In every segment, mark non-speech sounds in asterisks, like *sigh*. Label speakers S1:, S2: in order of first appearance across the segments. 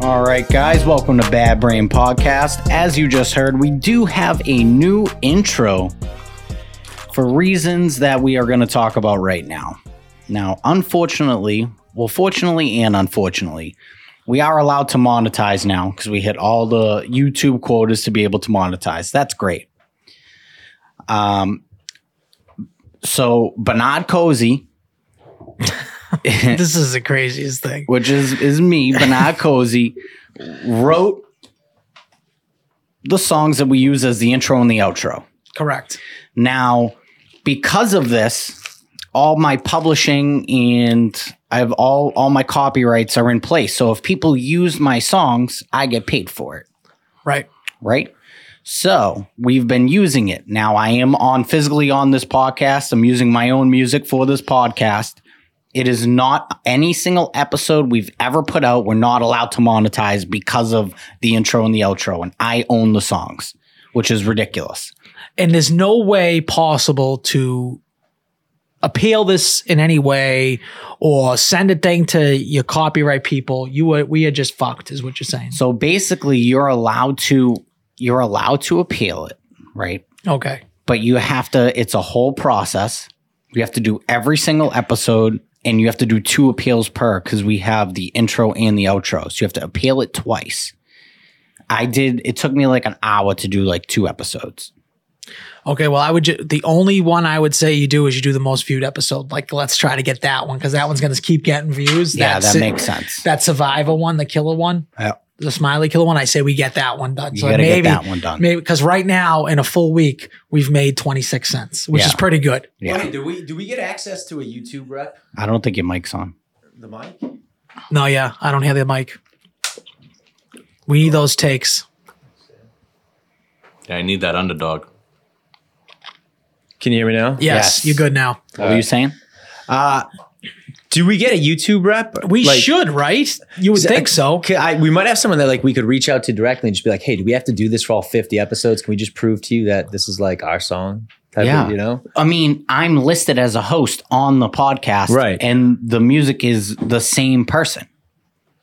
S1: All right, guys, welcome to Bad Brain Podcast. As you just heard, we do have a new intro for reasons that we are going to talk about right now. Now, unfortunately, well, fortunately and unfortunately, we are allowed to monetize now because we hit all the YouTube quotas to be able to monetize. That's great. Um, so Bernard Cozy,
S2: this is the craziest thing.
S1: which is is me, Bernard Cozy, wrote the songs that we use as the intro and the outro.
S2: Correct.
S1: Now, because of this, all my publishing and I have all all my copyrights are in place. So if people use my songs, I get paid for it,
S2: Right.
S1: right? So we've been using it. Now I am on physically on this podcast. I'm using my own music for this podcast. It is not any single episode we've ever put out. We're not allowed to monetize because of the intro and the outro, and I own the songs, which is ridiculous.
S2: And there's no way possible to appeal this in any way or send a thing to your copyright people. You are, we are just fucked, is what you're saying.
S1: So basically, you're allowed to you're allowed to appeal it, right?
S2: Okay.
S1: But you have to. It's a whole process. You have to do every single episode, and you have to do two appeals per because we have the intro and the outro. So you have to appeal it twice. I did. It took me like an hour to do like two episodes.
S2: Okay. Well, I would. Ju- the only one I would say you do is you do the most viewed episode. Like, let's try to get that one because that one's going to keep getting views.
S1: yeah,
S2: That's
S1: that
S2: it. *laughs*
S1: makes sense.
S2: that survivor one, the killer one,
S1: Yeah.
S2: the smiley killer one. I say we get that one done.
S1: You
S2: So
S1: gotta
S2: maybe
S1: get that one done.
S2: Maybe because right now in a full week we've made twenty six cents, which
S1: Yeah.
S2: is pretty good.
S1: Yeah,
S3: Wait, do we do we get access to a YouTube rep?
S1: I don't think your mic's on.
S3: The mic?
S2: No, yeah, I don't have the mic. We need those takes.
S4: Yeah, I need that underdog.
S3: Can you hear me now?
S2: Yes,
S1: Yes.
S2: you're good now.
S1: What were you saying?
S3: Do we get a YouTube rep?
S2: We
S3: Like,
S2: should, right? You would
S3: Is it-
S2: think so.
S3: could I, we might have someone that like we could reach out to directly and just be like, "Hey, do we have to do this for all 50 episodes? Can we just prove to you that this is like our song?" Type of,
S1: Yeah.
S3: you know.
S1: I mean, I'm listed as a host on the podcast,
S3: Right.
S1: And the music is the same person.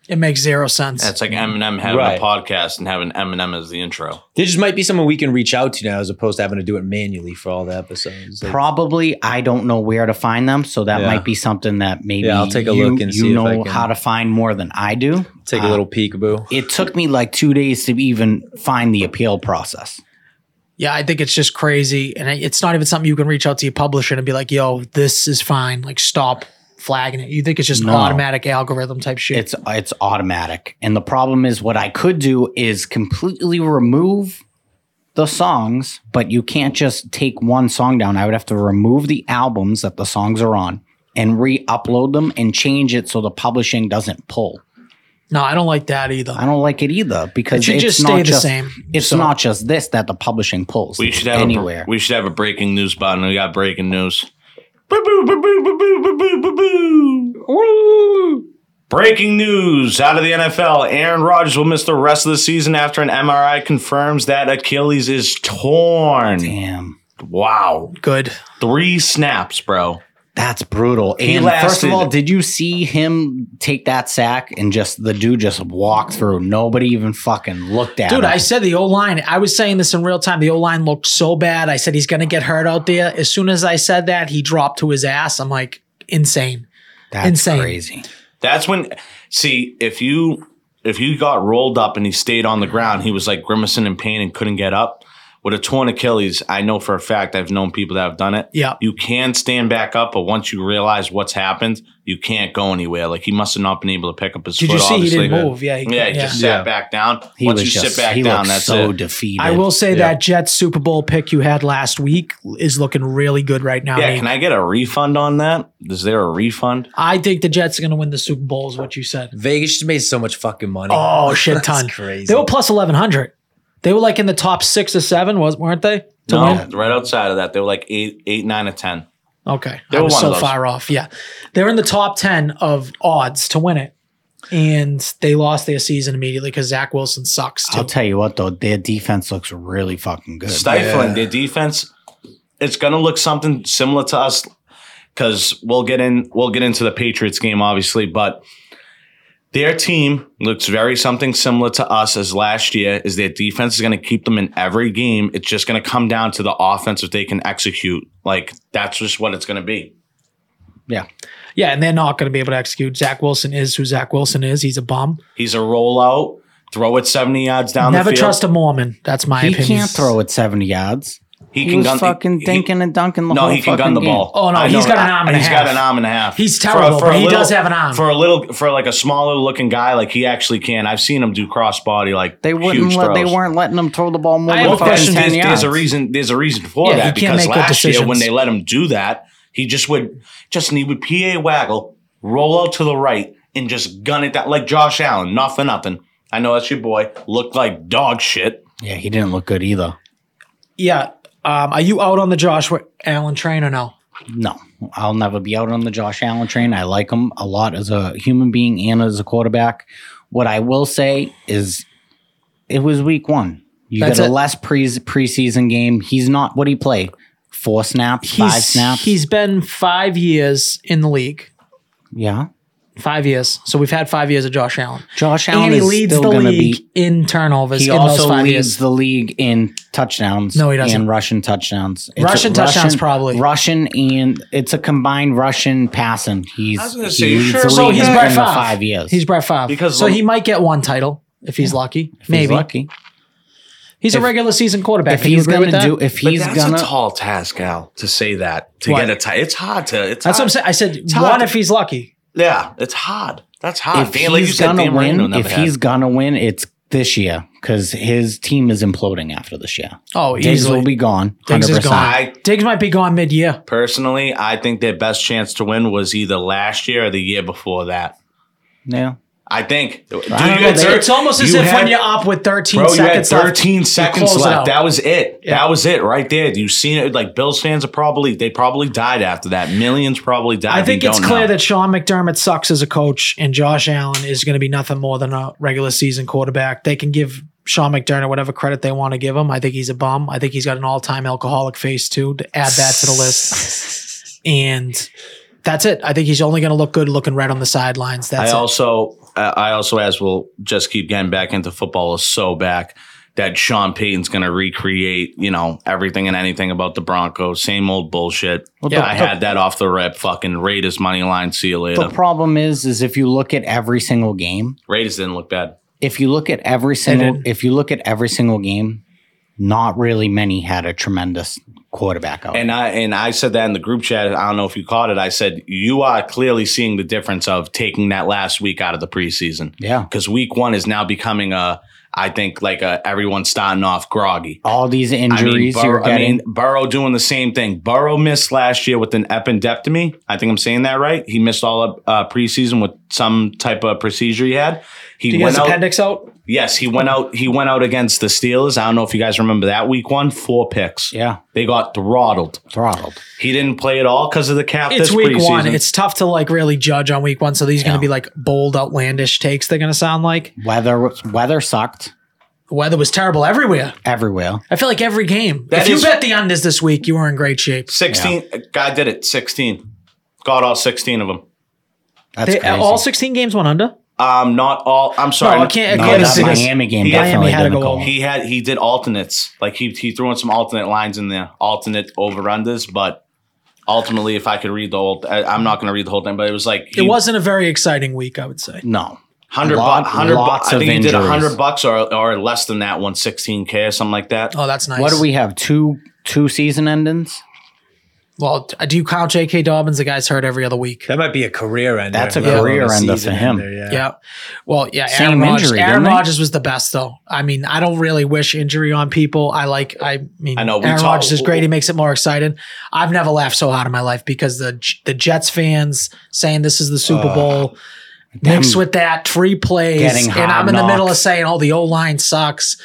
S2: It makes zero sense.
S4: That's like
S1: Mm.
S4: Eminem having
S3: Right.
S4: a podcast and having Eminem as the intro.
S3: There just might be someone we can reach out to now, as opposed to having to do it manually for all the episodes. Like,
S1: Probably, I don't know where to find them, so that
S3: Yeah.
S1: might be something that maybe
S3: Yeah, I'll take a
S1: you,
S3: look and
S1: you
S3: see if
S1: know
S3: I can-
S1: how to find more than I do.
S3: take a little peekaboo.
S1: It took me like two days to even find the appeal process.
S2: yeah, I think it's just crazy, and it- it's not even something you can reach out to your publisher and be like, "Yo, this is fine. Like, stop flagging it." You think it's just
S1: No.
S2: automatic algorithm type shit?
S1: It's it's automatic, and the problem is what I could do is completely remove the songs, but you can't just take one song down. I would have to remove the albums that the songs are on and re-upload them and change it so the publishing doesn't pull.
S2: no, I don't like that either.
S1: I don't like it either because
S2: It should
S1: it's
S2: just
S1: not
S2: stay the
S1: just,
S2: same.
S1: It's
S2: So-
S1: not just this that the publishing pulls.
S4: We should have
S1: anywhere.
S4: A, we should have a breaking news button. We got breaking news. Boo, boo, boo, boo, boo, boo, boo, boo, boo, boo. Woo. Breaking news out of the NFL: Aaron Rodgers will miss the rest of the season after an MRI confirms that Achilles is torn.
S1: Damn,
S4: Wow,
S2: good.
S4: three snaps, bro.
S1: that's brutal.
S4: He
S1: And first of
S4: lasted-
S1: all, did you see him take that sack and just the dude just walked through? Nobody even fucking looked at
S2: Dude,
S1: him.
S2: I said the O line. I was saying this in real time. The O line looked so bad. I said he's going to get hurt out there. As soon as I said that, he dropped to his ass. I'm like, insane.
S1: That's
S2: Insane.
S1: crazy.
S4: That's when see if you if you got rolled up and he stayed on the ground, he was like grimacing in pain and couldn't get up. With a torn Achilles, I know for a fact I've known people that have done it.
S2: Yeah.
S4: You can stand back up, but once you realize what's happened, you can't go anywhere. Like he must have not been able to pick up his
S2: Did
S4: foot.
S2: you see he
S4: obviously.
S2: didn't move? Yeah, he,
S4: Yeah, he just
S3: Yeah.
S4: sat back down.
S1: He
S4: once
S1: was
S4: you
S1: just
S4: sit back
S1: he
S4: down,
S1: looked
S4: that's
S1: so
S4: it.
S1: defeated.
S2: I will say
S3: Yeah.
S2: that Jets Super Bowl pick you had last week is looking really good right now.
S4: Yeah,
S2: Nate.
S4: can I get a refund on that? Is there a refund?
S2: I think the Jets are going to win the Super Bowl, is what you said.
S3: Vegas just made so much fucking money. *laughs*
S2: Oh, shit
S3: That's
S2: ton.
S3: crazy.
S2: They were plus 1,100. They were like in the top six or seven, was, weren't they? To
S4: No,
S2: win?
S4: right outside of that, they were like eight, eight, nine, or ten.
S2: Okay.
S4: They
S2: I
S4: were
S2: was
S4: one
S2: so
S4: of those.
S2: far off. Yeah. They're in the top 10 of odds to win it. And they lost their season immediately because Zach Wilson sucks too.
S1: I'll tell you what though, their defense looks really fucking good.
S4: stifling their defense. It's going to look something similar to us because we'll get in. We'll get into the Patriots game, obviously, but Their team looks very something similar to us as last year. Is their defense is going to keep them in every game? It's just going to come down to the offense if they can execute. Like that's just what it's going to be.
S2: Yeah, and they're not going to be able to execute. Zach Wilson is who Zach Wilson is. He's a bum.
S4: He's a rollout, throw it seventy yards down
S2: Never
S4: the field.
S2: trust a Mormon. That's my
S1: He
S2: opinion.
S1: can't throw it 70 yards.
S4: He
S1: He was fucking
S4: he-
S1: dinking and dunking the
S4: no,
S1: whole
S4: he can gun
S1: fucking
S4: the
S1: game.
S4: ball.
S2: Oh, no,
S4: I
S2: he's
S4: know
S2: got
S4: that.
S2: an arm and a
S4: He's got
S2: half.
S4: an arm and a half.
S2: He's
S4: For a-
S2: terrible,
S4: for
S2: but
S4: a
S2: he
S4: little-
S2: does have an arm.
S4: For a little, for like a smaller looking guy, like he actually can. I've seen him do crossbody like
S1: They wouldn't
S4: huge
S1: let, they
S4: throws.
S1: weren't letting him throw the ball more
S2: I have
S1: than
S4: Well,
S2: a
S1: fucking
S4: question
S1: 10
S4: there's,
S1: yards.
S4: there's a reason. There's a reason for
S2: Yeah,
S4: that
S2: he can't
S4: because
S2: make good
S4: last year when
S2: decisions.
S4: they let him do that, he just would Justin he would pa waggle, roll out to the right, and just gun it down like Josh Allen. Not for nothing. I know that's your boy. Looked like dog shit.
S1: Yeah, he didn't look good either.
S2: Yeah. Um, are you out on the Joshua Allen train or no?
S1: No, I'll never be out on the Josh Allen train. I like him a lot as a human being and as a quarterback. What I will say is, it was week one. You
S2: That's
S1: got a
S2: it.
S1: less pre preseason game. He's not what he play. Four snaps, five snaps.
S2: He's been five years in the league.
S1: yeah.
S2: Five years. So we've had five years of Josh Allen.
S1: Josh Allen
S2: And he
S1: is
S2: leads
S1: still
S2: the
S1: going to
S2: league
S1: be.
S2: in turnovers
S1: He
S2: in those
S1: also
S2: five
S1: leads
S2: years.
S1: the league in touchdowns.
S2: No, he doesn't.
S1: And Russian touchdowns. It's
S2: Russian touchdowns, probably.
S1: Russian and it's a combined Russian passing. He's
S4: I was gonna
S1: he
S4: say,
S1: leads
S4: sure,
S1: the
S4: so
S1: league
S4: he's
S1: in
S2: Brett
S1: the
S2: Favre.
S1: five years.
S2: He's Brett Favre.
S4: Because
S2: so
S4: Lam-
S2: he might get one title if he's lucky.
S1: If
S2: Maybe.
S1: he's lucky.
S2: He's a
S1: If-
S2: regular season quarterback.
S1: if
S2: Can you
S1: he's
S2: agree with
S1: gonna
S2: that?
S1: do if
S4: But
S1: he's
S4: that's
S1: gonna
S4: a tall task, Al, to say that to
S2: Why?
S4: get a tie. It's hard to. It's
S2: That's what I'm
S4: hard.
S2: saying. I said
S4: hard
S2: one
S4: to-
S2: if he's lucky.
S4: Yeah, it's hard. That's hard.
S1: if
S4: Dan, like you
S1: he's
S4: said,
S1: gonna
S4: Dan Marino
S1: win
S4: never
S1: if
S4: had.
S1: he's gonna win it's this year because his team is imploding after this year
S2: Oh,
S1: Diggs
S2: easily.
S1: will be gone
S2: Diggs
S1: 100%
S2: is gone.
S4: I
S2: Diggs might be gone mid year.
S4: personally, I think their best chance to win was either last year or the year before that.
S1: yeah
S4: I think. Do
S1: don't
S4: you-
S1: know.
S4: it's-
S2: It's almost as
S4: you
S2: if
S4: had-
S2: when you're up with 13
S4: Bro, you had
S2: seconds left,
S4: 13 seconds
S2: close it out.
S4: left. That was it.
S2: Yeah.
S4: That was it right there. You seen it? Like Bills fans are probably they probably died after that. Millions probably died.
S2: I
S4: We
S2: think it's
S4: don't
S2: clear
S4: know.
S2: that Sean McDermott sucks as a coach, and Josh Allen is going to be nothing more than a regular season quarterback. They can give Sean McDermott whatever credit they want to give him. I think he's a bum. I think he's got an all time alcoholic face, too, to add that to the list.
S4: *laughs*
S2: And that's it. I think he's only going to look good looking red on the sidelines.
S4: I
S2: That's it.
S4: also I I also as we'll just keep getting back into football is so back that Sean Payton's going to recreate you know everything and anything about the Broncos. Same old bullshit.
S1: Well,
S4: yeah,
S1: the-
S4: I had that off the rip. Fucking Raiders money line. See you
S1: the
S4: later.
S1: problem is is if you look at every single game
S4: Raiders didn't look bad.
S1: if you look at every single
S2: didn't.
S1: if you look at every single game not really many had a tremendous quarterback out
S4: And I and I said that in the group chat. I don't know if you caught it. I said you are clearly seeing the difference of taking that last week out of the preseason
S1: yeah
S4: because week one is now becoming a. I think like a, everyone's starting off groggy.
S1: all these injuries
S4: I mean,
S1: you're
S4: Burrow, I
S1: getting
S4: mean, Burrow doing the same thing. Burrow missed last year with an appendectomy. I think I'm saying that right. He missed all of uh, preseason with some type of procedure he had. He
S2: Do you get
S4: went
S2: his
S4: out.
S2: appendix out?
S4: yes, he went out. He went out against the Steelers. I don't know if you guys remember that week one. Four picks.
S1: yeah
S4: They got throttled.
S1: throttled
S4: He didn't play at all because of the cap
S2: It's
S4: this
S2: week
S4: preseason.
S2: one. It's tough to like really judge on week one. So these are going
S1: Yeah.
S2: to be like bold, outlandish takes they're going to sound like.
S1: weather weather sucked
S2: The weather was terrible everywhere.
S1: everywhere
S2: I feel like every game.
S4: That
S2: if you
S4: is-
S2: bet the unders this week, you were in great shape.
S4: 16. Guy did it. 16. Got all 16 of them.
S1: that's
S2: They,
S1: crazy.
S2: all 16 games went under.
S4: Um, not all. I'm sorry.
S2: I can't- I
S1: no,
S2: can't
S1: that
S2: see this.
S1: Miami game
S4: He-
S1: definitely
S2: Miami had to
S1: didn't
S2: go
S1: go
S2: over.
S4: He had he did alternates. Like he he threw in some alternate lines in there, alternate over unders. But ultimately, if I could read the whole, I, I'm not going to read the whole thing. But it was like he,
S2: It wasn't a very exciting week, I would say.
S1: no
S4: hundred
S1: lot-
S4: bucks. Hundred
S1: lots
S4: bucks. I
S1: of
S4: think he did
S1: injuries.
S4: hundred bucks or or less than that. One sixteen k or something like that.
S2: Oh, that's nice.
S1: What do we have? Two two season endings.
S2: Well, t- do you count J.K. Dobbins? The guy's hurt every other week.
S3: That might be a career ender.
S1: That's a
S3: rather than
S1: career ender
S3: season
S1: for him.
S2: Yeah.
S3: yeah.
S2: Well, yeah. Aaron
S1: Same
S2: Rodgers.
S1: injury,
S2: Aaron
S1: didn't they?
S2: Rodgers was the best, though. I mean, I don't really wish injury on people. I like. I mean,
S4: I know, we
S2: Aaron
S4: talk-
S2: Rodgers is great. He makes it more exciting. I've never laughed so hard in my life because the J- the Jets fans saying this is the Super Bowl. Mixed
S1: them
S2: with that, three plays,
S1: getting
S2: and
S1: hard
S2: I'm in the middle of
S1: knocks.
S2: saying, "Oh, the O line sucks."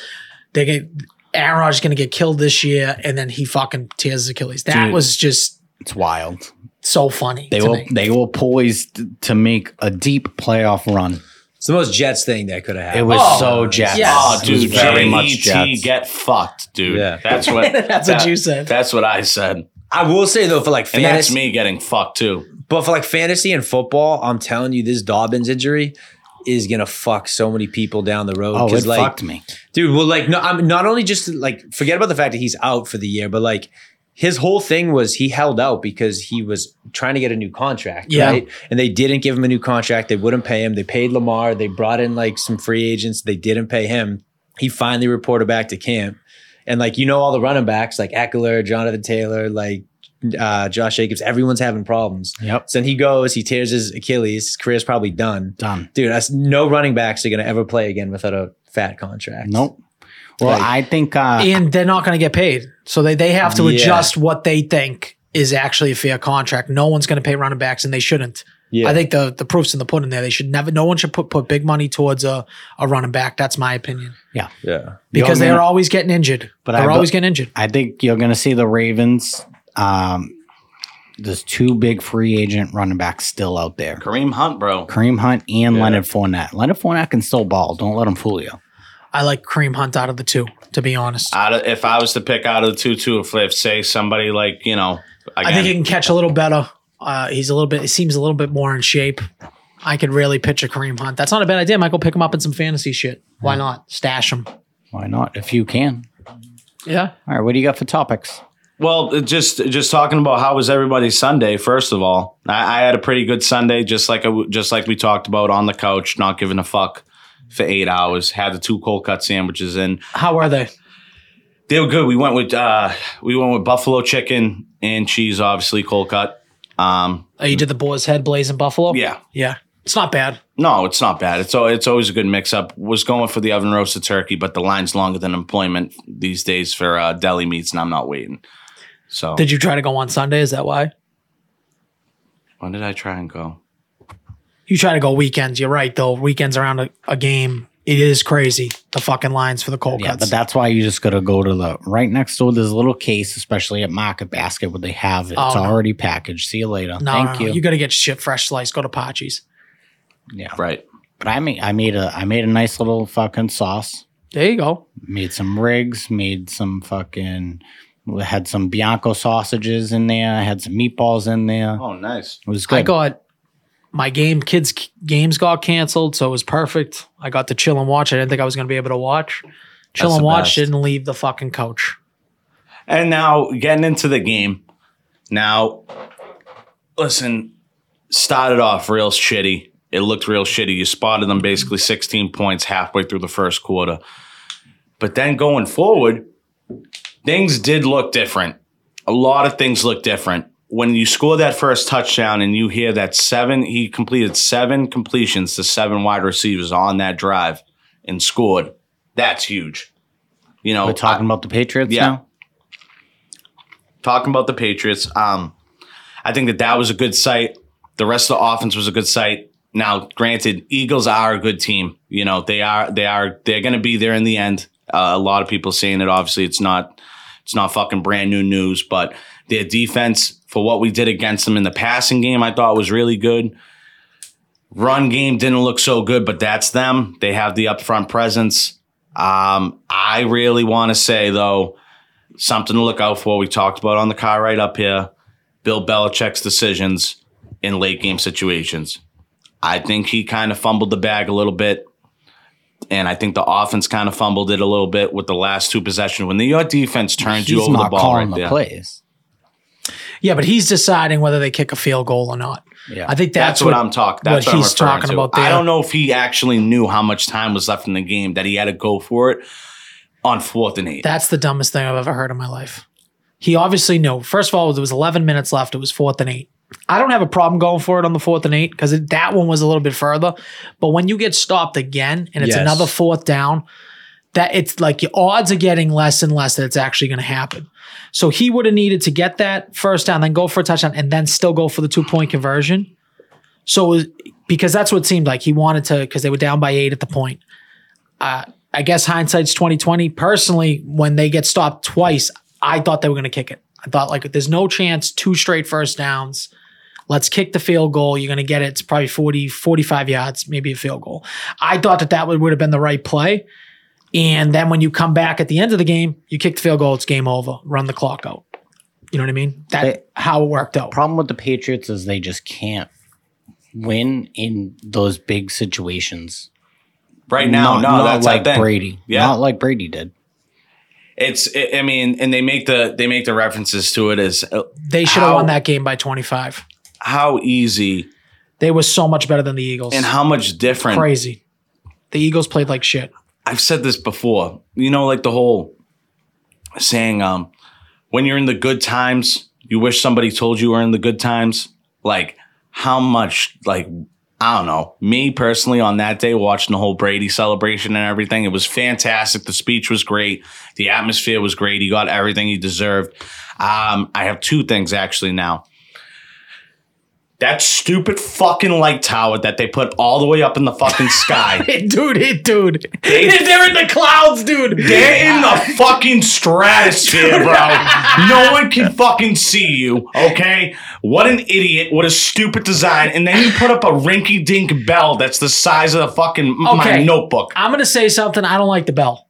S2: They get Aaron Rodgers going to get killed this year, and then he fucking tears his Achilles. That
S1: Dude.
S2: was just
S1: It's wild.
S2: so funny.
S1: They
S2: to
S1: will
S2: me. *laughs*
S1: they were poised to make a deep playoff run.
S3: It's the most Jets thing that could have happened.
S1: It was
S2: Oh,
S1: so Jets.
S2: yes.
S4: Oh,
S1: It was
S4: dude,
S1: very much
S4: J-E-T,
S1: Jets.
S4: get fucked, dude.
S3: Yeah.
S4: That's what.
S2: *laughs* That's what you said.
S4: That's what I said.
S3: I will say though, for like
S4: And that's
S3: fantasy,
S4: me getting fucked too.
S3: but for like fantasy and football, I'm telling you, this Dobbins injury is gonna fuck so many people down the road.
S1: Oh,
S3: 'cause,
S1: it
S3: like,
S1: fucked me.
S3: dude. Well, like, no, I'm not only just like forget about the fact that he's out for the year, but like his whole thing was he held out because he was trying to get a new contract,
S2: Yeah.
S3: right? And they didn't give him a new contract. They wouldn't pay him. They paid Lamar. They brought in like some free agents. They didn't pay him. He finally reported back to camp, and like you know all the running backs like Eckler, Jonathan Taylor, like. Uh, Josh Jacobs, everyone's having problems.
S1: Yep.
S3: So then he goes, he tears his Achilles, his career's probably done
S1: Done.
S3: dude, that's no running backs are going to ever play again without a fat contract.
S1: Nope. Well,
S3: Like-
S1: I think uh,
S2: and they're not going to get paid. So they, they have to
S3: Yeah.
S2: adjust what they think is actually a fair contract. No one's going to pay running backs, and they shouldn't.
S3: Yeah.
S2: I think the the proof's in the pudding there. They should never. No one should put put big money towards a a running back. That's my opinion
S3: Yeah.
S2: because
S1: You're
S2: they are
S1: gonna-
S2: always getting injured.
S1: But
S2: But
S1: I
S2: they're
S1: bu-
S2: always getting injured.
S1: I think you're going to see the Ravens. Um, there's two big free agent running backs still out there.
S4: Kareem Hunt, bro.
S1: Kareem Hunt and
S4: Yeah.
S1: Leonard Fournette. Leonard Fournette can still ball. Don't let him fool you.
S2: I like Kareem Hunt out of the two. To be honest,
S4: Out of, if I was to pick out of the two, two, if, if say somebody like you know,
S2: I
S4: again,
S2: think he can catch a little better. Uh, he's a little bit. He seems a little bit more in shape. I could really picture Kareem Hunt. That's not a bad idea. Michael, pick him up in some fantasy shit. Why not stash him?
S1: Why not? If you can.
S2: Yeah.
S1: All right. What do you got for topics?
S4: Well, it just just talking about how was everybody's Sunday. First of all, I, I had a pretty good Sunday, just like I w just like we talked about on the couch, not giving a fuck for eight hours. Had the two cold cut sandwiches in.
S2: How are they?
S4: They were good. We went with uh, we went with buffalo chicken and cheese, obviously cold cut. Um,
S2: Oh, you did the boar's head blaze in Buffalo?
S4: yeah,
S2: Yeah. It's not bad.
S4: no, it's not bad. It's al- it's always a good mix up. Was going for the oven roasted turkey, but the line's longer than employment these days for uh, deli meats, and I'm not waiting. So
S2: Did you try to go on Sunday? Is that why?
S4: when did I try and go?
S2: You try to go weekends. You're right, though. Weekends around a, a game, it is crazy. The fucking lines for the cold
S1: Yeah,
S2: cuts.
S1: but that's why you just gotta go to the right next door. There's a little case, especially at Market Basket, where they have it.
S2: Oh,
S1: it's
S2: no.
S1: already packaged. See you later.
S2: no,
S1: Thank
S2: no, no.
S1: you.
S2: You got to get shit fresh slice. Go to Pachi's.
S1: Yeah,
S4: Right.
S1: but I made I made a I made a nice little fucking sauce.
S2: There you go.
S1: Made some rigs. Made some fucking had some Bianco sausages in there. I had some meatballs in there.
S4: Oh, nice.
S1: It was
S2: I
S1: good.
S2: got my game. Kids' k- games got canceled, so it was perfect. I got to chill and watch. I didn't think I was going to be able to watch. Chill
S4: That's
S2: and
S4: the
S2: watch.
S4: best.
S2: Didn't leave the fucking couch.
S4: And now getting into the game. Now, listen, started off real shitty. It looked real shitty. You spotted them basically 16 points halfway through the first quarter. But then going forward, things did look different. A lot of things look different. When you score that first touchdown and you hear that seven, he completed seven completions to seven wide receivers on that drive and scored. That's huge. You know,
S1: We're talking about the Patriots
S4: Yeah.
S1: now.
S4: talking about the Patriots. Um, I think that that was a good sight. The rest of the offense was a good sight. Now, granted, Eagles are a good team. You know, they are they are they're going to be there in the end. Uh, a lot of people saying it. Obviously, it's not it's not fucking brand new news, but their defense for what we did against them in the passing game, I thought was really good. Run game didn't look so good, but that's them. They have the upfront presence. Um, I really want to say though, something to look out for. We talked about on the car right up here. Bill Belichick's decisions in late game situations. I think he kind of fumbled the bag a little bit. And I think the offense kind of fumbled it a little bit with the last two possessions. When the, your defense turns you
S1: He's
S4: over the
S1: not
S4: ball
S1: calling
S4: right
S1: the
S4: there.
S1: plays.
S2: Yeah, but he's deciding whether they kick a field goal or not.
S1: Yeah.
S2: I think that's,
S4: That's, what, I'm talking. That's
S2: what
S4: what, I'm
S2: he's
S4: referring
S2: talking
S4: to.
S2: about
S4: I
S2: there.
S4: don't know if he actually knew how much time was left in the game that he had to go for it on fourth and eight.
S2: That's the dumbest thing I've ever heard in my life. He obviously knew. First of all, there was 11 minutes left. It was fourth and eight. I don't have a problem going for it on the fourth and eight because that one was a little bit further. But when you get stopped again and it's
S3: Yes.
S2: another fourth down, that it's like your odds are getting less and less that it's actually going to happen. So he would have needed to get that first down, then go for a touchdown, and then still go for the two point conversion. So it was- because that's what it seemed like he wanted to because they were down by eight at the point. Uh, I guess hindsight's twenty twenty. Personally, when they get stopped twice, I thought they were going to kick it. I thought like there's no chance, two straight first downs. Let's kick the field goal. You're going to get it. It's probably 40, 45 yards, maybe a field goal. I thought that that would, would have been the right play. And then when you come back at the end of the game, you kick the field goal. It's game over. Run the clock out. You know what I mean? That
S1: They-
S2: how it worked out.
S1: problem with the Patriots is they just can't win in those big situations.
S4: Right now,
S1: not,
S4: no,
S1: not
S4: that's
S1: like
S4: like thing.
S1: Brady.
S4: Yeah.
S1: Not like Brady did.
S4: It's, I I mean, and they make the they make the references to it as uh,
S2: They should have
S4: How-
S2: won that game by 25.
S4: how easy
S2: They were so much better than the Eagles.
S4: and how much different.
S2: Crazy. The Eagles played like shit.
S4: I've said this before. You know, like the whole saying, um, when you're in the good times, you wish somebody told you were in the good times. Like how much, like I don't know. Me personally, on that day, watching the whole Brady celebration and everything, it was fantastic. The speech was great. The atmosphere was great. He got everything he deserved. Um, I have two things actually now. That stupid fucking light tower that they put all the way up in the fucking sky.
S2: *laughs* dude, it, dude. *laughs* They're in the clouds, dude.
S4: They're in the fucking stratosphere, bro.
S2: *laughs*
S4: No one can fucking see you, okay? What an idiot. What a stupid design. And then you put up a rinky dink bell that's the size of the fucking my
S2: Okay.
S4: notebook.
S2: *laughs* I'm going to say something. I don't like the bell.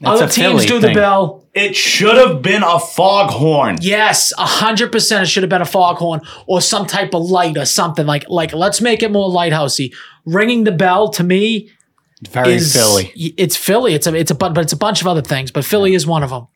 S1: That's
S2: Other
S1: a
S2: teams
S1: Philly
S2: do the
S1: thing.
S2: bell.
S4: It should have been a foghorn.
S2: Yes, 100% it should have been a foghorn or some type of light or something. Like, like let's make it more lighthousey. Ringing the bell to me
S1: Very
S2: is
S1: Philly.
S2: y- It's Philly. It's a it's a bu- but it's a bunch of other things, but Philly is one of them.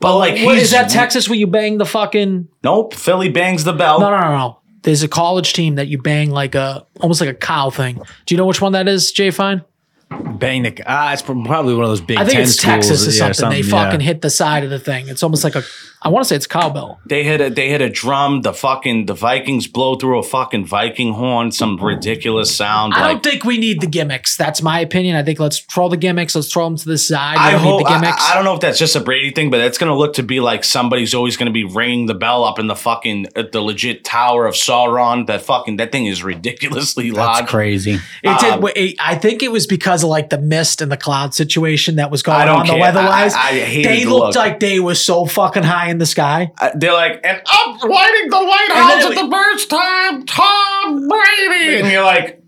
S4: But like,
S2: What
S4: he's-
S2: is that Texas where you bang the fucking?
S4: *laughs* Nope. Philly bangs the bell.
S2: No, no, no, no. There's a college team that you bang like a almost like a cow thing. Do you know which one that is, Jay Fine?
S3: Bang the. Ah, it's probably one of those big.
S2: I think
S3: 10
S2: it's
S3: schools,
S2: Texas or
S3: yeah,
S2: something. They
S3: yeah.
S2: fucking hit the side of the thing. It's almost like a. I want to say it's cowbell.
S4: They hit a they hit a drum. The fucking the Vikings blow through a fucking Viking horn. Some ridiculous sound.
S2: I
S4: like
S2: don't think we need the gimmicks. That's my opinion. I think let's throw the gimmicks. Let's throw them to the side. We
S4: I
S2: don't
S4: hope.
S2: need the
S4: I,
S2: gimmicks.
S4: I- I don't know if that's just a Brady thing, but that's going to look to be like somebody's always going to be ringing the bell up in the fucking at the legit Tower of Sauron. That fucking that thing is ridiculously loud.
S1: That's crazy.
S2: It did.
S4: Um,
S2: wa- it- I think it was because of like the mist and the cloud situation that was going
S4: I don't
S2: on the
S4: care.
S2: weather-wise.
S4: I- I- I hated
S2: they
S4: the
S2: looked
S4: look.
S2: like they were so fucking high in the sky.
S4: Uh, they're like, and I'm lighting the White
S2: And then
S4: House
S2: it
S4: at the first time, Tom Brady, and you're like,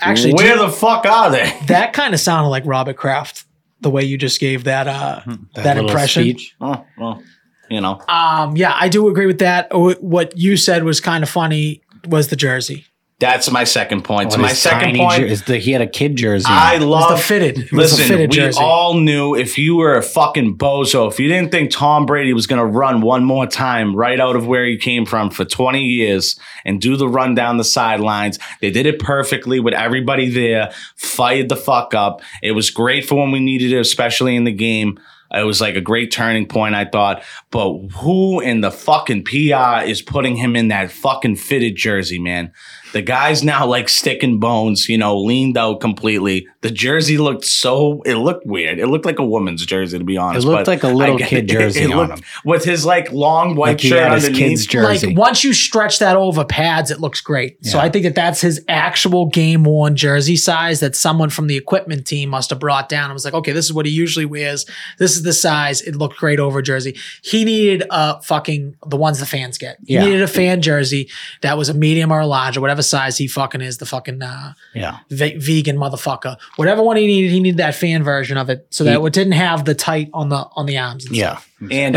S2: Actually,
S4: where
S2: dude,
S4: the fuck are they? *laughs*
S2: that kind of sounded like Robert Kraft the way you just gave that uh,
S4: Hmm.
S2: that,
S1: little
S2: impression.
S1: speech.
S4: Oh, well, you know,
S2: Um, yeah, I do agree with that. Wh- What you said was kind of funny. Was the jersey?
S4: that's my second point.
S2: Oh,
S4: So
S1: On
S4: my
S1: his
S4: second
S1: tiny
S4: point,
S1: jer- is the, he had a kid jersey. on.
S4: I
S2: It was
S4: love
S2: the fitted? It was the
S4: Listen, we
S2: fitted jersey.
S4: all knew if you were a fucking bozo, if you didn't think Tom Brady was going to run one more time right out of where he came from for 20 years and do the run down the sidelines, they did it perfectly with everybody there, fired the fuck up. It was great for when we needed it, especially in the game. It was like a great turning point, I thought. But who in the fucking PR is putting him in that fucking fitted jersey, man? The guy's now like stick and bones, you know, leaned out completely. The jersey looked so it looked weird. It looked like a woman's jersey, to be honest.
S1: looked
S4: but
S1: like a little
S4: I *laughs* get-
S1: kid jersey on him.
S4: with his like long white
S1: like he
S4: shirt
S1: had his
S4: underneath.
S1: kid's jersey.
S2: Like once you stretch that over pads, it looks great. So I think that that's his actual game worn jersey size that someone from the equipment team must have brought down. I was like, okay, this is what he usually wears. This is the size. It looked great over a jersey. He needed a fucking the ones the fans get. He
S1: Yeah.
S2: needed a fan jersey that was a medium or a large or whatever size he fucking is. The fucking uh,
S1: yeah.
S2: ve- vegan motherfucker. Whatever one he needed, he needed that fan version of it so that it didn't have the tight on the on the arms. and
S1: Yeah.
S4: And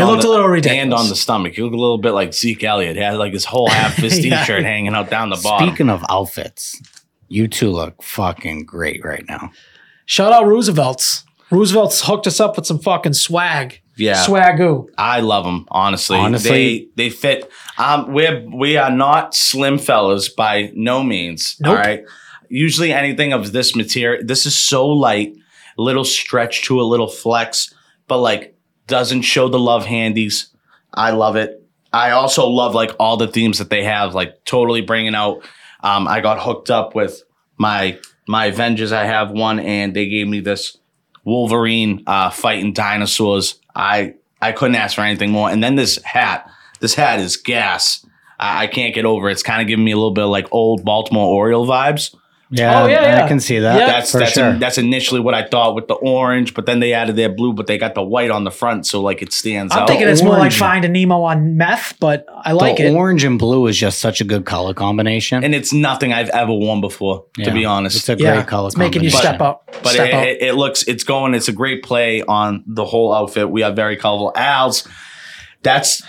S2: It
S4: on
S2: looked
S4: the-
S2: a little ridiculous.
S4: And on the stomach. He looked a little bit like Zeke Elliott. He had like his whole
S1: *laughs*
S4: half his
S2: Yeah.
S4: t-shirt hanging out down the bottom.
S1: Speaking of outfits, you two look fucking great right now.
S2: Shout out Roosevelt's. Roosevelt's hooked us up with some fucking swag.
S4: Yeah.
S2: Swagoo.
S4: I love them, honestly.
S1: Honestly.
S4: they they fit. Um, we're we are not slim fellas by no means.
S2: Nope.
S4: All right. Usually anything of this material, this is so light, little stretch to a little flex, but like doesn't show the love handies. I love it. I also love like all the themes that they have, like totally bringing out. Um, I got hooked up with my my Avengers. I have one, and they gave me this Wolverine uh, fighting dinosaurs. I I couldn't ask for anything more. And then this hat. This hat is gas. I, I can't get over. it. It's kind of giving me a little bit of like old Baltimore Oriole vibes.
S1: Yeah,
S2: Oh, yeah,
S1: I
S2: yeah.
S1: can see that.
S2: Yeah.
S4: That's
S1: for
S4: that's
S1: sure.
S4: that's initially what I thought with the orange, but then they added their blue, but they got the white on the front, so like it stands
S2: I'm
S4: out.
S2: thinking it's more like
S1: orange.
S2: finding Nemo on meth, but I like
S1: the
S2: it.
S1: orange and blue is just such a good color combination.
S4: and it's nothing I've ever worn before, to
S1: Yeah.
S4: be honest.
S1: it's a great
S2: yeah,
S1: color
S2: it's making you
S1: combination.
S2: step up.
S4: But
S2: step
S4: it,
S2: up.
S4: it, it looks, it's going. It's a great play on the whole outfit. We have very colorful Al's. That's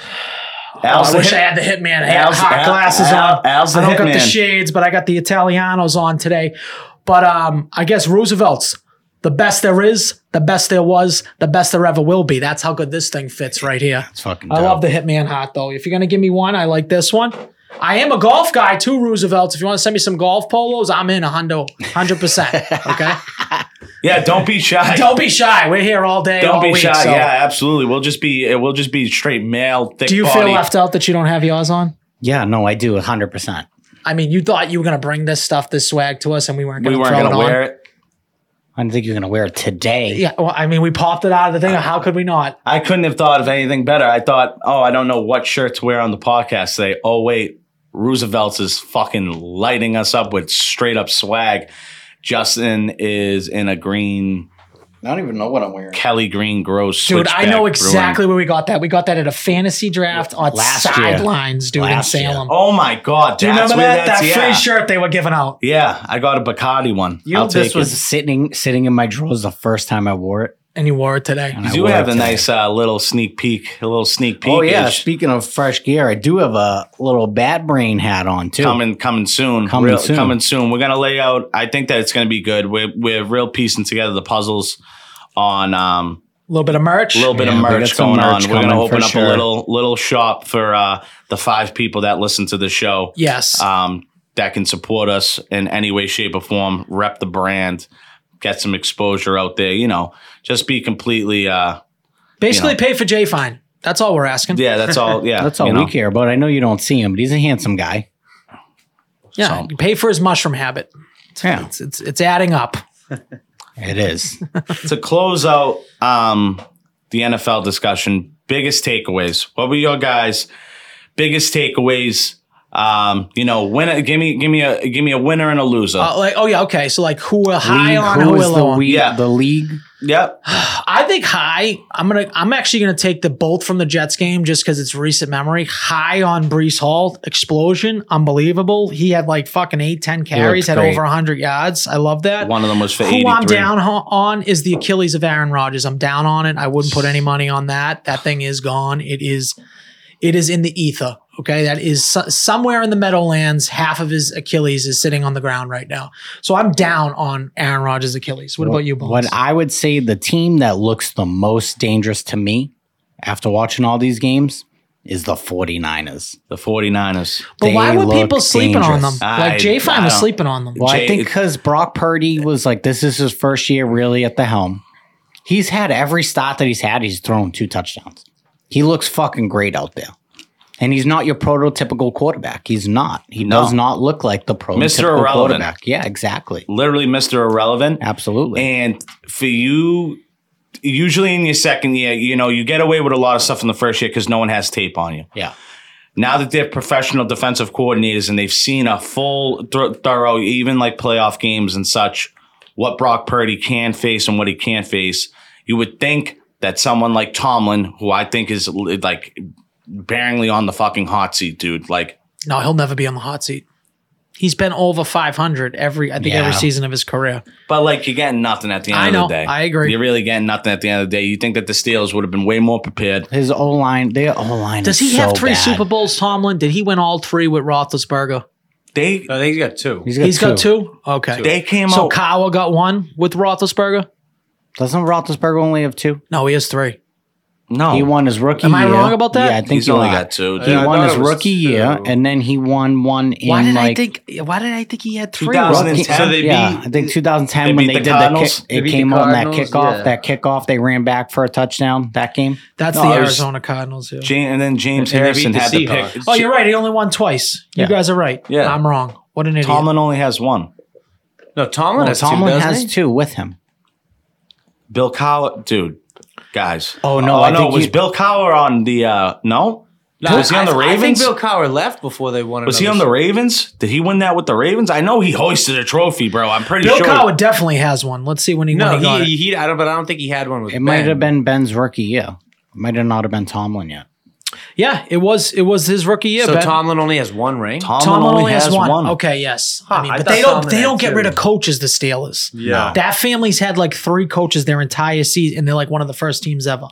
S4: Al's
S2: Oh, I
S4: the
S2: wish
S4: hit-
S2: I had the hitman hat,
S4: Al's-
S2: hot
S4: Al-
S2: glasses
S4: Al-
S2: on.
S4: Al's the
S2: I don't got the
S4: hitman.
S2: shades, but I got the Italianos on today. But um, I guess Roosevelt's the best there is, the best there was, the best there ever will be. That's how good this thing fits right here.
S1: It's fucking.
S2: I
S1: dope.
S2: love the Hitman hat though. If you're gonna give me one, I like this one. I am a golf guy too, Roosevelt. If you want to send me some golf polos, I'm in a hundo, hundred
S4: *laughs*
S2: percent. Okay,
S4: Yeah, don't
S2: *laughs*
S4: be shy.
S2: don't be shy. We're here all day. all
S4: Don't be
S2: week,
S4: shy.
S2: so-
S4: Yeah, absolutely. We'll just be we'll just be straight male, thick
S2: Do you
S4: body.
S2: feel left out that you don't have yours on?
S1: Yeah, no, I do hundred percent.
S2: I mean, you thought you were gonna bring this stuff, this swag to us, and we weren't
S4: we
S2: gonna
S4: weren't
S2: throw
S4: gonna
S2: it
S4: wear
S2: on.
S4: it.
S1: I don't think you're gonna wear it today.
S2: Yeah, well, I mean, we popped it out of the thing. How could we not?
S4: I couldn't have thought of anything better. I thought, oh, I don't know what shirt to wear on the podcast today. Oh wait, Roosevelt's is fucking lighting us up with straight up swag. Justin is in a green
S1: I don't even know what I'm wearing.
S4: Kelly Green Gross.
S2: Dude, I know
S4: switchback
S2: exactly
S4: Brewing.
S2: where we got that. We got that at a fantasy draft on
S1: Last year.
S2: sidelines, dude,
S1: Last
S2: in
S1: year.
S2: Salem.
S4: Oh my god,
S2: Do you
S4: that's
S2: remember
S4: where
S2: that?
S4: that's-
S2: That free
S4: yeah.
S2: shirt they were giving out.
S4: Yeah, I got a Bacardi one.
S1: You know,
S4: I'll
S1: this
S4: take
S1: was
S4: it.
S1: sitting sitting in my drawers the first time I wore it.
S2: And you wore it today.
S1: and
S4: You
S1: I
S4: do
S1: wore
S4: have
S1: it
S4: a
S1: today.
S4: nice uh, little sneak peek, a little sneak peek.
S1: Oh yeah. Speaking of fresh gear, I do have a little bat brain hat on too.
S4: coming coming soon
S1: Coming
S4: Real-
S1: soon.
S4: coming soon we're gonna lay out i think that it's gonna be good we're, we're real piecing together the puzzles on um
S2: A little bit of merch.
S4: a little bit
S1: Yeah,
S4: of
S1: we got
S4: merch
S1: some
S4: going
S1: merch
S4: on we're gonna
S1: coming for
S4: open up
S1: sure.
S4: a little little shop for uh the five people that listen to the show
S2: yes.
S4: um that can support us in any way shape or form rep the brand get some exposure out there you know just be completely uh
S2: Basically, pay for J Fine. That's all we're asking.
S4: yeah that's
S1: *laughs*
S4: all yeah
S1: That's all
S4: you
S1: we
S4: know.
S1: care about. I know you don't see him, but he's a handsome guy.
S2: Yeah,
S4: So-
S2: pay for his mushroom habit.
S1: Yeah,
S2: It's it's, it's adding up. *laughs*
S1: it is.
S4: to close out um, the NFL discussion, biggest takeaways. What were your guys' biggest takeaways? Um, you know, winner. Give me, give me a, give me a winner and a loser.
S2: Uh, like, oh yeah, okay. So like, who are high
S1: League,
S2: on,
S1: who
S2: who
S1: is
S2: are
S1: the,
S2: low on?
S1: we-
S4: Yeah.
S1: the league?
S4: yep.
S2: uh, I think high. I'm gonna. I'm actually gonna take the both from the Jets game just because it's recent memory. High on Brees Hall explosion, unbelievable. He had like fucking eight, ten carries, had
S1: great.
S2: over 100 yards. I love that.
S4: One of them was for
S2: Who I'm
S4: 83.
S2: down ho- on is the Achilles of Aaron Rodgers. I'm down on it. I wouldn't put any money on that. That thing is gone. It is, it is in the ether. Okay, that is so- somewhere in the Meadowlands. Half of his Achilles is sitting on the ground right now. So I'm down on Aaron Rodgers' Achilles. What about you, Bones?
S1: What I would say the team that looks the most dangerous to me after watching all these games is the 49ers.
S4: The 49ers.
S2: but why
S1: they
S2: were people
S1: look
S2: sleeping on them?
S1: dangerous.
S4: I-
S2: like Jay Fine
S4: I
S2: was
S4: don't-
S2: sleeping on them.
S1: Well,
S4: Uh, Jay-
S1: I think because Brock Purdy was like, this is his first year really at the helm. He's had every start that he's had, he's thrown two touchdowns. He looks fucking great out there. And he's not your prototypical quarterback. He's not. He
S4: No.
S1: does not look like the prototypical
S4: Irrelevant.
S1: quarterback. Yeah, exactly.
S4: Literally, Mr. Irrelevant.
S1: Absolutely.
S4: And for you, usually in your second year, you know, you get away with a lot of stuff in the first year because no one has tape on you.
S1: yeah.
S4: now that they're professional defensive coordinators and they've seen a full thr thorough even like playoff games and such what brock purdy can face and what he can't face you would think that someone like tomlin who i think is like barely on the fucking hot seat dude like
S2: No, he'll never be on the hot seat. He's been over 500 every, I think, every
S1: Yeah.
S2: season of his career.
S4: but like you're getting nothing at the end
S2: I
S4: of
S2: know.
S4: the day
S2: I agree.
S4: you're really getting nothing at the end of the day you think that the steelers would have been way more prepared
S1: His O line, their O line.
S2: Does he have three Super Bowls, Tomlin? Did he win all three with Roethlisberger?
S4: they
S3: I think he's got two.
S1: He's got,
S2: He's
S1: two.
S2: got two. Okay.
S4: they came
S2: So
S4: out
S2: Kawa got one with Roethlisberger.
S1: Doesn't Roethlisberger only have two?
S2: No, he has three.
S4: no
S1: He won his rookie
S2: Oh. Am I
S1: year.
S2: wrong about that?
S1: Yeah, I think
S4: he's
S1: you
S4: only
S1: are.
S4: got two
S1: He
S4: dude.
S3: Yeah, I
S1: won
S3: thought
S1: his
S3: it was
S1: rookie year,
S3: two.
S1: and then he won one in
S2: Why did I
S1: like
S2: think? Why did I think he had three? Roethlis-
S4: 2010
S3: So they
S1: yeah,
S3: beat-
S1: I think 2010
S4: they
S1: when
S4: beat
S1: they
S4: the
S1: did
S4: Cardinals?
S1: the
S3: They
S1: kick, it
S3: beat
S1: came
S3: the
S1: on that
S3: Cardinals?
S1: kickoff.
S3: Yeah.
S1: That kickoff, they ran back for a touchdown that game.
S2: That's
S4: No,
S2: the
S4: I was-
S2: Arizona Cardinals. Yeah.
S4: Ja- and then james
S3: And they beat
S4: harrison
S3: the
S4: had the
S3: Seahawks.
S4: pick
S2: Oh, you're right. He only won twice.
S1: Yeah.
S2: You guys are right.
S4: Yeah.
S2: I'm wrong. What an idiot.
S4: tomlin only has one
S3: No, Oh, Tomlin
S1: Well,
S3: has
S1: Tomlin
S3: two. doesn't
S1: has
S3: he?
S1: two with him.
S4: Bill Cowher, dude, guys.
S1: Oh, no,
S4: oh,
S1: I
S4: no!
S1: think
S4: was
S1: you-
S4: Bill Cowher on the? uh No,
S3: No,
S4: was he on the
S3: I- I think
S4: Ravens?
S3: Bill Cowher left before they won.
S4: was he on
S3: another
S4: the Ravens? Did he win that with the Ravens? I know he hoisted a trophy, bro. I'm pretty
S2: Bill
S4: sure.
S2: Kawa definitely has one. Let's see when he
S3: No,
S2: when he got
S3: he,
S2: it.
S3: he, I don't. But I don't think he had one with.
S1: It might
S3: Ben.
S1: have been Ben's rookie year. Might have not have been Tomlin yet.
S2: Yeah, it was it was his rookie year.
S3: So
S2: Ben.
S3: Tomlin only has one ring.
S4: Tomlin,
S2: Tomlin only has one. Okay, yes. I
S3: Huh,
S2: mean,
S3: I
S2: but
S3: thought
S2: they don't
S3: Tomlin
S2: they
S3: had
S2: don't get
S3: two.
S2: rid of coaches. The Steelers.
S3: Yeah.
S2: That family's had like three coaches their entire season, and they're like one of the first teams ever.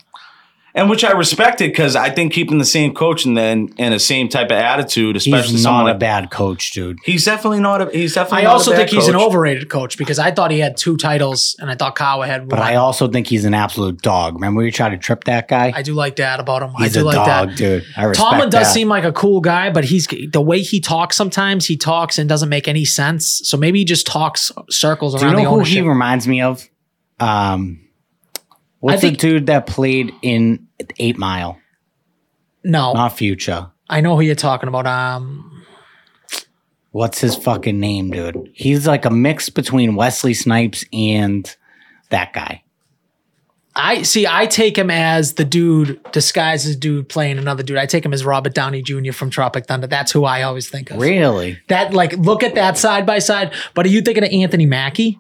S4: and which I respected because I think keeping the same coach and then and the same type of attitude, especially
S1: He's
S4: someone
S1: not a
S4: like,
S1: bad coach, dude.
S4: he's definitely not a he's definitely.
S2: I
S4: not a
S2: also
S4: bad
S2: think he's an
S4: coach.
S2: overrated coach because I thought he had two titles and I thought Kawa had one.
S1: But I
S2: I,
S1: also think he's an absolute dog. Remember you tried to trip that guy?
S2: do like that about him.
S1: he's
S2: I do
S1: a
S2: like
S1: dog,
S2: that.
S1: dude. I respect
S2: Tomlin does
S1: that.
S2: seem like a cool guy, but he's the way he talks sometimes, he talks and doesn't make any sense. So maybe he just talks circles
S1: Do you
S2: around the
S1: know who
S2: ownership.
S1: he reminds me of? Um, what's
S2: think-
S1: the dude that played in Eight Mile?
S2: no,
S1: Not Future.
S2: I know who you're talking about. Um,
S1: What's his fucking name, dude? He's like a mix between Wesley Snipes and that guy.
S2: I see. I take him as the dude disguised as dude playing another dude. I take him as Robert Downey Jr. from Tropic Thunder. That's who I always think of.
S1: Really?
S2: That like look at that side by side. But are you thinking of Anthony Mackie,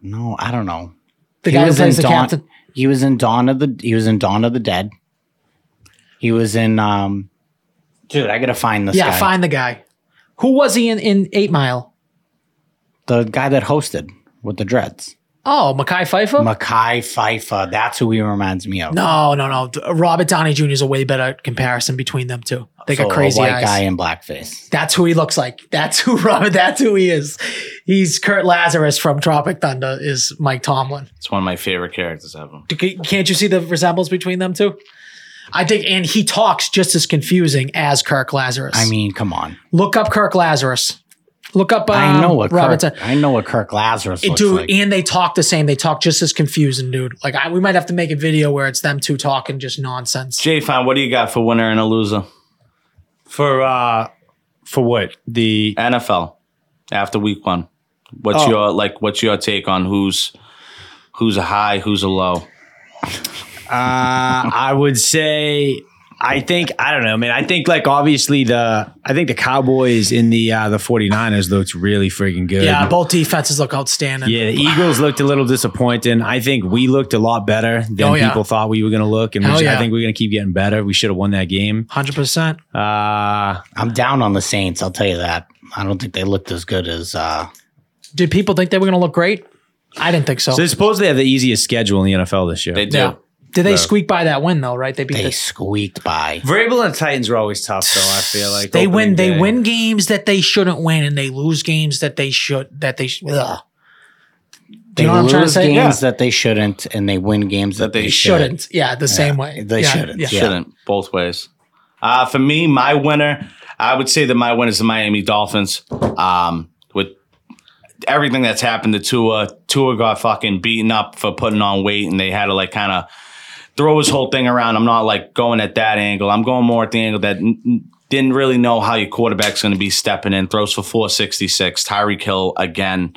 S1: No, I don't know.
S2: the guy who plays the
S1: Dawn,
S2: captain?
S1: He was in Dawn of the he was in Dawn of the Dead. He was in um Dude, I gotta find this
S2: Yeah,
S1: guy.
S2: find the guy. Who was he in in Eight Mile?
S1: the guy that hosted with the dreads.
S2: Oh, Mackay Pfeiffer.
S1: Mackay Pfeiffer. That's who he reminds me of.
S2: no, no, no. Th- Robert Downey Jr. is a way better comparison between them two. They
S1: So,
S2: got crazy
S1: a white
S2: eyes.
S1: guy in blackface.
S2: That's who he looks like. That's who *laughs* Robert. That's who he is. He's Kurt Lazarus from Tropic Thunder. Is Mike Tomlin?
S4: It's one of my favorite characters ever.
S2: Do- Can't you see the resemblance between them two? I think, and he talks just as confusing as Kirk Lazarus.
S1: I mean, come on.
S2: look up Kirk Lazarus. Look up. Uh,
S1: I know what
S2: Robert.
S1: Kirk, I know what Kirk Lazarus looks
S2: dude,
S1: like.
S2: and they talk the same. They talk just as confusing, dude. Like I, we might have to make a video where it's them two talking just nonsense.
S4: Jay, fine. What do you got for winner and a loser?
S3: for uh for what the
S4: NFL after week one. What's
S3: Oh.
S4: your like? What's your take on who's who's a high, who's a low?
S3: Uh, I would say I think I don't know, man. I think like obviously the I think the Cowboys in the uh the 49ers looked really freaking good.
S2: Yeah, both defenses look outstanding.
S3: Yeah, the Eagles looked a little disappointing. I think we looked a lot better than
S2: Oh, yeah.
S3: people thought we were going to look, and we
S2: Hell
S3: should- I
S2: yeah.
S3: think we're going to keep getting better. We should have won that game.
S2: hundred percent. Ah.
S3: Uh,
S1: I'm down on the Saints, I'll tell you that. I don't think they looked as good as uh
S2: Did people think they were going to look great? I didn't think so.
S3: so they supposedly have the easiest schedule in the NFL this year.
S4: They do.
S2: yeah. Did they
S3: No.
S2: squeak by that win though? Right? They beat.
S1: they
S2: the,
S1: squeaked by.
S3: Vrabel and the Titans are always tough, though. I feel like
S2: they
S3: opening
S2: win. They
S3: day.
S2: win games that they shouldn't win, and they lose games that they should. That they. sh- Ugh. Do
S1: They
S2: you know what I'm
S1: lose
S2: trying to say?
S1: games that they shouldn't, and they win games that, they,
S4: they
S1: shouldn't.
S2: shouldn't. Yeah, the same way.
S1: they
S2: Yeah,
S1: shouldn't.
S2: Yeah.
S1: Yeah.
S4: Shouldn't both ways. Uh, for me, my winner, I would say that my winner is the Miami Dolphins. Um, with everything that's happened to Tua, Tua got fucking beaten up for putting on weight, and they had to like kind of throw his whole thing around. I'm not like going at that angle. I'm going more at the angle that n- n- didn't really know how your quarterback's going to be stepping in. Throws for 466. Tyreek Hill again.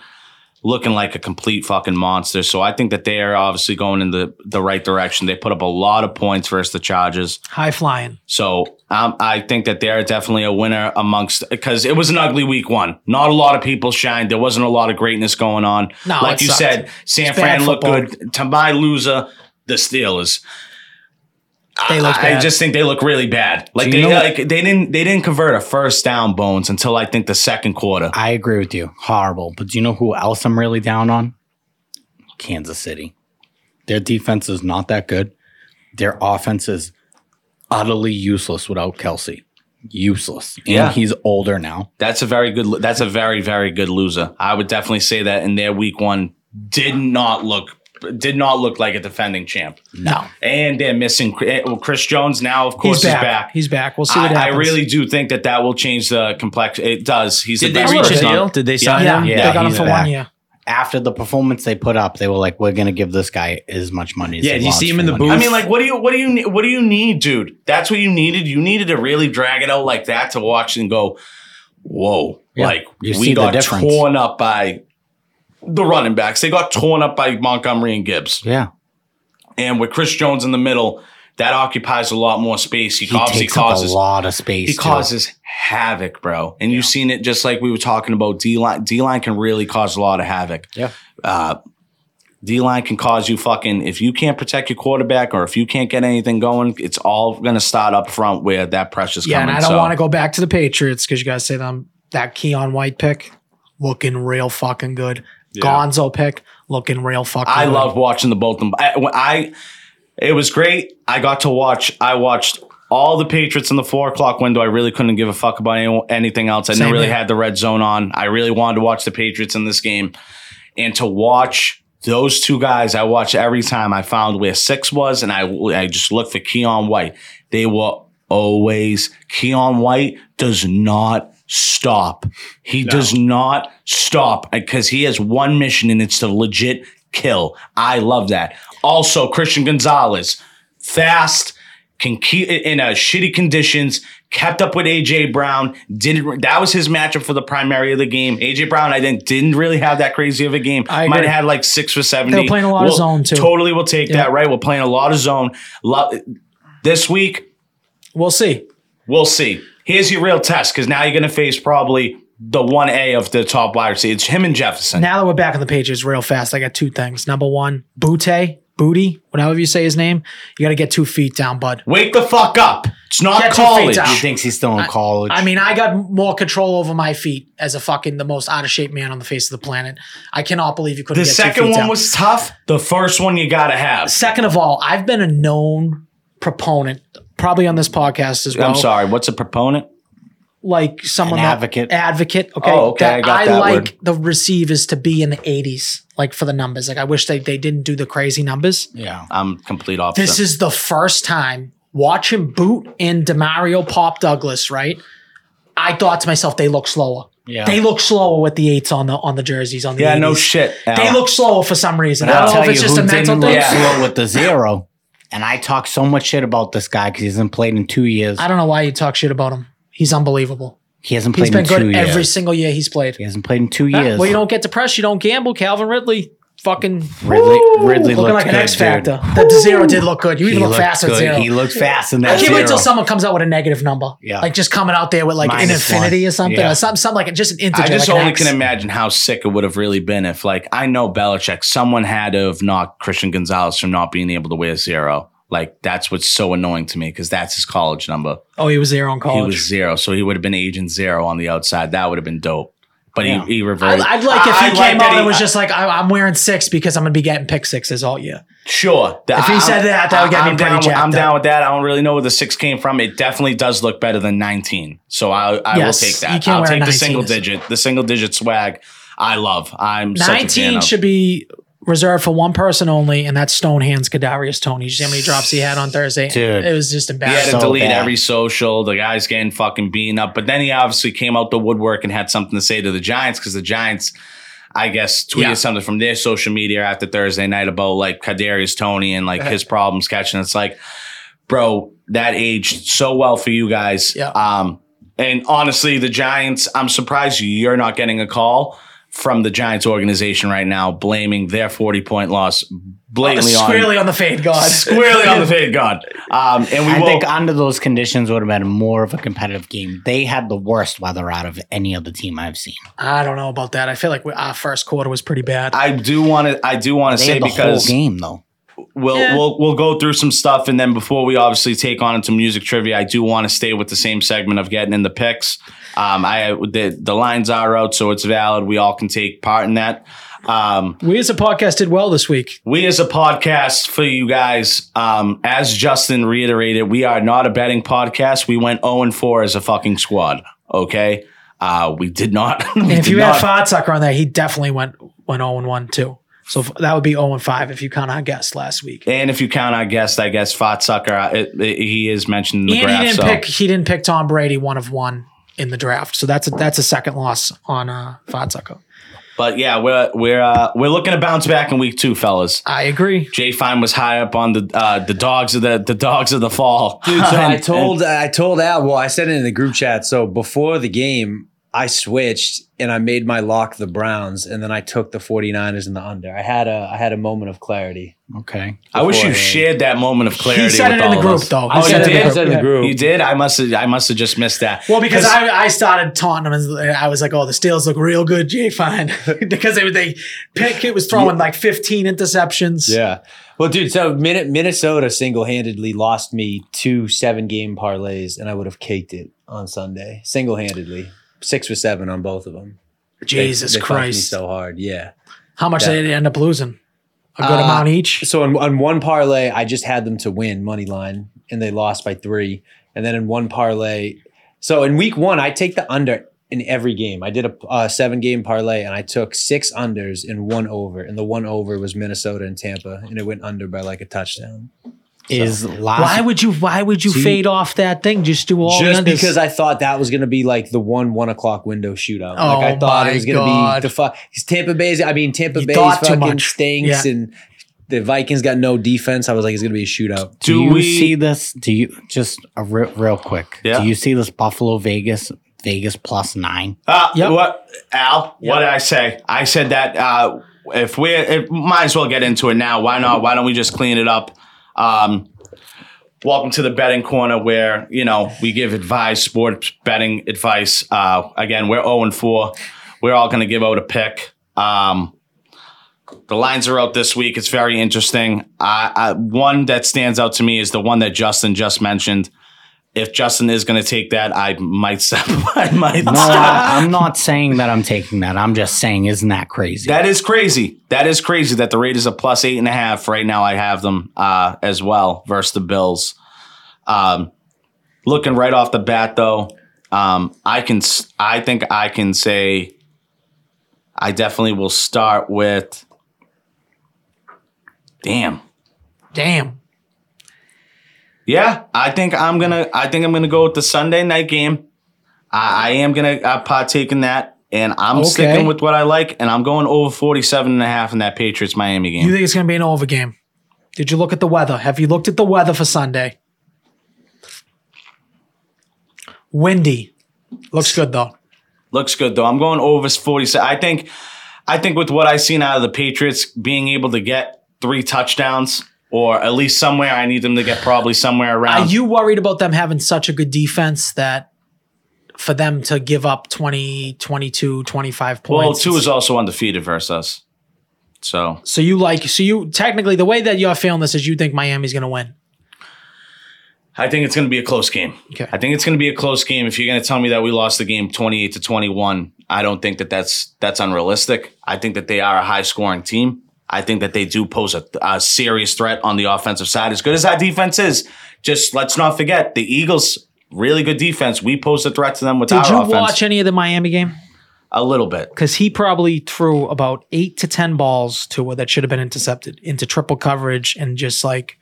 S4: Looking like a complete fucking monster. So I think that they are obviously going in the, the right direction. They put up a lot of points versus the Chargers.
S2: High flying.
S4: So um, I think that they're definitely a winner amongst because it was an ugly week one. Not a lot of people shined. There wasn't a lot of greatness going on.
S2: No,
S4: like
S2: it
S4: you
S2: sucked.
S4: said, San
S2: It's bad
S4: Fran looked
S2: football.
S4: good. To my loser, the Steelers.
S2: They look
S4: I, I
S2: bad.
S4: just think they look really bad. Like
S1: you
S4: they
S1: know-
S4: like they didn't they didn't convert a first down bones until I think the second quarter.
S1: I agree with you. Horrible. But do you know who else I'm really down on? Kansas City. Their defense is not that good. Their offense is utterly useless without Kelsey. Useless. And
S4: Yeah.
S1: he's older now.
S4: That's a very good. That's a very very good loser. I would definitely say that in their week one did not look did not look like a defending champ.
S2: no.
S4: And they're missing eh, well, Chris Jones now. Of
S2: He's
S4: course,
S2: back.
S4: is back.
S2: He's back. We'll see what
S4: I, I
S2: happens.
S4: really do think that that will change the complexion. It does. He's
S3: Did
S4: the
S3: they
S4: best
S3: reach a
S4: person on-
S3: deal? Did they sign
S2: Yeah,
S3: him?
S1: Yeah,
S2: they got him
S1: he's
S2: for
S1: back.
S2: one year.
S1: After the performance they put up, they were like, we're going to give this guy as much money as
S3: Yeah,
S1: he
S3: do you
S1: wants
S3: see him
S1: for
S3: in the
S1: one
S3: booth?
S1: year."
S4: I mean, like, what do you, what do you, ne- what do you need, dude? That's what you needed. You needed to really drag it out like that to watch and go, whoa!
S1: Yeah,
S4: like
S1: you see
S4: we
S1: the
S4: got
S1: difference.
S4: torn up by the running backs. They got torn up by Montgomery and Gibbs,
S1: Yeah.
S4: and with Chris Jones in the middle, that occupies a lot more space. He,
S1: He
S4: obviously
S1: takes up a
S4: causes
S1: lot of space.
S4: he
S1: too.
S4: causes havoc, bro. And you've seen it just like we were talking about D line. D line can really cause a lot of havoc.
S1: Yeah.
S4: Uh, D line can cause you fucking if you can't protect your quarterback or if you can't get anything going, it's all gonna start up front where that pressure's
S2: Yeah, and
S4: coming.
S2: I don't
S4: So,
S2: want to go back to the Patriots because you guys say them that Keon White pick looking real fucking good. Gonzo pick looking real fucking.
S4: I
S2: good.
S4: love watching the both of them. I, when I It was great. I got to watch. I watched all the Patriots in the four o'clock window. I really couldn't give a fuck about any, anything else. I
S2: Same
S4: never really
S2: here.
S4: had the red zone on. I really wanted to watch the Patriots in this game, and to watch those two guys, I watched every time. I found where six was, and I I just looked for Keon White. They were always Keon White does not stop. He does not stop because he has one mission and it's to legit kill. I love that. Also, Christian Gonzalez, fast, can keep in a shitty conditions, kept up with AJ Brown. Didn't that was his matchup for the primary of the game. AJ Brown, I think, didn't really have that crazy of a game.
S2: I
S4: Might
S2: agree.
S4: have had like six or seven.
S2: They were playing a lot of zone, too.
S4: Totally, we'll take
S2: Yeah.
S4: that. Right, we're playing a lot of zone. Lo- this week,
S2: We'll see.
S4: We'll see. Here's your real test because now you're going to face probably the 1A of the top wide receiver. It's him and Jefferson.
S2: Now that we're back on the pages real fast, I got two things. Number one, Butte, Booty, whatever you say his name, you got to get two feet down, bud.
S4: Wake the fuck up. It's not
S2: Get your feet
S4: college.
S2: down.
S1: He thinks he's still in college.
S2: I mean, I got more control over my feet as a fucking the most out of shape man on the face of the planet. I cannot believe you couldn't
S4: The
S2: get two
S4: second
S2: feet
S4: one
S2: down.
S4: was tough. The first one you got to have.
S2: Second of all, I've been a known proponent, probably on this podcast as well.
S4: I'm sorry. What's a proponent?
S2: Like someone
S1: An
S2: that-
S1: advocate.
S2: advocate. Okay,
S4: Oh, okay,
S2: That
S4: I got that
S2: like
S4: word.
S2: the receivers to be in the 80s, like for the numbers. Like I wish they they didn't do the crazy numbers.
S1: yeah.
S4: I'm complete opposite.
S2: This is the first time watching Boot and Demario Pop Douglas. Right, I thought to myself they look slower.
S1: Yeah.
S2: They look slower with the eights on the on the jerseys on the
S4: yeah,
S2: 80s.
S4: no shit. Al.
S2: They look slower for some reason. I
S1: I'll
S2: don't know
S1: tell
S2: if it's
S1: you
S2: just
S1: who
S2: a mental
S1: didn't
S2: thing.
S1: look
S4: Yeah.
S1: slow with the zero. And I talk so much shit about this guy because he hasn't played in two years.
S2: I don't know why you talk shit about him. He's unbelievable.
S1: He hasn't
S2: He's
S1: played
S2: been
S1: in two
S2: good
S1: years.
S2: every single year he's played.
S1: he hasn't played in two
S2: Ah,
S1: years.
S2: Well, you don't get depressed, you don't gamble. Calvin Ridley, fucking
S1: Ridley,
S2: Woo!
S1: Ridley
S2: looking
S1: looked
S2: like an
S1: good,
S2: X Factor.
S1: Dude.
S2: That zero did look good. You
S1: He
S2: even look
S1: looked
S2: fast at
S1: good.
S2: zero.
S1: He looked fast in
S2: I
S1: that
S2: can't wait till
S1: zero.
S2: someone comes out with a negative number.
S1: Yeah.
S2: Like just coming out there with like an
S1: Minus
S2: infinity
S1: one.
S2: or something,
S1: Yeah.
S2: or something, something like just an integer.
S4: I just
S2: like an
S4: only
S2: X.
S4: can imagine how sick it would have really been if, like, I know Belichick, someone had to have knocked Christian Gonzalez from not being able to wear zero. Like, that's what's so annoying to me because that's his college number.
S2: oh, he was zero in
S4: He
S2: college.
S4: was zero, so he would have been agent zero on the outside. That would have been dope. But
S1: Yeah.
S4: he, he
S2: I,
S4: reverted.
S2: I'd like if he
S4: I- I like
S2: came
S4: that
S2: out
S4: he-
S2: and was just like, I, I'm wearing six because I'm gonna be getting pick sixes all year.
S4: sure.
S2: If he said that, that would get me
S4: I'm
S2: pretty
S4: down, with-
S2: jacked
S4: I'm
S2: up.
S4: down with that. I don't really know where the six came from. It definitely does look better than 19. So I, I
S2: Yes,
S4: will take
S2: you
S4: that.
S2: can't
S4: I'll
S2: wear a
S4: take the
S2: 19
S4: single
S2: is-
S4: digit. The single digit swag. I love. I'm such a fan
S2: 19
S4: of.
S2: should be reserved for one person only, and that's Stonehands Kadarius Tony. Did you see how many drops he had on Thursday?
S1: Dude.
S2: It was just
S4: He had
S2: embarrassing.
S1: So
S4: to delete
S1: bad.
S4: every social. The guy's getting fucking beaten up. But then he obviously came out the woodwork and had something to say to the Giants because the Giants, I guess, tweeted
S2: Yeah.
S4: something from their social media after Thursday night about like Kadarius Tony and
S1: *laughs*
S4: like his problems catching. It's like, bro, that aged so well for you guys.
S2: Yeah.
S4: Um, and honestly, the Giants, I'm surprised you're not getting a call from the Giants organization right now, blaming their 40 point loss
S1: Oh,
S4: blatantly on
S2: Squarely on the fade, God.
S4: *laughs*
S1: *laughs*
S4: squarely on the fade god. Um, and we
S1: I
S4: will.
S1: think under those conditions would have been more of a competitive game. They had the worst weather out of any other team I've seen.
S2: I don't know about that. I feel like we, our first quarter was pretty bad.
S4: I do want to. I do want to
S1: They
S4: say
S1: had the
S4: because
S1: whole game though.
S4: we'll
S2: Yeah.
S4: we'll we'll go through some stuff, and then before we obviously take on into music trivia, I do want to stay with the same segment of getting in the picks. Um, I the the lines are out, so it's valid. We all can take part in that. Um,
S2: we as a podcast did well this week.
S4: we as a podcast for you guys, um, as Justin reiterated, we are not a betting podcast. We went zero and four as a fucking squad. Okay, uh, we did not. *laughs* we
S2: And if
S4: did
S2: you
S4: not-
S2: had Fodsucker on there, he definitely went went 0 and 1 too. So f- that would be 0 and 5 if you count our guest last week.
S4: And if you count our guest, I guess Fatsucker, uh, it, it, he is mentioned in the
S2: And
S4: graph.
S2: he didn't
S4: so.
S2: pick he didn't pick Tom Brady one of one in the draft. So that's a that's a second loss on uh Fodsucker.
S4: But yeah, we're we're uh, we're looking to bounce back in week two, fellas.
S2: I agree.
S4: Jay Fine was high up on the uh, the dogs of the the dogs of
S2: *laughs*
S4: the fall.
S3: Dude, so I
S4: And-
S3: told I told Al. Well, I said it in the group chat. So before the game, I switched and I made my lock the Browns, and then I took the 49ers and the under. I had a I had a moment of clarity.
S1: Okay.
S4: and I wish you
S3: beforehand.
S4: shared that moment of clarity.
S2: He said
S4: with
S2: it in the
S4: all
S2: group
S4: of us.
S2: though. He
S4: Oh,
S2: said
S4: you
S2: it in the
S4: did.
S2: group. Yeah.
S4: You did. I must have. I must have just missed that.
S2: Well, because I, I started taunting him, and I was like, "Oh, the Steelers look real good, *laughs* Jay Fine," because they they Pickett was throwing like 15 interceptions.
S3: Yeah. Well, dude. So Min- Minnesota single handedly lost me two seven game parlays, and I would have caked it on Sunday single handedly. Six or seven on both of them. They-
S2: Jesus
S3: they fucked me
S2: Christ,
S3: so hard. Yeah.
S2: how much
S3: Yeah.
S2: did they end up losing? a good
S3: Uh,
S2: amount each.
S3: So on, on one parlay, I just had them to win money line, and they lost by three. And then in one parlay, so in week one, I take the under in every game. I did a uh, seven game parlay, and I took six unders and one over, and the one over was Minnesota and Tampa, and it went under by like a touchdown.
S1: Is Las
S2: Why would you? Why would you
S3: See?
S2: fade off that thing? Just do all
S3: just
S2: the unders.
S3: because I thought that was going to be like the one one o'clock window shootout. like
S2: Oh
S3: I thought it
S2: my
S3: was going to
S2: God.
S3: be the fuck. Tampa Bay's. I mean, Tampa
S2: You
S3: Bay's
S2: thought too
S3: fucking
S2: much.
S3: stinks,
S2: Yeah.
S3: and the Vikings got no defense. I was like, it's going to be a shootout.
S1: do,
S4: Do
S1: you
S4: we
S1: see this? Do you just a re- real quick?
S4: Yeah.
S1: Do you see this Buffalo Vegas Vegas plus
S4: *laughs*
S1: nine?
S4: Uh,
S2: Yep.
S4: What Al? What
S2: Yep.
S4: did I say? I said that uh, if we it, might as well get into it now. Why not? Why don't we just clean it up? Um, welcome to the betting corner, where you know we give advice, sports betting advice. Uh, again, we're zero and four. We're all going to give out a pick. Um, the lines are out this week. It's very interesting. I, I, one that stands out to me is the one that Justin just mentioned. If Justin is going to take that, I might *laughs* step. I might.
S1: No, I, I'm not saying that I'm taking that. I'm just saying, isn't that crazy?
S4: That is crazy. That is crazy that the Raiders are plus eight and a half. Right now, I have them uh, as well versus the Bills. Um, looking right off the bat, though, um, I can. s- I think I can say. I definitely will start with. Damn.
S2: Damn.
S4: Yeah, I think I'm gonna. I think I'm gonna go with the Sunday night game. I, I am gonna uh, partake in that, and I'm
S2: Okay.
S4: sticking with what I like, and I'm going over 47 and a half in that Patriots Miami game.
S2: You think it's going to be an over game? Did you look at the weather? Have you looked at the weather for Sunday? Windy. Looks good though.
S4: Looks good though. I'm going over 47. I think I think with what I've seen out of the Patriots being able to get three touchdowns or at least somewhere I need them to get probably somewhere
S2: Are
S4: around
S2: you worried about them having such a good defense that for them to give up 20, 22, 25 points?
S4: Well, 2 is also undefeated versus us. So,
S2: so you like so you technically the way that you're feeling this is you think Miami's going to win.
S4: I think it's going to be a close game.
S2: Okay.
S4: I think it's going to be a close game. If you're going to tell me that we lost the game 28 to 21, I don't think that that's that's unrealistic. I think that they are a high scoring team. I think that they do pose a, a serious threat on the offensive side. As good as that defense is, just let's not forget the Eagles. Really good defense. We posed a threat to them with
S2: Did
S4: our
S2: you
S4: offense
S2: watch any of the Miami game?
S4: a little bit.
S2: because he probably threw about eight to ten balls to where that should have been intercepted into triple coverage and just like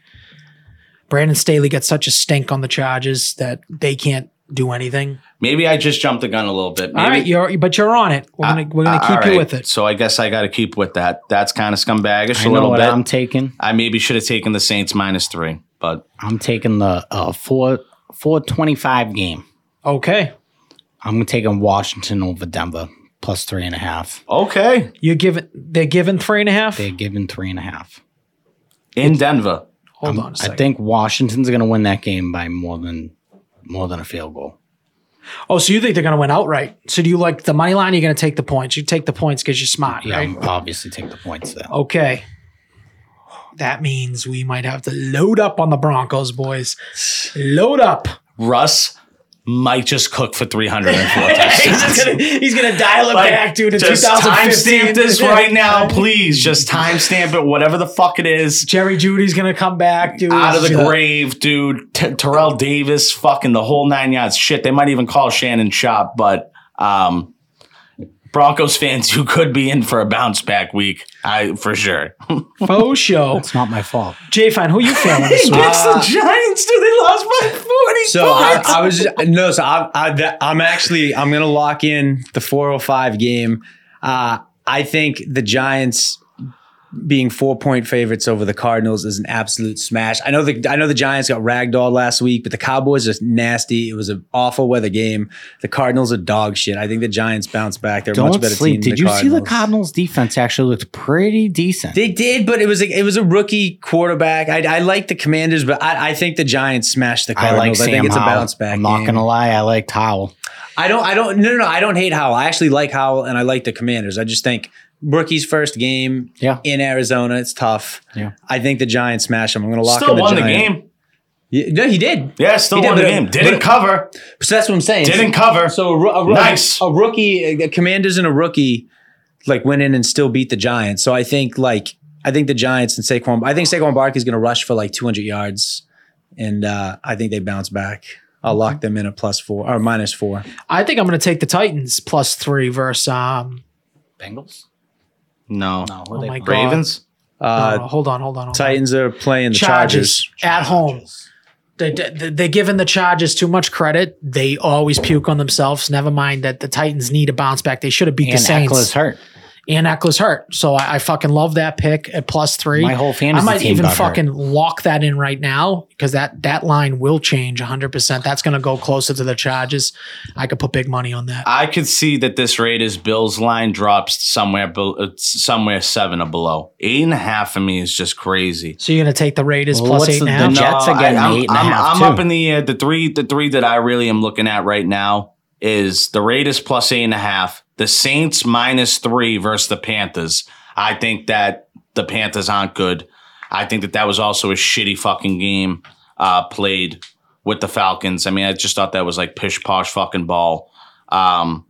S2: Brandon Staley got such a stink on the charges that they can't do anything.
S4: Maybe I just jumped the gun a little bit. Maybe,
S2: All right, you're but you're on it. We're gonna we're gonna
S4: Uh,
S2: keep
S4: all
S2: you
S4: right.
S2: with it.
S4: So I guess I got to keep with that. That's kind of scumbaggish
S1: I
S4: a
S1: know
S4: little
S1: what
S4: bit.
S1: I'm taking.
S4: I maybe should have taken the Saints minus three, but
S1: I'm taking the uh, four four twenty five game.
S2: Okay,
S1: I'm taking Washington over Denver plus three and a half.
S4: okay.
S2: you're giving they're giving three and a half.
S1: They're given three and a half.
S4: In Denver.
S2: Hold
S1: I'm-
S2: on a
S1: I
S2: second.
S1: think Washington's going to win that game by more than more than a field goal.
S2: oh, so you think they're gonna win outright? So do you like the money line? You're gonna take the points. You take the points because you're smart,
S1: Yeah,
S2: right?
S1: I'm obviously take the points there.
S2: Okay. That means we might have to load up on the Broncos, boys. Load up.
S4: Russ might just cook for 304 *laughs* touchdowns.
S2: he's gonna, he's gonna dial it back, dude. In
S4: just
S2: 2015.
S4: timestamp this right now, please. Just timestamp it, whatever the fuck it is.
S2: Jerry Judy's gonna come back, dude.
S4: Out of the
S2: Just-
S4: grave, dude. T- Terrell Davis, fucking the whole nine yards. Shit, they might even call Shannon Shop, but um, Broncos fans, *laughs* you could be in for a bounce back week, I for sure.
S2: faux Oh, show.
S1: It's not my fault.
S2: J Fine, who you feeling this week?
S4: *laughs* the Giants, dude. They lost by 40
S3: So I, I was no. So I'm I, that- I'm actually I'm gonna lock in the 405 game. Uh, I think the Giants being four point favorites over the Cardinals is an absolute smash. I know the I know the Giants got ragdolled last week, but the Cowboys are nasty. It was an awful weather game. The Cardinals are dog shit. I think the Giants bounce back. They're a much
S1: Don't
S3: better
S1: sleep.
S3: team. than
S1: Did you see the
S3: Cardinals.
S1: Cardinals defense actually looked pretty decent?
S3: They did, but it was a, it was a rookie quarterback. I, I like the Commanders, but I, I think the Giants smashed the
S1: I
S3: Cardinals. I,
S1: like Sam
S3: think it's
S1: Howell.
S3: a bounce back.
S1: I'm not
S3: game.
S1: gonna lie. I liked Howell.
S3: I don't. I don't. No, no, no. I don't hate Howell. I actually like Howell, and I like the Commanders. I just think rookie's first game
S1: Yeah.
S3: in Arizona. It's tough.
S1: Yeah.
S3: I think the Giants smash him. I'm going to lock
S4: still
S3: in the
S4: won the
S3: Giants.
S4: game.
S3: Yeah, no, he did.
S4: Yeah, still
S3: He did,
S4: won the
S3: but-
S4: game. Didn't
S3: but-
S4: cover.
S3: So that's what I'm saying.
S4: Didn't cover.
S3: So a, ro- a, ro-
S4: Nice.
S3: a rookie, a Commanders and a rookie, like went in and still beat the Giants. So I think like I think the Giants and Saquon. I think Saquon Barkley is going to rush for like 200 yards, and uh, I think they bounce back. I'll lock them in at plus four or minus four.
S2: I think I'm going to take the Titans plus three versus um.
S1: Bengals? No. No.
S2: Oh my God.
S4: Ravens?
S2: no,
S1: Oh.
S2: no,
S3: Uh,
S2: hold on, hold on, hold
S3: Titans are playing
S2: on.
S3: the Chargers.
S2: at home. They, they, they're giving the Chargers too much credit. They always puke on themselves. Never mind that the Titans need a bounce back. They should have beat
S1: And
S2: the Saints.
S1: Eckler's hurt.
S2: And Eckler's hurt. So I, I fucking love that pick at plus three.
S1: My whole
S2: I
S1: fantasy
S2: might
S1: team
S2: even
S1: got hurt.
S2: fucking lock that in right now because that that line will change 100%. That's going to go closer to the Chargers. I could put big money on that.
S4: I could see that this Raiders Bills line drops somewhere bel- uh, somewhere seven or below. Eight and a half for me is just crazy.
S2: So you're going to take the Raiders
S1: Well,
S2: plus
S1: what's
S2: eight and a
S1: the-
S2: half?
S1: the Jets are getting
S4: I'm,
S1: eight and a
S4: I'm-
S1: half,
S4: I'm
S1: too.
S4: up in the air. The three, the three that I really am looking at right now is the Raiders plus eight and a half, the Saints minus three versus the Panthers. I think that the Panthers aren't good. I think that that was also a shitty fucking game uh, played with the Falcons. I mean, I just thought that was like pish posh fucking ball. Um,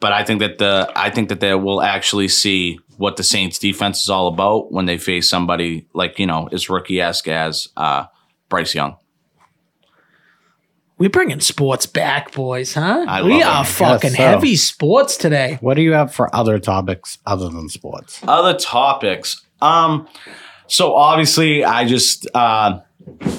S4: but I think that the I think that they will actually see what the Saints defense is all about when they face somebody like you know as rookie esque as uh, Bryce Young.
S2: We're bringing sports back, boys, huh?
S4: I
S2: we
S4: love it.
S2: are
S4: Yes,
S2: fucking
S1: so.
S2: heavy sports today.
S1: What do you have for other topics other than sports?
S4: Other topics. Um, so obviously I just uh,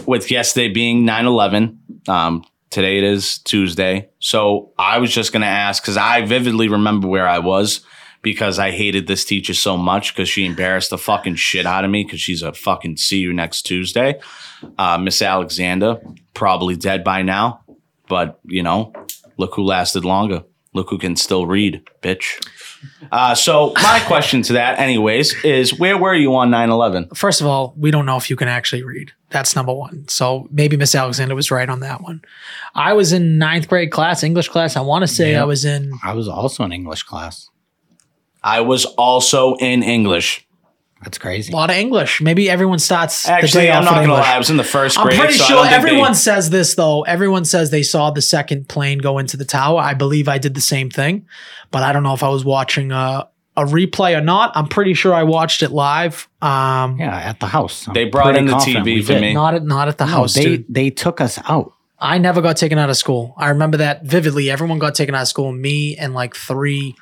S4: with yesterday being 9-11, um, today it is Tuesday. So I was just gonna ask because I vividly remember where I was because I hated this teacher so much because she embarrassed the fucking shit out of me because she's a fucking see you next Tuesday. Uh, Miss Alexander, probably dead by now, but you know, look who lasted longer. Look who can still read, bitch. Uh, so, my question to that, anyways, is where were you on 9 11?
S2: First of all, we don't know if you can actually read. That's number one. So maybe Miss Alexander was right on that one. I was in ninth grade class, English class. I want to say
S1: Yeah.
S2: I was in
S1: I was also in English class.
S4: I was also in English.
S1: That's crazy.
S2: a lot of English. Maybe everyone starts. the
S4: Actually,
S2: day
S4: I'm
S2: off
S4: not
S2: in
S4: going to
S2: English.
S4: lie. I was in the first
S2: I'm
S4: grade.
S2: pretty
S4: so I
S2: sure
S4: don't think they-
S2: everyone says this though. Everyone says they saw the second plane go into the tower. I believe I did the same thing, but I don't know if I was watching a a replay or not. I'm pretty sure I watched it live. Um,
S1: yeah, at the house. I'm
S4: They brought
S1: pretty
S4: in the
S1: confident
S4: TV
S1: we
S4: for
S1: did.
S4: me.
S2: not at not at the
S1: No,
S2: house.
S1: they
S2: dude.
S1: they took us out.
S2: I never got taken out of school. I remember that vividly. Everyone got taken out of school. Me and like three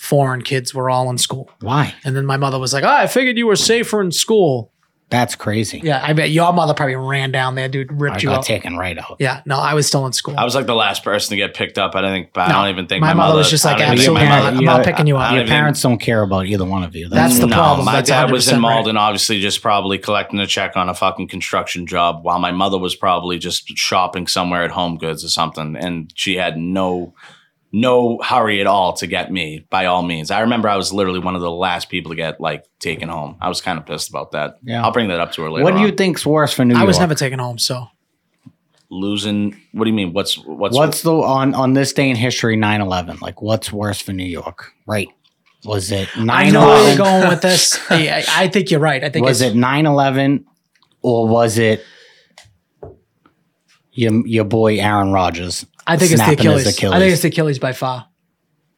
S2: foreign kids were all in school.
S1: Why?
S2: And then my mother was like, oh, I figured you were safer in school.
S1: That's crazy.
S2: Yeah, I bet your mother probably ran down there, dude,
S1: I
S2: ripped you
S1: got
S2: out.
S1: taken right out.
S2: yeah, no, I was still in school.
S4: I was like the last person to get picked up. I don't think. I
S2: No.
S4: don't even think
S2: My
S4: my,
S2: mother was just
S4: I
S2: like,
S4: don't even think my
S2: absolutely
S4: mother-
S2: not. I'm not picking you up.
S4: I
S1: Your
S4: don't even-
S1: parents don't care about either one of you.
S2: That's the
S4: no,
S2: problem.
S4: My
S2: That's
S4: dad was
S2: 100%
S4: in
S2: right.
S4: Malden, obviously, just probably collecting a check on a fucking construction job, while my mother was probably just shopping somewhere at Home Goods or something, and she had no no hurry at all to get me. By all means, I remember I was literally one of the last people to get like taken home. I was kind of pissed about that.
S1: Yeah.
S4: I'll bring that up to her later.
S1: what do you
S4: on.
S1: think's worse for New
S2: I
S1: York?
S2: was never taken home, so
S4: losing? What do you mean? What's what's
S1: what's the on on this day in history 9/11? Like what's worse for New York? Right. Was it
S2: I know where you're
S1: 9/11?
S2: going with *laughs* this. I, I- I think you're right. I think
S1: Was
S2: it's,
S1: it 9/11 or was it your, your boy Aaron Rodgers?
S2: I think it's the
S1: snapping his
S2: Achilles. I think it's the Achilles by far.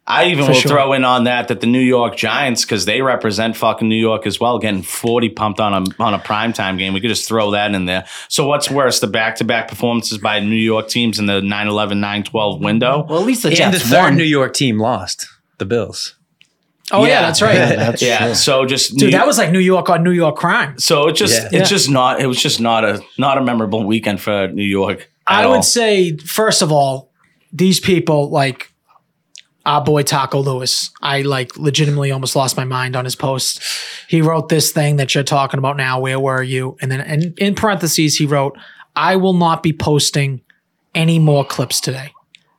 S4: I even
S2: For
S4: will
S2: sure.
S4: throw in on that that the New York Giants, because they represent fucking New York as well, getting 40 pumped on a on a primetime game. We could just throw that in there. So what's worse, the back to back performances by New York teams in the 9-11, 9-12 window?
S1: well, at least the
S3: and the
S1: Jets
S3: third
S1: won.
S3: New York team lost the Bills.
S2: Oh, yeah,
S4: Yeah.
S2: that's right. *laughs*
S1: Yeah, that's
S4: yeah.
S1: true.
S4: So just
S2: Dude,
S4: New-
S2: that was like New York on New York crime.
S4: so it just
S3: Yeah.
S4: it's just not it was just not a not a memorable weekend for New York.
S2: I
S4: at all.
S2: would say, first of all, these people like our boy Taco Lewis. I like legitimately almost lost my mind on his post. He wrote this thing that you're talking about now. Where were you? And then, and in parentheses, he wrote, "I will not be posting any more clips today."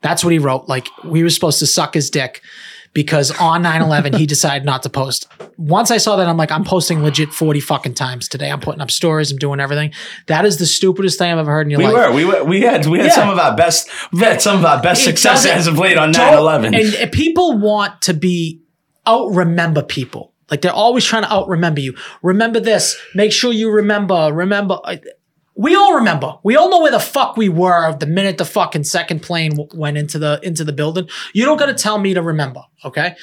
S2: That's what he wrote. Like we were supposed to suck his dick because on 9-11 he decided not to post once i saw that i'm like i'm posting legit 40 fucking times today i'm putting up stories i'm doing everything that is the stupidest thing i've ever heard in your
S4: we
S2: life
S4: were, we were, we had, we had
S2: Yeah.
S4: some of our best, we had some of our best
S2: It
S4: success
S2: doesn't-
S4: as of late on
S2: don't-
S4: 9-11.
S2: And, and people want to be out remember people. Like they're always trying to out remember you. Remember this. Make sure you remember. Remember. I- We all remember. We all know where the fuck we were the minute the fucking second plane w- went into the into the building. You don't got to tell me to remember, okay?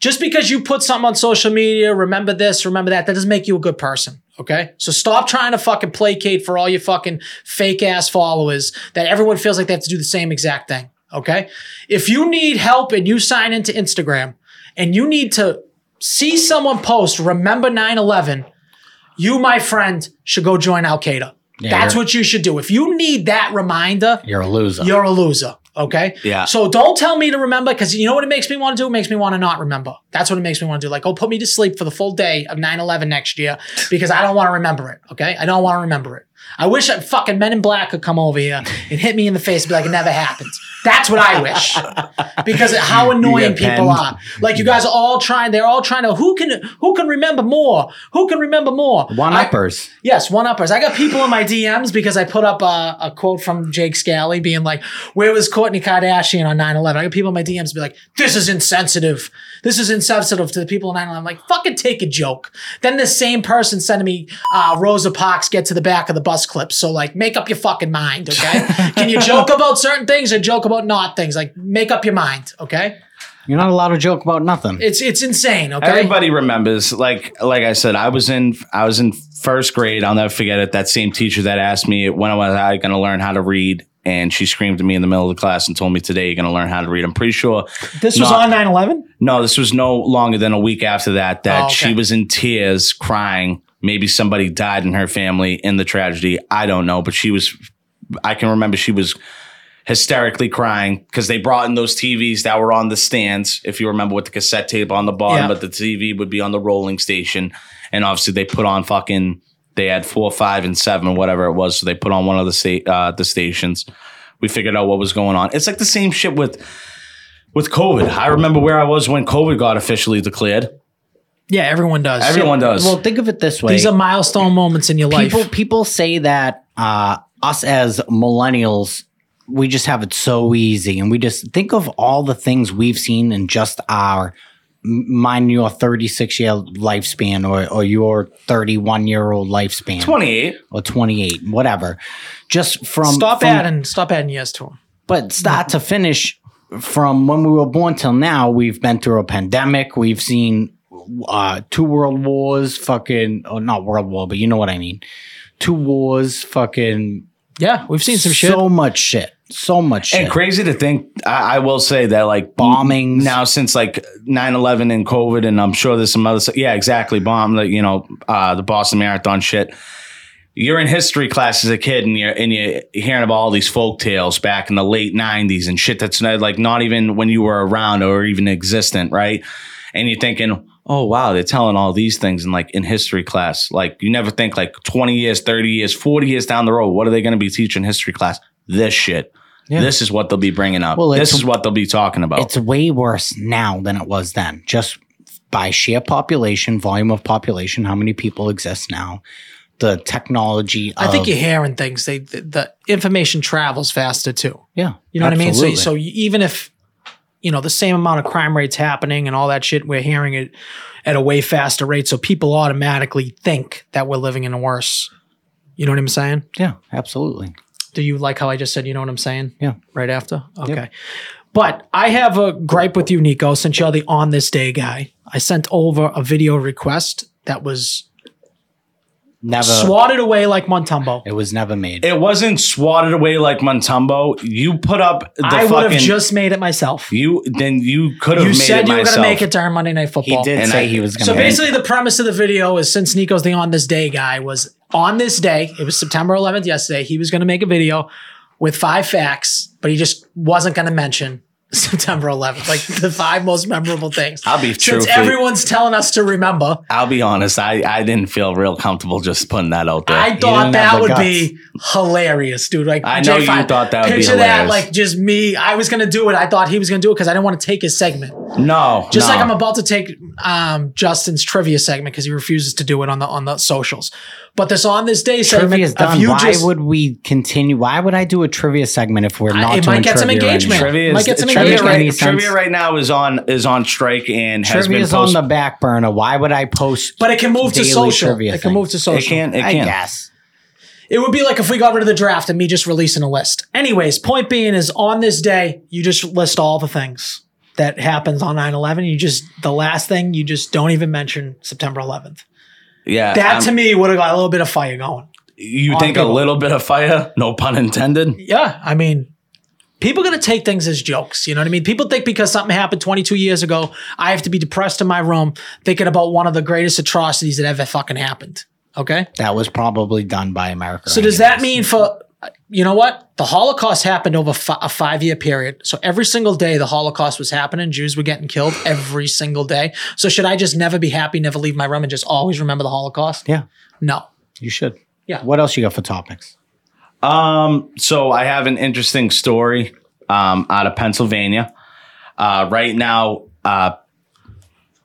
S2: Just because you put something on social media, remember this, remember that, that doesn't make you a good person. Okay. So stop trying to fucking placate for all your fucking fake ass followers that everyone feels like they have to do the same exact thing. Okay. If you need help and you sign into Instagram and you need to see someone post, remember 9 11, you, my friend, should go join Al Qaeda.
S1: Yeah,
S2: That's
S1: you're-
S2: what you should do. If you need that reminder,
S1: You're a loser.
S2: you're a loser. Okay.
S4: Yeah.
S2: So don't tell me to remember because you know what it makes me want to do? It makes me want to not remember. That's what it makes me want to do. Like, oh, put me to sleep for the full day of 9 11 next year because I don't want to remember it. Okay. I don't want to remember it. I wish that fucking Men in Black could come over here and hit me in the face and be like, it never happened. That's what I wish. Because of how annoying people
S3: penned.
S2: are. Like you guys are all trying, they're all trying to who can who can remember more? Who can remember more?
S1: One
S2: I-
S1: uppers.
S2: Yes, one uppers. I got people in my DMs because I put up a, a quote from Jake Scally being like, Where was Courtney Kardashian on 9 11? I got people in my DMs be like, This is insensitive. This is insensitive to the people on 9 11. I'm like, Fucking take a joke. Then this same person sending me uh, Rosa Parks get to the back of the bus clip. So, like, make up your fucking mind,
S4: *laughs*
S2: okay? Can you joke about certain things or joke about not things? Like, make up your mind, okay?
S1: You're not allowed to joke about nothing.
S2: It's it's insane, okay?
S4: Everybody remembers, like like I said, I was in I was in first grade. I'll never forget it. That same teacher that asked me when was I going to learn how to read, and she screamed at me in the middle of the class and told me today you're going to learn how to read. I'm pretty sure
S2: this was
S4: Not-
S2: on 9 11?
S4: No, this was no longer than a week after that that
S2: Oh, okay.
S4: she was in tears crying. Maybe somebody died in her family in the tragedy. I don't know, but she was I can remember she was hysterically crying because they brought in those TVs that were on the stands. If you remember with the cassette tape on the bottom,
S2: Yeah.
S4: but the TV would be on the rolling station. And obviously they put on fucking they had four, five, and seven, whatever it was. So they put on one of the sta- uh, the stations. We figured out what was going on. It's like the same shit with with COVID. I remember where I was when COVID got officially declared.
S2: Yeah, everyone does.
S4: Everyone does.
S1: Well, think of it this way.
S2: These are milestone moments in your life.
S1: people people say that uh, us as millennials we just have it so easy and we just think of all the things we've seen in just our m- mine your 36 year lifespan or, or your 31 year old lifespan
S4: 28.
S1: or 28 whatever just from
S2: stop
S1: from-
S2: adding stop adding yes to him.
S1: but start to finish from when we were born till now we've been through a pandemic we've seen uh two world wars fucking oh not world war but you know what i mean two wars fucking
S2: Yeah, we've seen some shit.
S1: so much shit so much shit
S4: And crazy to think, I, I will say that like
S1: bombings
S4: now since like 9-11 and covid and i'm sure there's some other stuff yeah exactly bomb like you know uh, the boston marathon shit you're in history class as a kid and you're and you're hearing about all these folk tales back in the late 90s and shit that's not, like not even when you were around or even existent right and you're thinking oh wow they're telling all these things and like in history class like you never think like 20 years 30 years 40 years down the road what are they going to be teaching history class this shit This is what they'll be bringing up.
S1: Well,
S4: this
S1: it's-
S4: is what they'll be talking
S2: oh.
S4: about.
S1: it's way worse now than it was then just by sheer population volume of population how many people exist now the technology
S2: I think
S1: of-
S2: you're hearing things. They the, the information travels faster too.
S1: yeah
S2: You know what I
S1: absolutely.
S2: mean? So so you- even if you know the same amount of crime rates happening and all that shit, we're hearing it at a way faster rate. So people automatically think that we're living in a worse. You know what I'm saying?
S1: yeah absolutely
S2: Do you like how I just said? You know what I'm saying?
S1: Yeah.
S2: Right after. Okay. But I have a gripe with you, Nico, since you're the on this day guy. I sent over a video request that was
S1: never
S2: swatted away like Montumbo.
S1: it was never made
S4: It wasn't swatted away like Montumbo. You put up the
S2: I would
S4: fucking.
S2: have just made it myself.
S4: you then you could have
S2: You
S4: made
S2: said
S4: it
S2: you were going to
S4: myself.
S2: make it during Monday Night Football.
S1: he did
S4: And
S1: say
S4: I-
S1: he was gonna
S2: So
S1: make it.
S2: basically, the premise of the video is since Nico's the on this day guy was on this day, it was September 11th yesterday. He was going to make a video with five facts, but he just wasn't going to mention *laughs* September 11th, like the five most memorable things.
S4: I'll be
S2: Since
S4: truthful.
S2: everyone's telling us to remember,
S4: I'll be honest. I I didn't feel real comfortable just putting that out there.
S2: I
S1: didn't
S2: thought
S1: have
S2: that
S1: the
S2: would be hilarious, dude. Like
S4: I know you
S2: J5,
S4: thought that would be
S2: picture that,
S4: hilarious.
S2: like just me. I was gonna do it. I thought he was gonna do it because I didn't want to take his segment.
S4: no,
S2: Just
S4: no.
S2: like I'm about to take um, Justin's trivia segment because he refuses to do it on the on the socials. But this on this day segment,
S1: trivia is
S2: if
S1: done.
S2: you
S1: Why
S2: just-
S1: would we continue? Why would I do a trivia segment if we're not
S2: it
S1: doing
S2: might get some
S1: trivia right
S2: engagement.
S1: now?
S4: Trivia,
S2: Might
S4: is,
S2: get some
S4: trivia,
S1: engagement.
S4: right,
S1: Makes sense.
S4: trivia right now is on is on strike and has
S1: Trivia
S4: been
S1: is on
S4: posted.
S1: the back burner. Why would I post?
S2: but it can move to
S1: daily
S2: social.
S1: trivia
S2: It can
S1: thing.
S2: move to
S4: it
S2: social.
S4: can't. It
S1: I
S4: can't.
S1: guess.
S2: It would be like if we got rid of the draft and me just releasing a list. Anyways, point being is on this day, you just list all the things that happens on 9-11 you just the last thing you just don't even mention september 11th
S4: Yeah.
S2: that
S4: I'm-
S2: to me would have got a little bit of fire going
S4: you
S2: on
S4: think a
S2: people.
S4: little bit of fire, no pun intended.
S2: yeah i mean people are going to take things as jokes you know what i mean people think because something happened 22 years ago i have to be depressed in my room thinking about one of the greatest atrocities that ever fucking happened okay
S1: That was probably done by America.
S2: So does that mean for you know what the Holocaust happened over fi- a five year period? So every single day the Holocaust was happening, Jews were getting killed every single day. So should I just never be happy, never leave my room, and just always remember the Holocaust?
S1: Yeah.
S2: No.
S1: You should.
S2: Yeah.
S1: What else you got for topics?
S4: Um, so I have an interesting story um, out of Pennsylvania. Uh, right now, uh,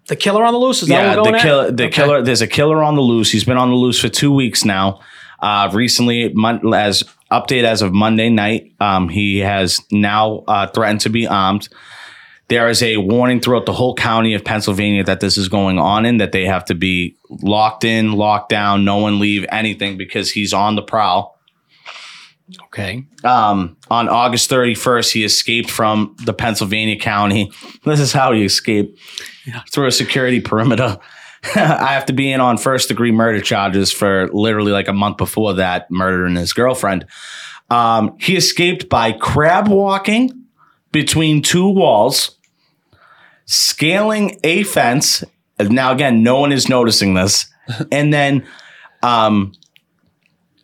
S2: The killer on the loose is
S4: yeah,
S2: that what we're
S4: the
S2: going
S4: killer,
S2: at?
S4: the
S2: Okay.
S4: killer. There's a killer on the loose. He's been on the loose for two weeks now. Uh, recently, mon- as update as of Monday night, um, he has now uh, threatened to be armed. There is a warning throughout the whole county of Pennsylvania that this is going on in that they have to be locked in, locked down, no one leave anything because he's on the prowl.
S1: Okay.
S4: Um, on August 31st, he escaped from the Pennsylvania county. *laughs* This is how he escaped through a security perimeter. *laughs* I have to be in on first degree murder charges for literally like a month before that, murdering his girlfriend. Um, he escaped by crab walking between two walls, scaling a fence. Now, again, no one is
S2: *laughs*
S4: noticing this. And then um,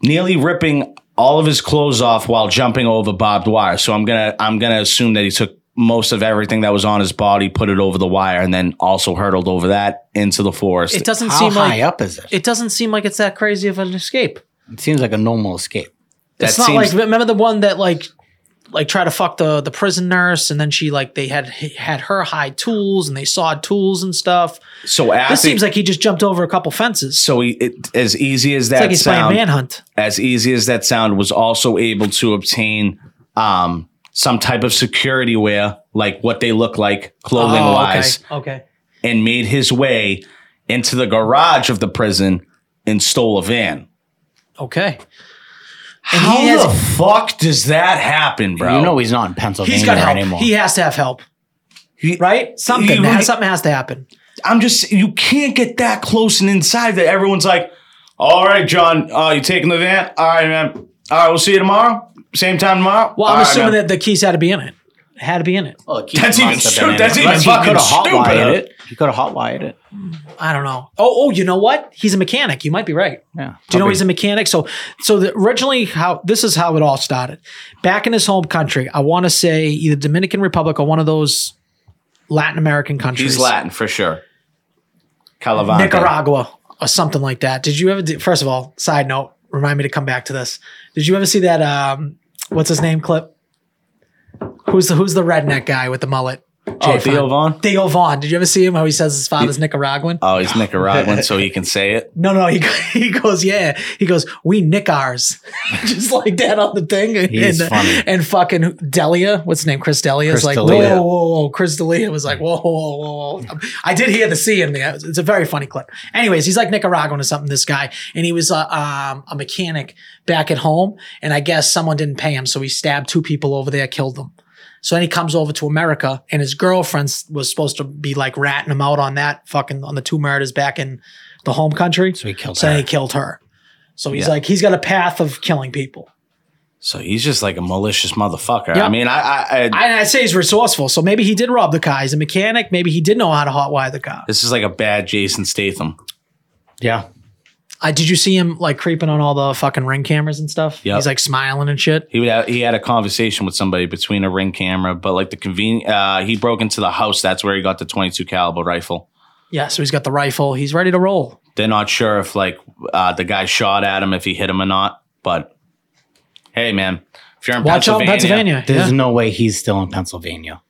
S4: nearly ripping all of his clothes off while jumping over barbed wire. So I'm gonna I'm gonna assume that he took most of everything that was on his body, put it over the wire, and then also hurtled over that into the forest.
S2: It doesn't
S1: How
S2: seem
S1: high
S2: like
S1: up is it?
S2: it doesn't seem like it's that crazy of an escape.
S1: It seems like a normal escape.
S2: it's not like remember the one that like like tried to fuck the the prison nurse and then she like they had had her hide tools and they sawed tools and stuff.
S4: so after,
S2: This seems like he just jumped over a couple fences.
S4: so he, it, as easy as
S2: It's
S4: that
S2: like he's
S4: sound,
S2: playing manhunt.
S4: as easy as that sound, was also able to obtain um, some type of security wear, like what they look like, clothing wise.
S2: Oh, Okay. okay.
S4: and made his way into the garage of the prison and stole a van.
S2: Okay. And
S4: How
S2: he has-
S4: the fuck does that happen, bro?
S1: You know he's not in Pennsylvania
S2: He's got help.
S1: anymore.
S2: He has to have help,
S4: He-
S2: right? Something.
S4: You-
S2: has- something has to happen.
S4: I'm just you can't get that close and inside that everyone's like, "All right, John, uh, you taking the van? All right, man. All right, we'll see you tomorrow, same time tomorrow."
S2: Well, I'm assuming that the keys had to be in it. Had to be in it.
S1: Well,
S4: That's even
S1: must have
S4: stu-
S1: been in
S4: that's
S1: it.
S4: even
S1: Unless he
S4: fucking
S1: coulda hotwired
S4: stupider.
S1: it. He could have hotwired it.
S2: I don't know. Oh, oh, you know what? He's a mechanic. You might be right.
S1: Yeah.
S2: Do you know he's a mechanic? So, so the, originally, how this is how it all started. Back in his home country, I want to say either Dominican Republic or one of those Latin American countries.
S4: he's Latin for sure. Calavante.
S2: Nicaragua or something like that. Did you ever? Do, first of all, side note, remind me to come back to this. Did you ever see that? Um, what's his name? Clip. Who's the Who's the redneck guy with the mullet?
S4: Oh,
S2: Jay
S4: Theo
S2: Fine.
S4: Vaughn.
S2: Theo Vaughn. Did you ever see him? How he says his father's Nicaraguan?
S4: Oh, he's Nicaraguan,
S2: *laughs*
S4: so he can say it.
S2: No, no. He *laughs* go- he goes, yeah. He goes, we nick ours, *laughs* just like that on the thing. And,
S1: He's
S2: and,
S1: funny.
S2: and fucking Delia, what's his name? Chris Delia
S1: Chris
S2: is like,
S1: D'Elia.
S2: whoa, whoa, whoa. Chris Delia was like, whoa, whoa, whoa, whoa. I did hear the C in there. It's a very funny clip. Anyways, he's like Nicaraguan or something. This guy, and he was uh, um, a mechanic back at home, and I guess someone didn't pay him, so he stabbed two people over there, killed them. So then he comes over to America, and his girlfriend s- was supposed to be like ratting him out on that fucking on the two murders back in the home country.
S1: So he killed
S2: So
S1: her.
S2: then he killed her. So he's
S4: Yeah.
S2: like, he's got a path of killing people.
S4: So he's just like a malicious motherfucker.
S2: Yeah.
S4: I mean, I, I, I
S2: I, I'd say he's resourceful. So maybe he did rob the car. He's a mechanic. Maybe he did know how to hotwire the car.
S4: This is like a bad Jason Statham.
S1: yeah.
S2: Uh, did you see him like creeping on all the fucking ring cameras and stuff?
S4: Yep.
S2: He's like smiling and shit.
S4: He would have, he had a conversation with somebody between a ring camera, but like the conven uh, he broke into the house. That's where he got the 22 caliber rifle.
S2: Yeah. So he's got the rifle. He's ready to roll.
S4: They're not sure if like uh, the guy shot at him, if he hit him or not. But hey, man, if you're in
S2: Watch out, in
S4: Pennsylvania,
S2: Pennsylvania.
S1: There's
S2: Yeah.
S1: no way he's still in Pennsylvania.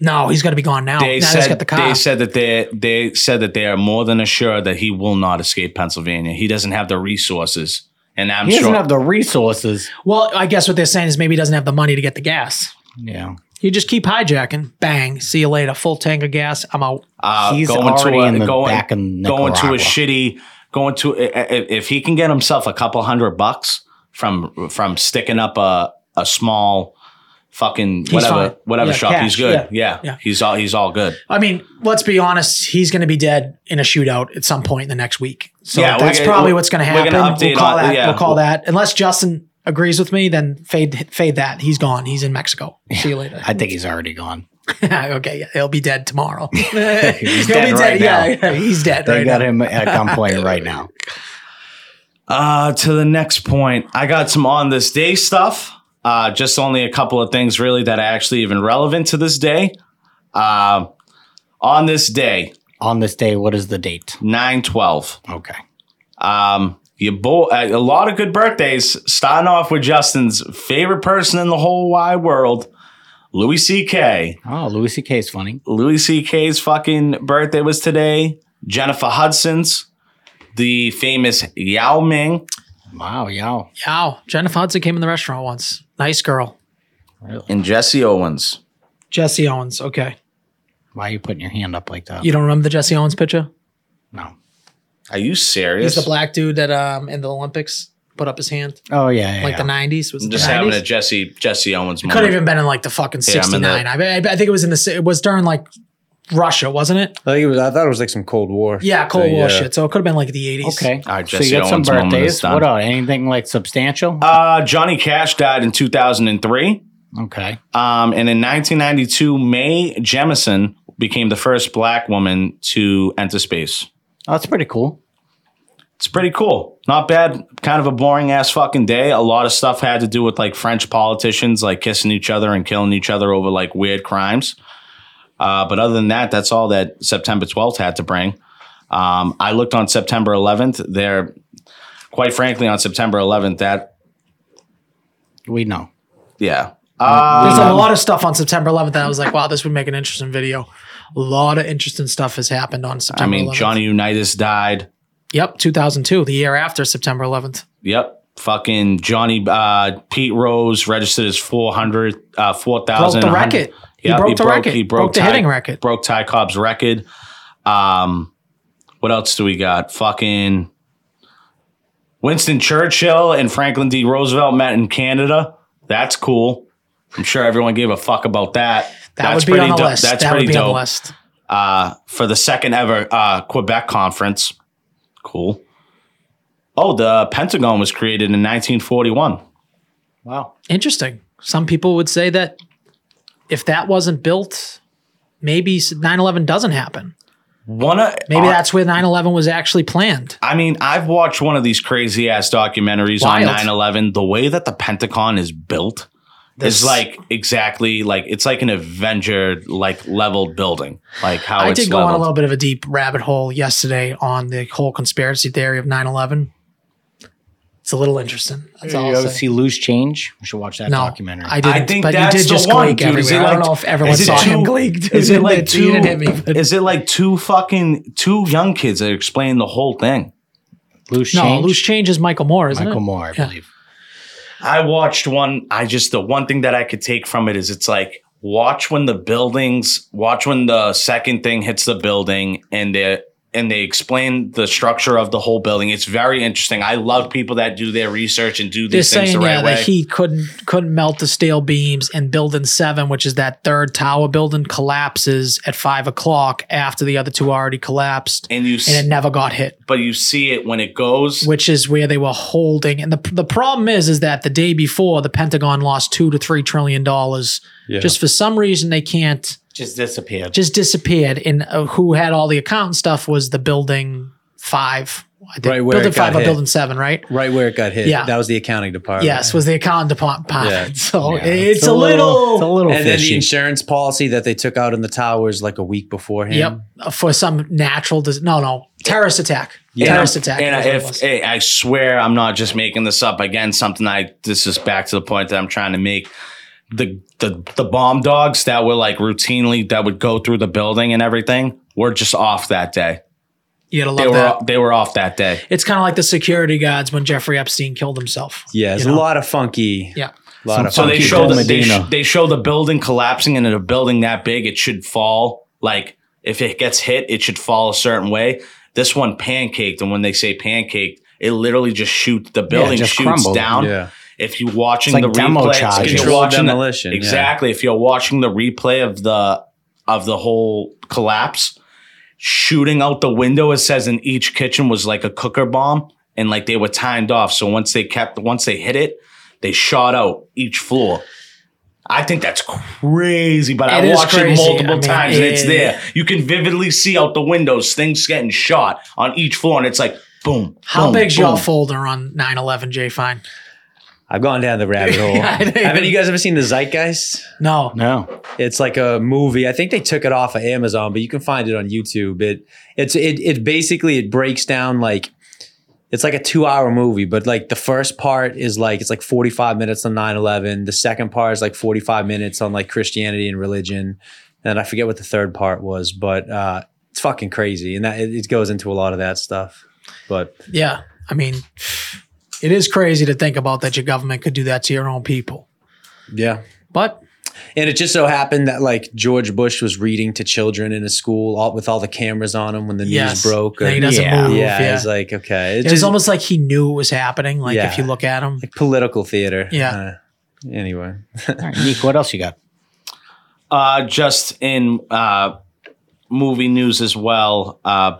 S2: No, he's got to be gone Oh, now.
S4: they
S2: now he's
S4: said
S2: got the car.
S4: they said that they they said that they are more than assured that he will not escape Pennsylvania. He doesn't have the resources, and I'm
S1: He
S4: sure
S1: doesn't have the resources.
S2: well, I guess what they're saying is maybe he doesn't have the money to get the gas.
S1: Yeah.
S2: You just keep hijacking. Bang. See you later. Full tank of gas. I'm out.
S4: uh,
S1: He's
S4: going
S1: already
S4: to a,
S1: in the
S4: going,
S1: back in
S4: going to a
S1: Nicaragua.
S4: shitty going to i- i- if he can get himself a couple hundred bucks from from sticking up a a small fucking
S2: He's
S4: whatever,
S2: fine.
S4: whatever
S2: Yeah,
S4: shop.
S2: cash,
S4: he's good. Yeah.
S2: yeah.
S4: he's all he's all good.
S2: I mean, let's be honest. He's going to be dead in a shootout at some point in the next week. So
S4: Yeah, we're
S2: that's
S4: gonna-
S2: probably
S4: we're-
S2: what's going to
S4: we're
S2: happen.
S4: gonna update
S2: We'll call
S4: on-
S2: that.
S4: yeah.
S2: We'll call that. Unless Justin agrees with me, then fade fade that. He's gone. He's in Mexico. See you later.
S1: I think he's already gone.
S2: *laughs* okay, yeah, he'll be dead
S1: *laughs*
S2: tomorrow. *laughs* he's dead
S1: dead right
S2: Yeah, he's dead
S1: They
S2: right
S1: got
S2: now.
S1: him at
S4: *laughs*
S1: gunpoint right now.
S4: Uh, to the next point, I got some on this day stuff. Uh, just only a couple of things really that are actually even relevant to this day. Uh, on this day,
S1: On this day, what is the date?
S4: nine twelve.
S1: Okay.
S4: Um, you bo- uh, a lot of good birthdays. Starting off with Justin's favorite person in the whole wide world, Louis C.K.
S1: Oh, Louis C.K. is funny.
S4: Louis C.K.'s fucking birthday was today. Jennifer Hudson's, the famous Yao Ming.
S1: Wow, yow.
S2: Yow. Jennifer Hudson came in the restaurant once. Nice girl.
S4: And Jesse Owens.
S2: Jesse Owens. Okay.
S1: Why are you putting your hand up like that?
S2: You don't remember the Jesse Owens picture?
S1: no.
S4: Are you serious?
S2: He's the black dude that um in the Olympics put up his hand
S1: Oh yeah, yeah.
S2: like
S1: yeah.
S2: the 90s. Was it
S4: I'm
S2: the
S4: just
S2: 90s?
S4: having a Jesse Jesse Owens
S2: Could have
S4: moment.
S2: even been in like the fucking
S4: Yeah, I'm in
S2: 69.
S4: that-
S2: I, I, I think it was in the, si- it was during like Russia, wasn't it?
S3: I think it was. I thought it was like some Cold War.
S2: Yeah, Cold
S3: So,
S2: War
S3: yeah.
S2: shit. So it could have been like the 80s.
S1: okay.
S4: All right,
S1: so you
S4: Jesse
S1: got some
S4: Owens' moment is
S1: birthdays.
S4: done.
S1: What else? Anything like substantial?
S4: Uh, Johnny Cash died in 2003.
S1: okay.
S4: Um, and in 1992, Mae Jemison became the first black woman to enter space.
S1: Oh, that's pretty cool.
S4: it's pretty cool. Not bad. Kind of a boring ass fucking day. A lot of stuff had to do with like French politicians like kissing each other and killing each other over like weird crimes. Uh, but other than that, that's all that September 12th had to bring. Um, I looked on September 11th. There, quite frankly, on September 11th, that
S1: We know.
S4: yeah.
S2: There's a
S4: Uh,
S2: lot of stuff on September 11th that I was like, wow, this would make an interesting video. A lot of interesting stuff has happened on September
S4: I mean,
S2: 11th.
S4: Johnny Unitas died.
S2: Yep, 2002, the year after September 11th.
S4: Yep. Fucking Johnny uh, Pete Rose registered his 400 uh, 4,000
S2: Broke the record. He
S4: Yeah,
S2: broke the record.
S4: He broke,
S2: Broke the
S4: Ty-
S2: hitting record.
S4: Broke Ty Cobb's record. Um, what else do we got? Fucking Winston Churchill and Franklin D. Roosevelt met in Canada. That's cool. I'm sure everyone gave a fuck about that.
S2: That
S4: That's
S2: would be on the
S4: dope.
S2: list.
S4: That's
S2: that
S4: pretty
S2: would be on
S4: dope.
S2: the list.
S4: Uh, for the second ever uh, Quebec conference. Cool. Oh, the Pentagon was created in 1941.
S1: Wow.
S2: Interesting. Some people would say that if that wasn't built, maybe s- 9/11 doesn't happen.
S4: One of,
S2: Maybe that's where 9/11 was actually planned.
S4: I mean, I've watched one of these crazy ass documentaries
S2: Wild.
S4: on 9 11. The way that the Pentagon is built
S2: This-
S4: is like exactly like it's like an Avenger like leveled building. Like how
S2: I
S4: it's
S2: did go on a
S4: leveled.
S2: little bit of a deep rabbit hole yesterday on the whole conspiracy theory of 9/11. It's a little interesting. That's all
S1: you
S2: I'll
S1: ever
S2: say.
S1: see Loose Change? We should watch that
S2: No,
S1: documentary.
S2: I didn't.
S4: I think
S2: but
S4: that's
S2: you did
S4: the
S2: just
S4: one,
S2: gleek
S4: dude.
S2: everywhere.
S4: Is it
S2: I
S4: like-
S2: don't know if everyone
S4: is it
S2: saw him
S4: too-
S2: gleek. Dude.
S4: is it like
S2: You
S4: two?
S2: didn't hit me, but-
S4: Is it like two fucking two young kids that explain the whole thing?
S1: loose
S2: no,
S1: Change.
S2: loose change is Michael Moore, isn't
S1: Michael
S2: it?
S1: Moore, I
S2: Yeah.
S1: believe.
S4: I watched one. I just the one thing that I could take from it is it's like watch when the buildings, watch when the second thing hits the building, and they and they explain the structure of the whole building. It's very interesting. I love people that do their research and do
S2: They're
S4: these things
S2: saying
S4: the right
S2: yeah,
S4: way.
S2: that he couldn't couldn't melt the steel beams, and building seven, which is that third tower building, collapses at five o'clock after the other two already collapsed,
S4: and you, s-
S2: and it never got hit,
S4: but you see it when it goes.
S2: which is where they were holding. And the the problem is, is that the day before, the Pentagon lost two to three trillion dollars.
S3: Yeah.
S2: Just for some reason, they can't
S1: Just disappeared.
S2: just disappeared. And uh, who had all the accountant stuff was the building five. I think.
S3: Right where
S2: building
S3: it got
S2: five or
S3: hit.
S2: building seven, right?
S3: right where it got hit.
S2: Yeah.
S3: That was the accounting department.
S2: Yes, was the accountant department.
S3: Yeah.
S2: *laughs* So Oh, it's, a little,
S1: It's a little
S3: And then the
S1: fishy.
S3: insurance policy that they took out in the towers like a week beforehand.
S2: Yep, for some natural dis- no no terrorist attack.
S3: Yeah. uh,
S2: Terrorist attack.
S4: And
S2: is what it
S4: if
S2: was.
S4: hey, I swear I'm not just making this up again, something I this is back to the point that I'm trying to make. The the the bomb dogs that were like routinely that would go through the building and everything were just off that day.
S2: you gotta
S4: They
S2: love
S4: were
S2: that.
S4: they were off that day.
S2: It's kind of like the security guards when Jeffrey Epstein killed himself.
S3: Yeah, it's
S2: You know?
S3: a lot of funky.
S2: Yeah.
S3: lot of
S4: So they
S3: funky
S4: show
S1: Joe
S4: the,
S3: bullshit.
S4: they,
S1: Medina.
S4: sh- they show the building collapsing and in a building that big it should fall like if it gets hit it should fall a certain way. This one pancaked and when they say pancaked it literally just shoots the building
S1: just
S4: shoots
S1: crumbled.
S4: down
S3: Yeah.
S4: If you're watching
S1: It's
S4: the
S1: like demo
S4: replay,
S1: charges.
S4: if you're
S1: Controlled
S4: watching the-
S3: demolition, yeah.
S4: exactly. If you're watching the replay of the of the whole collapse, shooting out the window, it says in each kitchen was like a cooker bomb, and like they were timed off. So once they kept, once they hit it, they shot out each floor. I think that's crazy, but
S2: It
S4: I
S2: is
S4: watched it
S2: crazy.
S4: multiple
S2: I mean,
S4: times and it's
S2: it-
S4: there. You can vividly see out the windows things getting shot on each floor, and it's like boom.
S2: How
S4: boom,
S2: big's your
S4: boom.
S2: folder on 9/11, Jay? Fine.
S3: I've gone down the rabbit
S2: *laughs*
S3: hole.
S2: I think-
S3: Haven't you guys ever seen the Zeitgeist?
S2: No,
S1: No.
S3: It's like a movie. I think they took it off of Amazon, but you can find it on YouTube. It it's it it basically it breaks down like it's like a two hour movie, but like the first part is like it's like 45 minutes on 9-11. The second part is like 45 minutes on like Christianity and religion. And I forget what the third part was, but uh it's fucking crazy. And that it, it goes into a lot of that stuff. But
S2: yeah. I mean, it is crazy to think about that your government could do that to your own people.
S3: yeah.
S2: But
S3: And it just so happened that like George Bush was reading to children in a school all, with all the cameras on him when the
S2: yes,
S3: news broke.
S2: then he doesn't
S1: Yeah.
S2: move.
S3: yeah,
S2: Yeah,
S3: it's like okay,
S2: it's almost like he knew it was happening. Like
S3: Yeah.
S2: if you look at him,
S3: like political theater.
S2: Yeah.
S3: Uh, anyway,
S1: All right, Nick, what else you got?
S4: Uh, just in uh, movie news as well. Uh,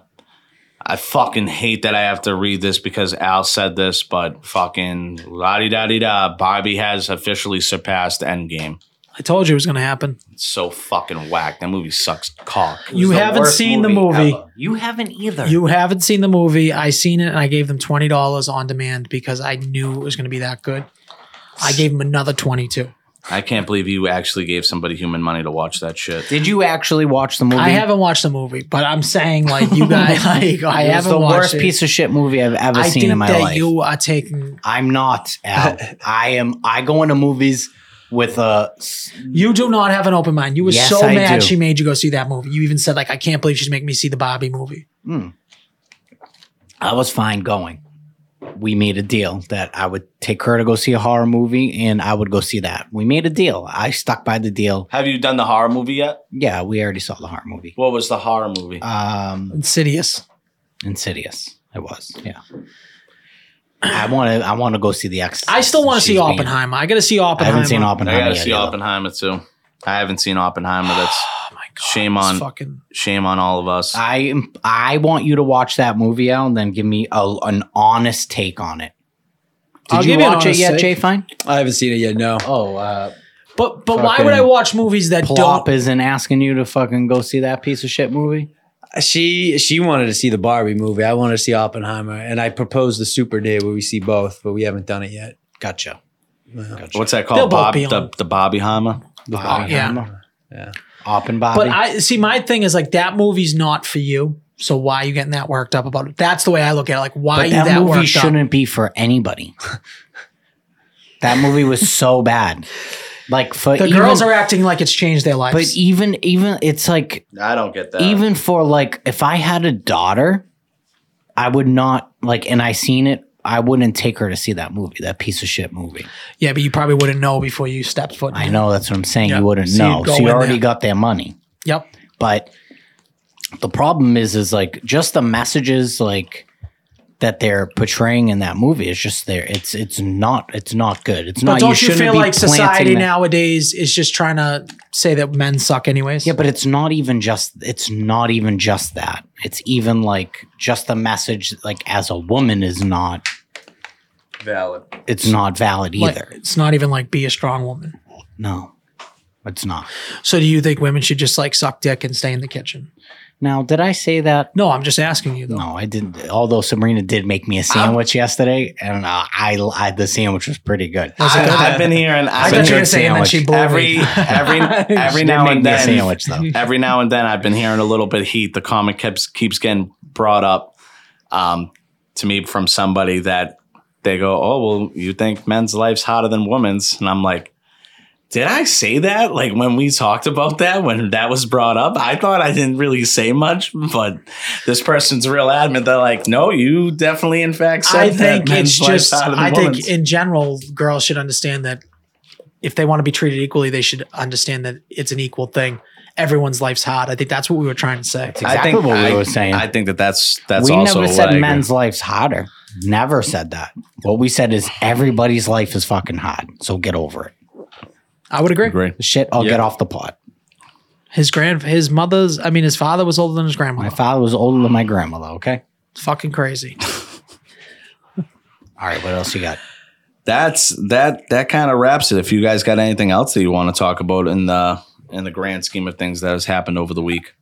S4: I fucking hate that I have to read this because Al said this, but fucking la di da di da. Bobby has officially surpassed Endgame.
S2: I told you it was going to happen.
S4: It's so fucking whack. That movie sucks cock. It was
S2: You
S4: the
S2: haven't
S4: worst
S2: seen the movie.
S4: ever. You haven't either.
S2: You haven't seen the movie. I seen it and I gave them twenty dollars on demand because I knew it was going to be that good. I gave them another twenty-two.
S4: I can't believe you actually gave somebody human money to watch that shit.
S1: Did you actually watch the movie?
S2: I
S1: *laughs*
S2: haven't watched the movie, but I'm saying *laughs* like you guys, like I
S1: It's
S2: haven't
S1: the
S2: watched
S1: worst
S2: it.
S1: piece of shit movie I've ever
S2: I
S1: seen
S2: think
S1: in my
S2: that
S1: life.
S2: you are taking.
S1: I'm not
S2: *laughs*
S1: Al. I am. I go into movies with a. s-
S2: You do not have an open mind. You were
S1: Yes,
S2: so
S1: I
S2: mad
S1: do.
S2: she made you go see that movie. You even said like, I can't believe she's making me see the Bobby movie.
S1: hmm. I was fine going. We made a deal that I would take her to go see a horror movie, and I would go see that. We made a deal. I stuck by the deal.
S4: Have you done the horror movie yet?
S1: Yeah, we already saw the horror movie.
S4: What was the horror movie?
S1: Um,
S2: Insidious.
S1: Insidious. It was.
S2: *clears throat*
S1: Yeah. I want to. I want to go see the X.
S2: I still want to see Oppenheimer. I got to see
S1: I
S2: Oppenheimer. Oh
S1: haven't seen
S4: I
S1: Oppenheimer.
S4: gotta
S1: yet
S4: see
S1: either.
S4: Oppenheimer too. I haven't seen Oppenheimer. That's
S2: Oh my god!
S4: Shame
S2: it's
S4: on-
S2: fucking.
S4: shame on all of
S2: Ah,
S4: us.
S1: I am- I want you to watch that movie out and then give me a, an honest take on it. Did
S2: I'll
S1: you
S2: give you an
S1: watch it
S2: honest
S1: yet,
S2: take.
S1: Jay Fine?
S3: I haven't seen it yet. No,
S1: Oh, uh,
S2: But but why would
S1: Fucking
S2: I watch movies that don't?
S1: Plop isn't asking you to fucking go see that piece of shit movie.
S3: she she wanted to see the Barbie movie. I wanted to see Oppenheimer, and I proposed the Super Day where we see both, but we haven't done it yet.
S1: Gotcha. gotcha.
S4: What's that
S2: They'll both
S4: called? Bob
S2: be
S4: the,
S2: on.
S4: the Bobby Heimer.
S1: Bobby
S2: yeah.
S1: Hammer.
S3: Yeah.
S1: Op and Bobby.
S2: But I see my thing is like that movie's not for you. So why are you getting that worked up about it? That's the way I look at it. Like why are
S1: But
S2: you
S1: that,
S2: that,
S1: movie
S2: worked
S1: shouldn't
S2: up?
S1: be for
S2: *laughs*
S1: anybody. that movie was so bad. Like for
S2: The
S1: even-
S2: girls are acting like it's changed their lives.
S1: But e- even even it's like
S4: I don't get that.
S1: even for like if I had a daughter, I would not like and I seen it. I wouldn't take her to see that movie, that piece of shit movie.
S2: yeah, but you probably wouldn't know before you stepped foot. in
S1: I
S2: it.
S1: know that's what I'm saying.
S2: Yeah.
S1: You wouldn't
S2: So
S1: know.
S2: you'd go
S1: So you
S2: in
S1: already
S2: there.
S1: got their money.
S2: Yep.
S1: but the problem is is like just the messages like that they're portraying in that movie is just there it's it's not it's not good it's
S2: But
S1: not
S2: don't you,
S1: shouldn't
S2: feel
S1: be
S2: like society
S1: planting that-
S2: nowadays is just trying to say that men suck anyways?
S1: yeah but it's not even just it's not even just that it's even like just the message like as a woman is not
S4: valid.
S1: it's not valid
S2: Like,
S1: either
S2: it's not even like be a strong woman.
S1: no it's not
S2: So do you think women should just like suck dick and stay in the kitchen?
S1: now did i say that
S2: No, I'm just asking you though.
S1: no, I didn't. Although Sabrina did make me a sandwich yesterday, and uh, I, I the sandwich was pretty good.
S2: Was it good?
S4: I, have been hearing.
S2: I
S4: I've
S2: thought
S4: been
S2: you were gonna
S4: hearing
S2: say and then
S1: sandwich.
S2: she blew *laughs*
S4: every
S2: me.
S1: *laughs*
S4: every every
S1: She
S4: now
S1: did
S4: and
S1: make me a
S4: then
S1: sandwich though.
S4: Every now and then, I've been hearing a little bit of heat. The comment keeps keeps getting brought up um, to me from somebody that they go, "Oh, well, you think men's life's hotter than women's?" And I'm like, "Did I say that? Like when we talked about that when that was brought up? I thought I didn't really say much, but this person's real adamant. They're like, "No, you definitely, in fact, said
S2: I
S4: that
S2: think
S4: men's
S2: it's
S4: life's
S2: just.
S4: hotter than
S2: I
S4: women's."
S2: think in general, girls should understand that if they want to be treated equally, they should understand that it's an equal thing. everyone's life's hard. I think that's what we were trying to say.
S1: That's exactly what we
S4: I,
S1: were saying.
S4: I think that that's that's
S1: we
S4: also
S1: never
S4: what I
S1: said
S4: agree.
S1: men's life's hotter. Never said that. What we said is everybody's life is fucking hot. So get over it.
S2: I would agree.
S4: Agree.
S1: Shit, I'll
S4: Yeah.
S1: get off the pot.
S2: His grand, his mother's, I mean, his father was older than his
S1: My
S2: grandmother.
S1: father was older than my grandmother, okay?
S2: It's fucking crazy.
S1: All right, what else you got?
S4: That's that that kind of wraps it. If you guys got anything else that you want to talk about in the in the grand scheme of things that has happened over the week.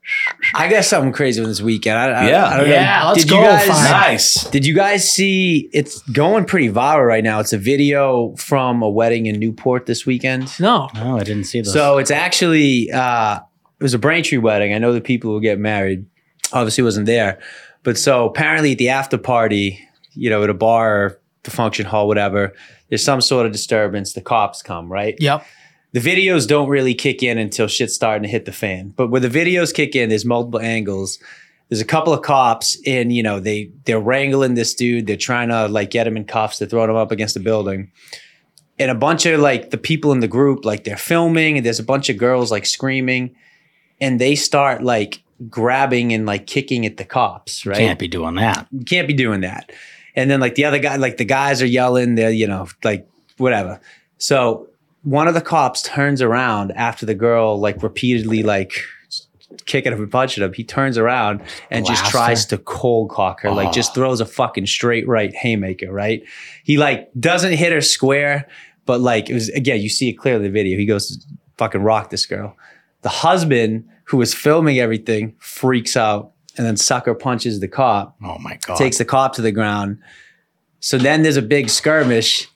S3: I got something crazy with this weekend. I, I,
S4: Yeah.
S3: I don't
S2: Yeah,
S3: know.
S2: let's
S3: Did
S2: go,
S3: You guys,
S2: fine.
S4: Nice.
S3: Did you guys see? It's going pretty viral right now. It's a video from a wedding in Newport this weekend.
S2: No,
S1: No, Oh, I didn't see this.
S3: So it's actually uh, it was a Braintree wedding. I know the people who get married. Obviously, wasn't there, but so apparently at the after party, you know, at a bar, the function hall, whatever. There's some sort of disturbance. The cops come, right?
S2: yep.
S3: the videos don't really kick in until shit's starting to hit the fan. But where the videos kick in, there's multiple angles. There's a couple of cops, and you know they they're wrangling this dude. They're trying to like get him in cuffs. They're throwing him up against the building, and a bunch of like the people in the group like they're filming. And there's a bunch of girls like screaming, and they start like grabbing and like kicking at the cops. Right?
S1: Can't be doing that.
S3: you can't be doing that. And then like the other guy, like the guys are yelling, they're, you know, like whatever. So one of the cops turns around after the girl like repeatedly like kicking him and punching him. He turns around and just
S1: Blaster.
S3: tries to cold cock her, like just throws a fucking straight right haymaker, right? He like doesn't hit her square, but like it was again, you see it clearly in the video. He goes to fucking rock this girl. The husband who was filming everything freaks out and then sucker punches the cop
S1: Oh my god.
S3: takes the cop to the ground. So then there's a big skirmish.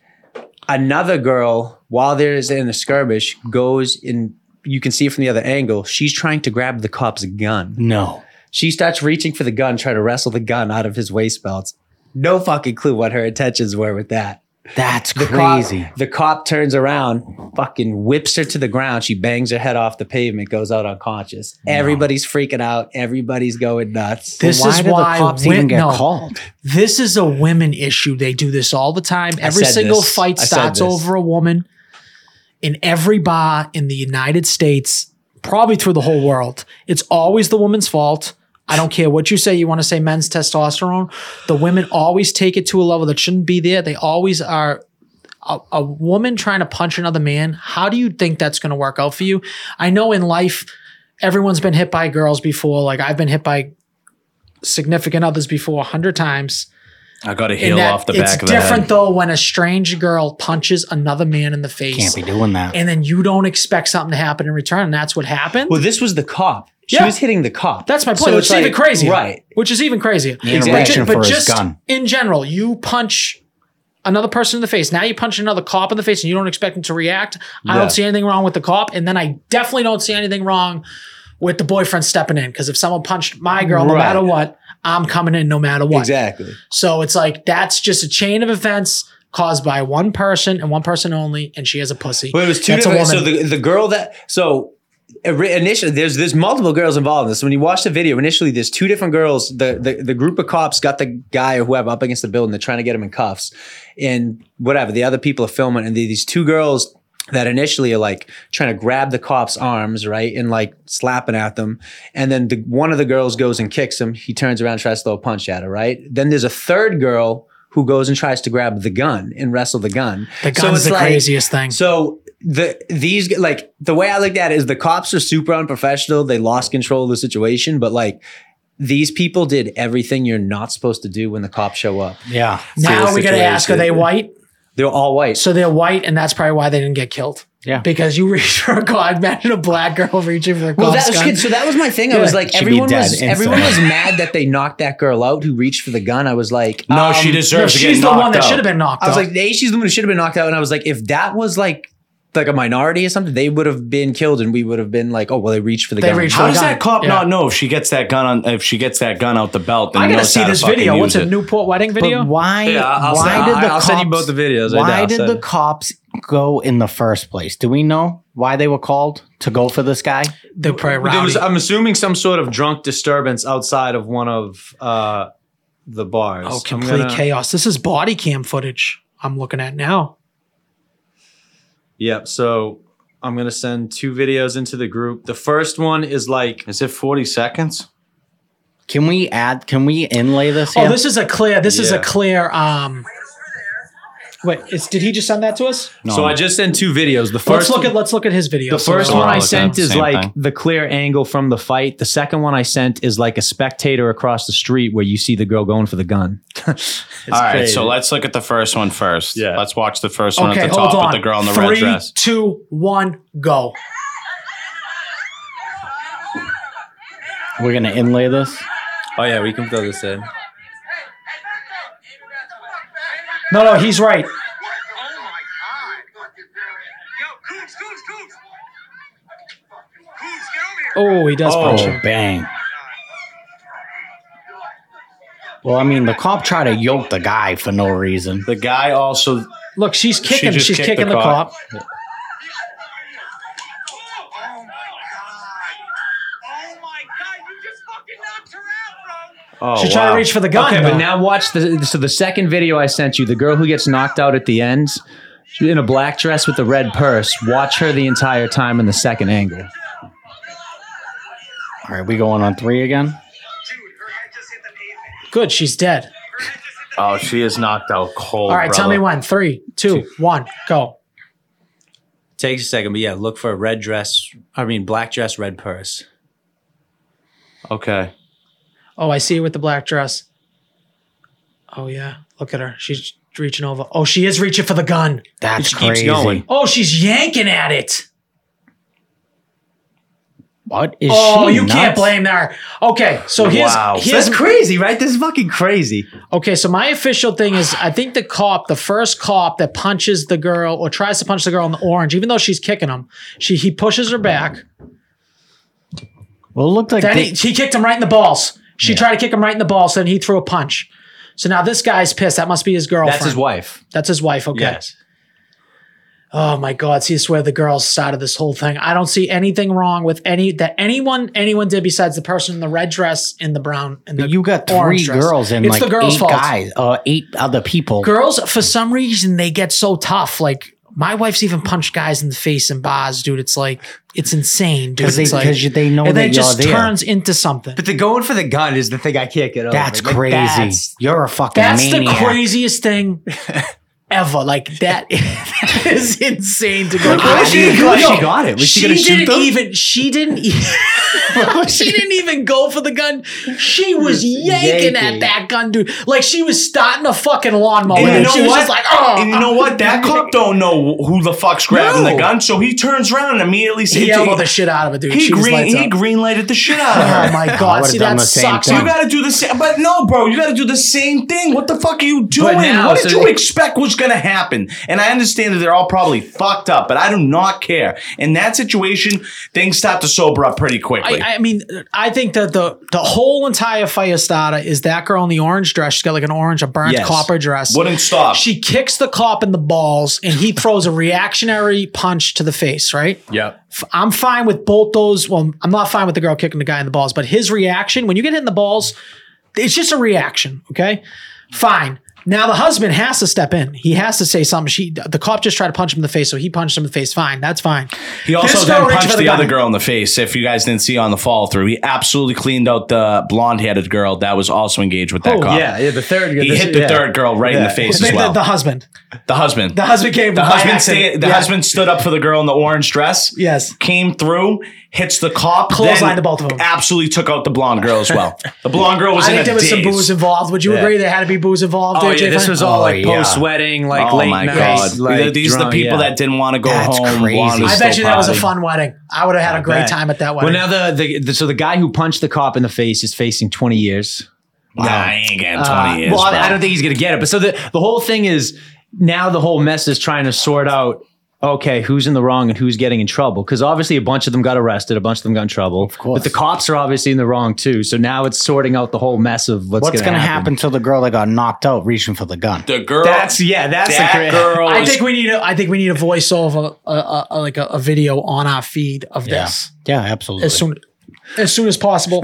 S3: Another girl, while there's in a skirmish, goes and you can see it from the other angle. She's trying to grab the cop's gun.
S1: no.
S3: She starts reaching for the gun, trying to wrestle the gun out of his waist belt. No fucking clue what her intentions were with that.
S1: That's
S3: The cop-
S1: crazy.
S3: the cop turns around, fucking whips her to the ground. She bangs her head off the pavement, goes out unconscious. Everybody's freaking out. Everybody's going nuts.
S2: This is
S1: do the
S2: why
S1: cops
S2: wi-
S1: even get
S2: no.
S1: called.
S2: This is a women issue. They do this all the time. Every
S3: said
S2: single
S3: this.
S2: fight
S3: I said
S2: starts
S3: this.
S2: over a woman in every bar in the United States, probably through the whole world. It's always the woman's fault. I don't care what you say. You want to say men's testosterone. The women always take it to a level that shouldn't be there. They always are. A, a woman trying to punch another man, how do you think that's going to work out for you? I know in life, everyone's been hit by girls before. Like I've been hit by significant others before a hundred times.
S4: I got a
S2: And
S4: heel
S2: that-
S4: off the back
S2: It's
S4: of the
S2: different
S4: head.
S2: though when a strange girl punches another man in the face,
S1: Can't be doing that.
S2: and then you don't expect something to happen in return, and that's what happened.
S3: Well, this was the cop. She
S2: Yeah.
S3: was hitting the cop.
S2: that's my point,
S3: So
S2: which is
S3: it's
S2: even
S3: like-
S2: crazier,
S3: Right.
S2: Which is even crazier.
S1: The
S3: Exactly.
S1: interaction
S2: But
S1: for his
S2: just
S1: gun.
S2: in general, you punch another person in the face. Now you punch another cop in the face, and you don't expect him to react. I
S3: Yeah.
S2: don't see anything wrong with the cop, and then I definitely don't see anything wrong with the boyfriend stepping in because if someone punched my girl, no
S3: Right.
S2: matter what, I'm coming in no matter what.
S3: Exactly.
S2: So it's like that's just a chain of events caused by one person and one person only, and she has a pussy.
S3: But it was two
S2: That's a
S3: different. So
S2: woman.
S3: the, the girl that so ori- initially there's there's multiple girls involved in this. When you watch the video, initially there's two different girls. The, the the group of cops got the guy or whoever up against the building. They're trying to get him in cuffs, and whatever. The other people are filming, and the- these two girls that initially are like trying to grab the cop's arms, right, and like slapping at them. And then the, one of the girls goes and kicks him. He turns around, and tries to throw a punch at her, right. Then there's a third girl. Who goes and tries to grab the gun and wrestle the gun?
S2: the
S3: So
S2: gun's
S3: it's
S2: the
S3: like-
S2: craziest thing.
S3: so the these like the way I looked at it is the cops are super unprofessional. They lost control of the situation, but like these people did everything you're not supposed to do when the cops show up.
S1: yeah.
S2: now
S3: the
S2: we got to ask: Are they
S3: situation.
S2: white?
S3: They're all white.
S2: So they're white, and that's probably why they didn't get killed.
S1: Yeah.
S2: because you reach for a gun. Imagine a black girl reaching for a
S3: well, that
S2: cop's
S3: was
S2: gun.
S3: good. So that was my thing. I
S2: Yeah.
S3: was like,
S1: She'd be
S3: everyone
S1: dead
S3: was
S1: instantly.
S3: everyone was mad that they knocked that girl out who reached for the gun. I was like,
S4: No,
S3: um,
S4: she
S2: No,
S4: deserves to get
S2: she's the
S4: knocked
S2: one that
S4: out.
S2: should have been knocked
S3: I was
S2: out.
S3: like, the she's the one who should have been knocked out. And I was like, if that was like like a minority or something, they would have been killed, and we would have been like, oh well, they reached for the
S2: They
S3: gun.
S2: reached-
S4: How does
S2: Gun.
S4: that cop
S2: Yeah.
S4: not know if she gets that gun on if she gets that gun out the belt? Then
S2: I gotta
S4: knows
S2: see
S4: how to
S2: this
S4: fucking
S2: video.
S4: use
S2: What's a
S4: it.
S2: Newport wedding video?
S1: But why?
S4: Yeah, I'll
S1: why
S4: send-
S1: did the
S3: I'll
S1: cops,
S3: send you both the videos. right
S1: Why
S3: now,
S1: did
S3: so-
S1: the cops go in the first place? Do we know why they were called to go for this guy?
S2: They're probably
S3: There was,
S2: rowdy.
S3: I'm assuming some sort of drunk disturbance outside of one of uh, the bars.
S2: Oh,
S3: I'm
S2: complete
S3: gonna-
S2: chaos! This is body cam footage I'm looking at now.
S3: Yep. So I'm gonna send two videos into the group. The first one is like
S4: Is it 40 seconds?
S1: Can we add? Can we inlay this?
S2: Oh,
S1: here?
S2: this is a clear. This is a
S3: Yeah.
S2: clear. Um, wait, is, did he just send that to us?
S1: No,
S3: so. I just sent two videos.
S2: let
S3: The
S2: let's
S3: first
S2: look at let's look at his video.
S3: the
S2: So
S3: first
S4: So we're
S3: one
S4: all
S3: I
S4: looking at
S3: sent
S4: the
S3: is
S4: same
S3: like
S4: thing.
S3: the clear angle from the fight. The second one I sent is like a spectator across the street where you see the girl going for the gun. *laughs* All
S4: All right, so let's look at the first one first.
S3: Yeah.
S4: Let's watch the first one
S2: okay,
S4: at the
S2: hold
S4: top
S2: on.
S4: with the girl in the
S2: Three,
S4: red dress.
S2: two, one, go.
S1: we're gonna inlay this.
S3: Oh yeah, we can throw this in.
S2: No, no, he's right.
S5: Oh my god. Yo, Coops, Coops, Coops. Coops, get over here.
S2: Oh, he does punch
S1: Oh,
S2: him.
S1: bang. Well, I mean, the cop tried to yoke the guy for no reason.
S4: The guy also
S2: Look, she's kicking.
S4: just
S2: she's
S4: kicked
S2: kicking
S4: the
S2: the
S4: cop.
S2: cop.
S5: Oh my god. Oh my god, you just fucking knocked her out, bro.
S4: oh,
S2: She tried to
S4: wow.
S2: reach for the gun.
S3: Okay,
S2: though.
S3: but now watch the so the second video I sent you, the girl who gets knocked out at the end she's in a black dress with a red purse. Watch her the entire time in the second angle.
S1: All right, we going on three again.
S5: Dude, her head just hit the pavement.
S2: good, she's dead.
S5: Her head just hit the
S4: Oh, she is knocked out cold.
S2: All right, tell me when. Three, two, one, go.
S3: Takes a second, but yeah, look for a red dress. I mean, black dress, red purse.
S4: Okay.
S2: Oh, I see her with the black dress. Oh yeah, look at her. She's reaching over. Oh, she is reaching for the gun.
S1: That's
S3: She keeps
S1: crazy.
S3: going.
S2: Oh, she's yanking at it.
S1: What is
S2: Oh,
S1: she?
S2: you can't
S1: nuts?
S2: blame her. Okay, so here's
S4: Wow.
S2: here's
S3: crazy, right? This is fucking crazy.
S2: okay. So my official thing is, I think the cop, the first cop that punches the girl or tries to punch the girl in the orange, even though she's kicking him, she he pushes her back.
S1: Well, it looked like
S2: Then
S1: they,
S2: he, he kicked him right in the balls. She tried to kick him right in the balls, and he threw a punch. So now this guy's pissed. That must be his girlfriend.
S3: That's his wife.
S2: That's his wife. Okay.
S3: Yes.
S2: Oh my God! See, I swear the girls started this whole thing. I don't see anything wrong with any that anyone anyone did besides the person in the red dress and the brown and the
S1: you got three
S2: orange dress.
S1: girls and
S2: It's
S1: like
S2: the girls'
S1: eight
S2: fault.
S1: guys, uh, eight other people.
S2: girls for some reason they get so tough. Like my wife's even punched guys in the face in bars, dude. It's like it's insane, dude.
S1: because they,
S2: It's like-
S1: 'cause you- they know
S2: and
S1: that
S2: then it
S1: you're
S2: just
S1: there.
S2: turns into something.
S3: the going for the gun is the thing I can't get over.
S1: that's
S3: Like,
S1: crazy.
S3: that's-
S1: you're a fucking
S2: That's
S1: maniac.
S2: the craziest
S1: *laughs*
S2: thing ever. Like that *laughs* is insane to go.
S3: Like, what if she didn't realize she got it? Was she gonna shoot
S2: didn't
S3: them?
S2: even. She didn't. *laughs* e- she didn't even go for the gun. She was yanking, at
S3: yanking.
S2: that gun, dude. Like she was starting a fucking lawnmower.
S4: And you
S2: And
S4: know
S2: she was
S4: what?
S2: just like, oh.
S4: And you know what? That cop don't know who the fuck's grabbing
S3: No.
S4: the gun, so he turns around and immediately
S2: *laughs*
S4: says,
S2: he elbowed the shit out of it, dude.
S4: he
S2: she was
S4: green
S2: lights
S4: he
S2: up.
S4: green lighted the shit out of
S2: *laughs*
S4: her.
S2: Oh my god!
S1: would've
S2: See
S1: done
S2: that
S1: the same
S2: sucks.
S1: thing.
S4: You gotta do the same, but no, bro. You gotta do the same thing. What the fuck are you doing?
S3: now-
S4: what did
S3: so
S4: you
S3: they-
S4: expect was gonna happen? And I understand that they're all probably fucked up, but I do not care. In that situation, things start to sober up pretty quickly.
S2: I, I mean, I think that the the whole entire fire starter is that girl in the orange dress. She's got like an orange, a burnt
S3: Yes.
S2: copper dress.
S4: Wouldn't stop.
S2: She kicks the cop in the balls, and he throws a reactionary punch to the face. Right?
S3: Yep.
S2: F- I'm fine with both those. Well, I'm not fine with the girl kicking the guy in the balls, but his reaction when you get hit in the balls, it's just a reaction. Okay, fine. Now the husband has to step in. He has to say something. She, the cop just tried to punch him in the face, so he punched him in the face. Fine, that's fine.
S4: he also
S2: This
S4: then
S2: girl reached
S4: punched
S2: for
S4: the,
S2: the
S4: other
S2: gun.
S4: girl in the face. If you guys didn't see on the follow through, he absolutely cleaned out the blonde headed girl that was also engaged with that
S2: Oh,
S4: cop.
S3: Yeah, yeah. The third.
S4: He hit the third girl right in the
S3: Yeah.
S4: face
S2: The,
S4: as
S2: the-
S4: well.
S2: the
S4: The,
S2: husband.
S4: husband.
S2: The husband came.
S4: The
S2: by
S4: husband,
S2: accident.
S4: sta- the
S2: Yeah.
S4: husband stood up for the girl in the orange dress.
S2: Yes.
S4: Came through, hits the cop,
S2: Clothesline
S4: then
S2: to both of them.
S4: Absolutely took out the blonde girl as well. The blonde girl was
S2: I
S4: in
S2: think
S4: a
S2: there was some
S4: daze.
S2: booze involved. Would you agree there had to be booze involved?
S3: Oh
S2: there,
S3: yeah,
S2: Jay
S3: this
S2: Fine?
S3: was all
S1: Oh,
S3: like
S1: yeah.
S3: post wedding, like
S4: oh
S3: late
S4: my
S3: night.
S4: god!
S3: Like,
S4: These are the
S3: drunk,
S4: people
S3: yeah.
S4: that didn't want to go
S1: That's
S4: home.
S1: crazy.
S4: wanted to
S2: I bet
S4: still
S2: you that was a
S4: party.
S2: fun wedding. I would have had a great
S3: bet.
S2: time at that
S3: Well,
S2: wedding.
S3: now the, the, the so the guy who punched the cop in the face is facing twenty years.
S4: Nah, I ain't getting twenty
S3: Uh,
S4: years.
S3: Well, I-
S4: bro.
S3: I don't think he's gonna get it. But so the the whole thing is now the whole mess is trying to sort out. Okay, who's in the wrong and who's getting in trouble? Because obviously a bunch of them got arrested, a bunch of them got in trouble. Of
S1: course.
S3: But the cops are obviously in the wrong too. So now it's sorting out the whole mess of what's,
S1: What's
S3: going to
S1: happen to the girl that got knocked out reaching for the gun?
S4: the girl.
S3: That's yeah, that's the
S4: that
S3: cra-
S4: girl.
S2: I
S4: is-
S2: think we need a, I think we need a voiceover, a, a, a, uh, like a, a video on our feed of this
S1: Yeah, absolutely.
S2: as soon as soon as
S3: *laughs*
S2: possible.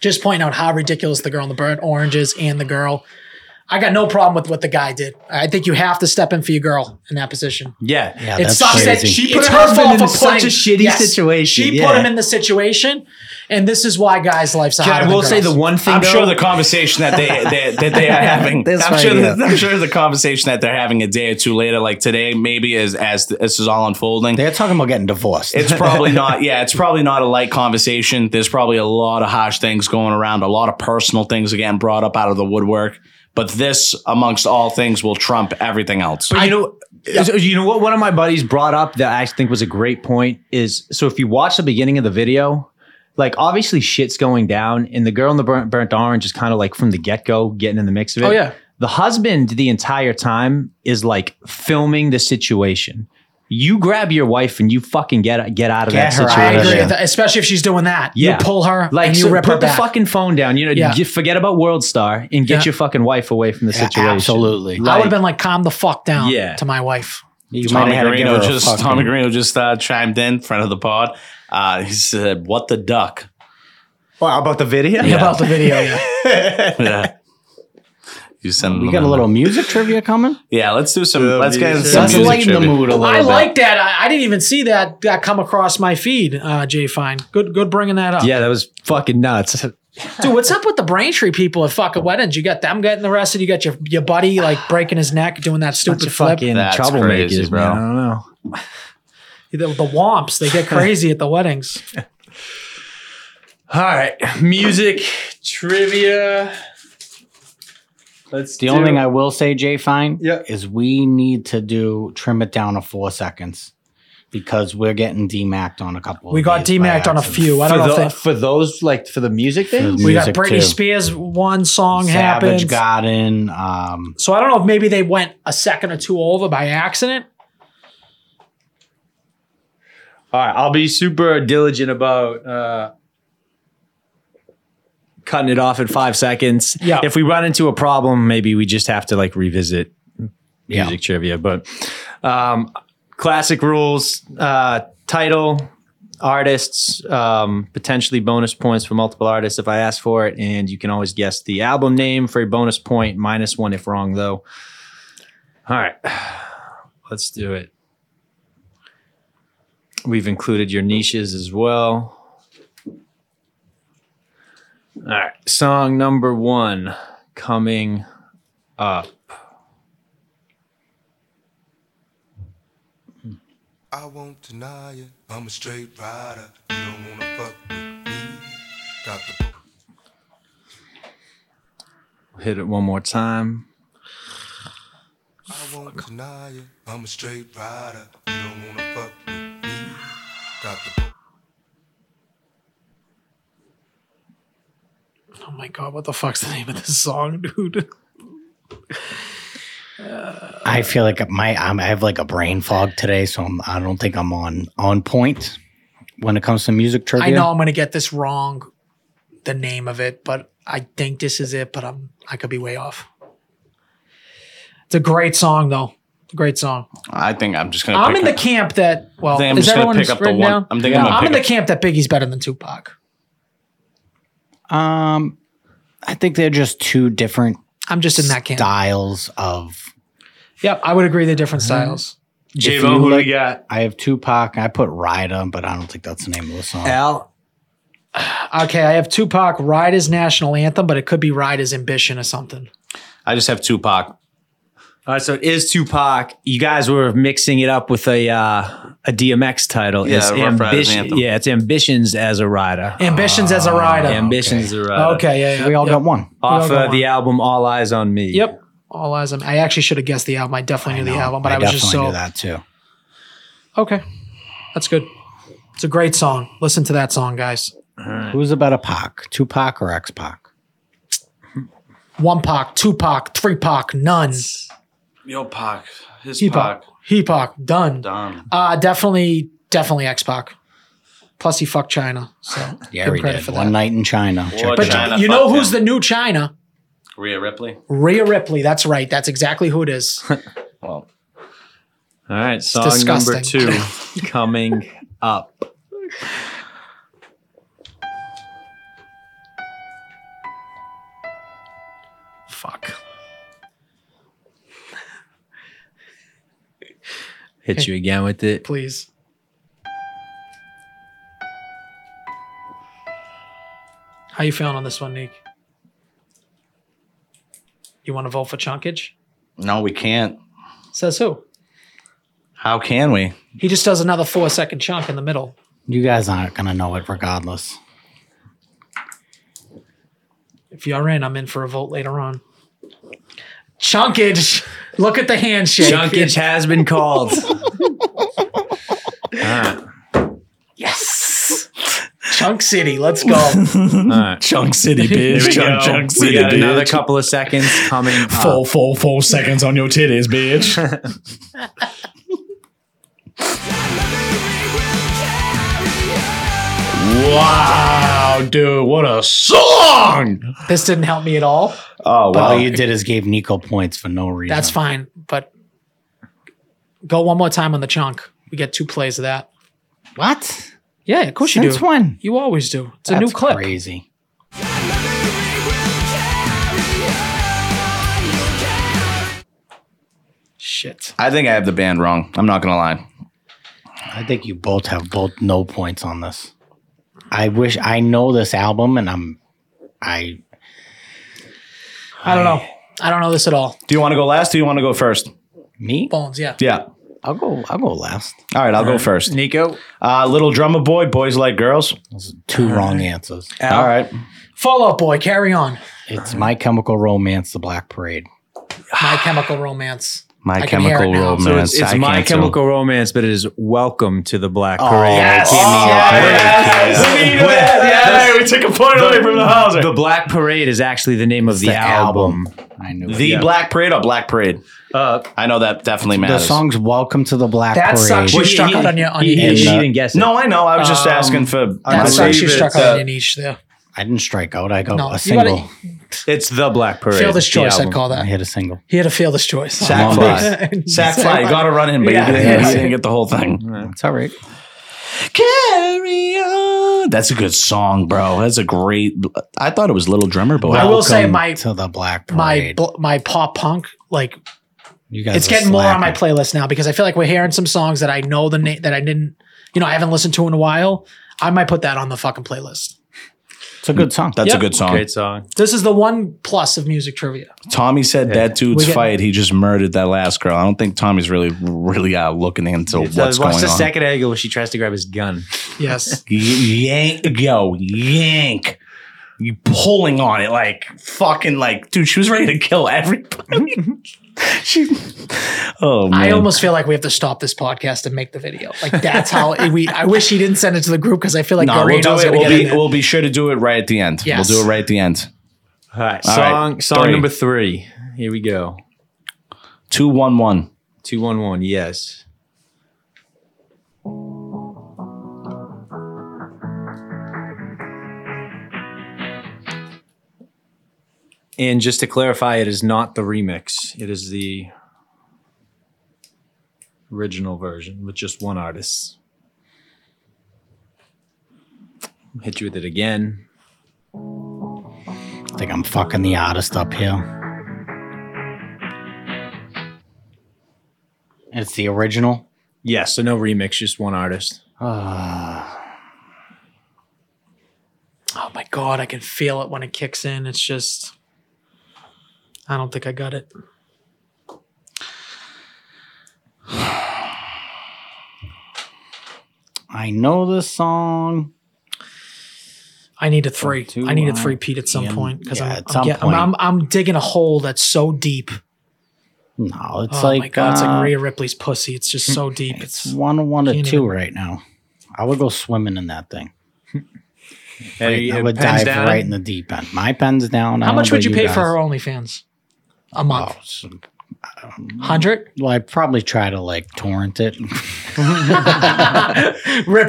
S2: Just pointing out how ridiculous the girl in the burnt orange is and the girl. I got no problem with what the guy did. I think you have to step in for your girl in that position.
S3: Yeah.
S1: Yeah,
S2: it
S1: that's
S2: sucks that
S1: crazy.
S2: she
S3: She put
S2: it's
S3: her
S2: her
S3: husband
S2: fault
S3: in
S2: for
S3: such
S2: playing-
S3: a shitty situation,
S2: She put
S3: yeah.
S2: him in the situation, and this is why guys' lives are harder
S3: I
S2: than
S3: will say the
S2: girls.
S3: one thing.
S4: I'm
S3: though-
S4: sure the
S1: *laughs*
S4: conversation that they, they that they are having.
S1: This
S4: I'm
S1: right
S4: sure.
S1: here.
S4: I'm sure the conversation that they're having a day or two later, like today, maybe as as this is all
S1: *laughs*
S4: unfolding.
S1: They're talking about getting divorced.
S4: It's probably not. Yeah, it's probably not a light conversation. There's probably a lot of harsh things going around. A lot of personal things are getting brought up out of the woodwork. But this, amongst all things, will trump everything else.
S3: But you know, so you know what? One of my buddies brought up that I think was a great point is so if you watch the beginning of the video, like obviously shit's going down, and the girl in the burnt, burnt orange is kind of like from the get go getting in the mix of it.
S2: Oh, yeah.
S3: The husband the entire time is like filming the situation. You grab your wife and you fucking get get out of
S1: Get
S3: that
S1: her out.
S2: I
S3: situation.
S2: agree,
S1: Yeah.
S2: with that, especially if she's doing that.
S3: Yeah.
S2: You pull her,
S3: Like
S2: and
S3: you
S2: you rip
S3: put
S2: her
S3: the
S2: back.
S3: fucking phone down. You know,
S2: Yeah.
S3: you forget about World Star and get
S2: Yeah.
S3: your fucking wife away from the
S1: Yeah,
S3: situation.
S1: absolutely.
S2: I would
S3: like-
S2: have been like, calm the fuck down
S3: Yeah.
S2: to my wife.
S1: You
S4: Tommy
S1: might have had to give her
S4: Greeno
S1: a
S4: just
S1: fucking-
S4: Tommy Greeno just uh, chimed in front of the pod. Uh, he said, "What the duck?"
S3: Wow, about the video?
S4: Yeah.
S2: About the video, yeah.
S4: *laughs* yeah. You send
S1: We
S4: them
S1: got a
S4: in.
S1: little music trivia coming.
S4: Yeah, let's do some. let's get into
S3: music.
S4: some
S1: Let's
S4: music
S1: lighten the
S4: trivia.
S1: mood a little
S2: Oh, I
S1: bit.
S2: like that. I, I didn't even see that that come across my feed, uh, Jay Fine. Good good bringing that up.
S3: Yeah, that was fucking nuts.
S2: Dude, what's up with the Braintree people at fucking weddings? You got them getting arrested. You got your, your buddy like breaking his neck doing that stupid flip.
S3: fucking
S4: That's
S3: troublemakers,
S4: crazy, bro.
S3: man. I don't know.
S2: The, the womps, they get crazy at the weddings.
S3: All right, music trivia. Let's.
S1: The
S3: do-
S1: only thing I will say, Jay Fine,
S3: Yep.
S1: is we need to do trim it down to four seconds because we're getting demacked on a couple.
S2: We
S1: of
S2: got
S1: these by
S2: demacked on a
S1: accident.
S2: few. I don't
S3: for,
S2: know
S3: tho-
S2: if
S3: for those like for the music things.
S1: the-
S2: they, we got
S1: music
S2: Britney
S1: too.
S2: Spears one song
S1: Savage
S2: happens.
S1: Garden. Um,
S2: So I don't know if maybe they went a second or two over by accident.
S3: All right, I'll be super diligent about uh, cutting it off at five seconds.
S2: Yeah.
S3: If we run into a problem, maybe we just have to like revisit
S1: Yeah.
S3: music trivia. But um, classic rules: uh, title, artists, um, potentially bonus points for multiple artists if I ask for it, and you can always guess the album name for a bonus point, minus one if wrong though. All right, *sighs* let's do it. We've included your niches as well. All right, song number one coming up.
S6: I won't deny it. I'm a straight rider. You don't wanna fuck with me. Got the
S3: Hit it one more time.
S6: I won't deny it. I'm a straight rider. You don't wanna fuck with me. Got the
S2: Oh my god, what the fuck's the name of this song, *laughs* dude?
S1: I feel like my I'm, I have like a brain fog today, so I'm, I don't think I'm on on point when it comes to music trivia.
S2: I know I'm gonna get this wrong, the name of it, but I think this is it. But I'm I could be way off. It's a great song though. It's a great song.
S4: I think I'm just gonna.
S2: I'm
S4: pick
S2: in the
S4: up-
S2: camp that well,
S4: I think I'm
S2: is
S4: just gonna
S2: everyone
S4: pick up the
S2: written
S4: one.
S2: down?
S4: I'm thinking I'm
S2: I'm,
S4: gonna pick
S2: in the
S4: up-
S2: camp that Biggie's better than Tupac.
S1: Um, I think they're just two different
S2: I'm just in that camp.
S1: styles of.
S2: Yep, I would agree. They're different
S4: Mm-hmm.
S2: styles.
S1: If you
S3: J-Bo, who do
S1: like-
S3: we got?
S1: I have Tupac. I put Ryder, but I don't think that's the name of the song.
S3: Al.
S2: Okay, I have Tupac "Ride" as national anthem, but it could be "Ride" as ambition or something.
S4: I just have Tupac.
S3: All right, so it is Tupac. You guys were mixing it up with a uh, a DMX title.
S4: Yeah,
S3: It's
S4: Rough Riders Anthem. Oh,
S3: yeah, it's ambitions as a rider.
S2: Ambitions as
S4: Ah,
S2: a rider.
S3: ambitions as a rider.
S2: okay, yeah, yeah,
S1: we all
S2: yeah.
S1: got one.
S3: Off
S2: We all
S3: of
S2: go
S3: the album All Eyes on Me.
S2: Yep. All eyes on. I actually should have guessed the album. I definitely knew the album, but I, was just so
S1: definitely knew that too.
S2: okay. That's good. It's a great song. Listen to that song, guys.
S1: Who's a better Pac, Tupac or X Pac?
S2: One Pac, two Pac, three Pac, none.
S4: Yo, Pac. His
S2: He Pac, he Pac, done.
S4: Done.
S2: Uh, definitely, definitely X Pac. Plus, he fucked China. So,
S1: Yeah,
S2: Give
S1: we
S2: credit
S1: did.
S2: for
S1: One
S2: that.
S1: night in China. Check
S2: but
S1: it out.
S4: China
S2: you know
S4: fucked
S2: who's
S4: him.
S2: the new China?
S4: Rhea Ripley.
S2: Rhea Ripley. That's right. That's exactly who it is.
S3: All
S4: Well,
S3: right, song
S2: disgusting.
S3: number two
S7: *laughs*
S3: coming up.
S2: Fuck.
S3: Hit you again with it.
S2: Please. How you feeling on this one, Nick? You want to vote for chunkage?
S1: No, we can't.
S2: Says who?
S1: How can we?
S2: He just does another four second chunk in the middle.
S1: You guys aren't gonna know it regardless.
S2: If you're in, I'm in for a vote later on. Chunkage. Look at the handshake.
S3: Junkage has
S7: *laughs*
S3: been called. Alright,
S2: Yes. Chunk City. Let's go.
S4: *laughs*
S3: alright.
S7: Chunk City,
S3: Here
S7: bitch.
S3: we
S7: Chunk,
S3: go.
S7: chunk
S3: We
S7: City,
S3: got another
S7: bitch.
S3: couple of seconds coming. up.
S7: Full, full, full seconds on your titties, bitch. wow, dude, what a song!
S2: this didn't help me at all.
S4: Oh
S1: But
S4: wow!
S1: all you did is gave Nico points for no reason.
S2: That's fine. But go one more time on the chunk. We get two plays of that.
S1: What?
S2: Yeah, of course you
S1: Since
S2: do.
S1: when?
S2: You always do. It's a new
S1: That's
S2: clip.
S1: Crazy.
S2: Shit.
S4: I think I have the band wrong. I'm not gonna lie.
S1: I think you both have both no points on this. I wish I know this album, and I'm I
S2: I don't know. I don't know this at all.
S4: Do you want to go last? Or do you want to go first?
S1: me.
S2: Bones, yeah.
S4: Yeah.
S1: I'll go. I'll go last.
S4: All right, I'll go first.
S3: Nico,
S4: Uh, Little Drummer Boy, Boys Like Girls.
S1: Those are two wrong answers.
S4: All right.
S2: Fallout Boy, carry on.
S1: It's My Chemical Romance, The Black Parade.
S2: *sighs* My Chemical Romance.
S4: My
S2: I can hear
S4: Chemical
S2: it now.
S4: Romance.
S3: So it's, it's
S4: I
S3: my
S4: can't do-
S3: chemical romance, but it is welcome to the black parade.
S1: yes.
S3: Give
S1: Oh,
S3: me a break.
S4: yes.
S3: Yeah.
S4: We needed *laughs* that. Yeah, we took a point away from the Hauser. *laughs*
S3: The Black Parade is actually the name of the,
S1: the
S3: album.
S1: I knew
S4: The
S1: it.
S4: Black Parade or Black Parade?
S3: Uh,
S4: I know that definitely
S1: the
S4: matters.
S1: song's "Welcome to the Black
S2: That
S1: Parade."
S2: sucks. You
S3: Well,
S2: struck
S3: he-
S2: out on your on
S3: he,
S2: your
S3: he,
S2: niche.
S3: he didn't guess it.
S4: No, I know. I was just
S2: Um,
S4: asking for.
S2: That sucks. You
S4: believe
S2: struck
S4: it's,
S2: out on
S4: uh,
S2: your niche there.
S1: I didn't strike out. I got
S2: No,
S1: a
S2: you gotta-
S1: single.
S3: it's the Black Parade.
S2: Fearless
S3: the
S2: choice, I'd
S3: album.
S2: call
S1: I
S2: that.
S1: hit a single.
S2: He had a fearless choice.
S4: Sack fly.
S3: *laughs*
S4: Sack fly. You got to run in, but
S2: Yeah.
S4: you, didn't,
S2: Yeah.
S4: you didn't get the whole thing.
S1: It's all right.
S4: Carry on. That's a good song, bro. That's a great. I thought it was Little Drummer Boy.
S2: I will say
S1: Welcome
S2: my-
S1: to the Black
S2: My
S1: Parade.
S2: bl- my pop punk like
S1: you guys,
S2: it's
S1: are
S2: getting more on my
S1: slacking.
S2: playlist now because I feel like we're hearing some songs that I know the name that I didn't you know I haven't listened to in a while. I might put that on the fucking playlist.
S1: It's a good song.
S4: That's
S2: Yep.
S4: a good song.
S3: Great song.
S2: This is the one plus of music trivia.
S4: Tommy said that dude's
S2: We get-
S4: fight. He just murdered that last girl. I don't think Tommy's really, really out looking into
S3: It's,
S4: what's
S3: uh,
S4: going
S3: watch the
S4: on.
S3: second angle where she tries to grab his gun.
S2: Yes.
S4: Y- yank, yo, yank. You pulling on it like fucking like, dude. She was ready to kill everybody.
S3: *laughs*
S4: she, oh man,
S2: I almost feel like we have to stop this podcast and make the video. Like that's how *laughs* it- we. I wish he didn't send it to the group because I feel like
S4: no, we'll
S2: Garino's
S4: do it.
S2: gonna
S4: We'll
S2: get
S4: be,
S2: in there.
S4: we'll be sure to do it right at the end.
S2: Yes.
S4: We'll do it right at the end.
S3: All right,
S4: All right,
S3: song song
S4: three.
S3: number three. Here we go.
S4: Two one one.
S3: Two one one. Yes. And just to clarify, it is not the remix. It is the original version with just one artist. Hit you with it again.
S1: I think I'm fucking the artist up here. It's the original.
S3: Yeah, so no remix, just one artist.
S1: Uh,
S2: Oh my god, I can feel it when it kicks in. It's just I don't think I got it.
S1: I know this song.
S2: I need a three.
S1: two,
S2: I need a
S1: uh,
S2: three peat at some
S1: yeah,
S2: point because
S1: yeah,
S2: I'm,
S1: at
S2: I'm,
S1: some
S2: get-
S1: point.
S2: I'm, I'm I'm digging a hole that's so deep.
S1: No, it's
S2: oh
S1: like
S2: my god, it's
S1: uh,
S2: like Rhea Ripley's pussy. It's just
S1: *laughs*
S2: so deep.
S1: it's
S2: It's
S1: one one or
S2: Can't
S1: two
S2: even-
S1: right now. I would go swimming in that thing.
S3: Hey,
S1: I
S3: it
S1: would
S3: pens
S1: dive
S3: down. *laughs*
S1: right *laughs* in the deep end. My pen's down. I
S2: how
S1: don't
S2: much
S1: know
S2: would
S1: about
S2: you pay
S1: guys.
S2: for her OnlyFans? A month,
S1: Oh, so- Oh.
S2: hundred. *laughs*
S1: well, I'd probably try to like torrent it. *laughs*
S2: Rip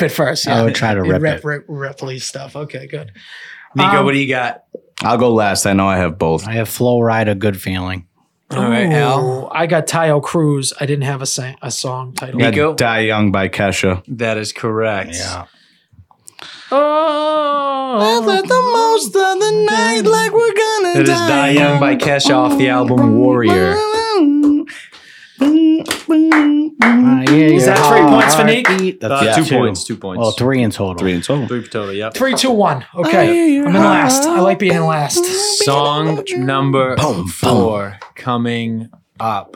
S2: it first.
S1: I would
S2: *laughs*
S1: try to *laughs* rip
S2: Rip,
S1: it.
S2: rip Ripley's stuff. Okay, good.
S3: Nico,
S2: Um,
S3: what do you got?
S4: I'll go last. I know I have both.
S1: I have Flow Rida, good feeling.
S3: All right, Al.
S2: Ooh, I got Tayo Cruz. I didn't have a sang- a song title.
S3: Yeah. Nico?
S4: Got Die Young by Kesha.
S3: That is correct.
S1: Yeah.
S2: Oh,
S4: the most of the night, like we're gonna
S3: It is Die Young by Kesha off the album Warrior.
S1: I
S2: Is that three points for Nate?
S1: Heartbeat. That's
S3: Uh, two points, two points.
S1: Well, three in total.
S4: Three in total.
S3: Three total, yep.
S2: Three, two, one. Okay. I'm in last. I like being in last.
S3: Song number four coming up.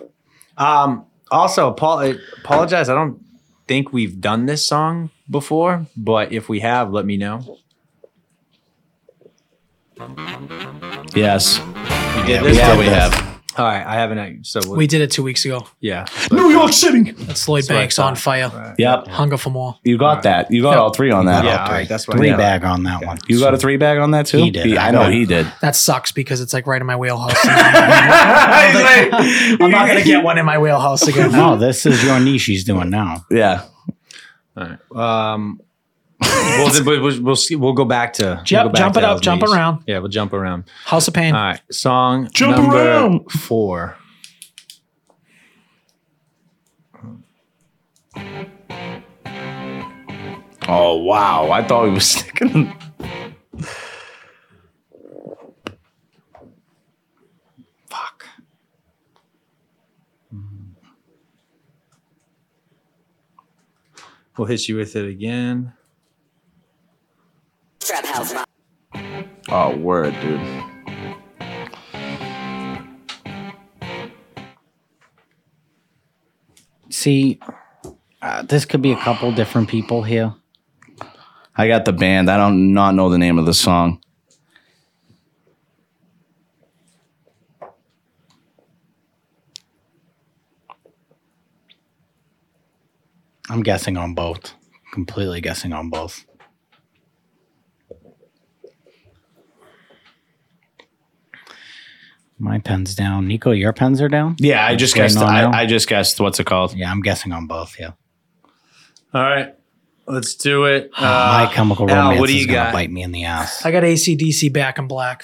S3: Um, also, Paul, I apologize. I don't think we've done this song before, but if we have, let me know.
S4: Yes.
S3: We did
S4: Yeah, we have.
S3: All right, I haven't. So we'll,
S2: We did it two weeks ago.
S3: yeah,
S7: New York City.
S2: That's Lloyd
S3: what I
S2: Banks on
S3: thought.
S2: fire.
S4: Yep.
S2: Hunger for more.
S4: You got that. You got all three on that.
S3: yeah. All right, that's what
S1: Oh, Three
S3: I got.
S1: bag on that one.
S4: You got a three bag on that too?
S1: He did.
S4: I know he did.
S2: That sucks because it's like right in my
S3: *laughs*
S2: wheelhouse. I'm not gonna get one in my wheelhouse again.
S3: *laughs*
S1: No, this is your niche he's doing now.
S4: Yeah.
S1: *laughs*
S3: Um, we'll, we'll, we'll, we'll see. We'll go back to
S2: Jump-
S3: we'll go back
S2: jump
S3: to
S2: it up,
S3: Elton
S2: jump
S3: Lee's.
S2: around.
S3: Yeah, we'll jump around.
S2: House of Pain.
S3: All right, song
S7: Jump
S3: number
S7: around.
S3: four.
S4: Oh wow. I thought he was *laughs* sticking.
S3: Fuck. We'll hit you with it again.
S4: Oh word, dude.
S1: See, uh, this could be a couple different people here.
S4: I got the band. I don't not know the name of the song.
S1: I'm guessing on both. Completely guessing on both. My pen's down. Nico, your pens are down?
S4: Yeah, I just
S1: Okay,
S4: guessed.
S1: no, no.
S4: I, I just guessed. What's it called?
S1: Yeah, I'm guessing on both. Yeah.
S3: All right, let's do
S2: *sighs*
S3: it.
S1: My chemical
S3: Uh, Al,
S1: romance
S3: what do
S1: is
S3: you
S1: going to
S3: got?
S1: bite me in the ass.
S2: I got ACDC back in black.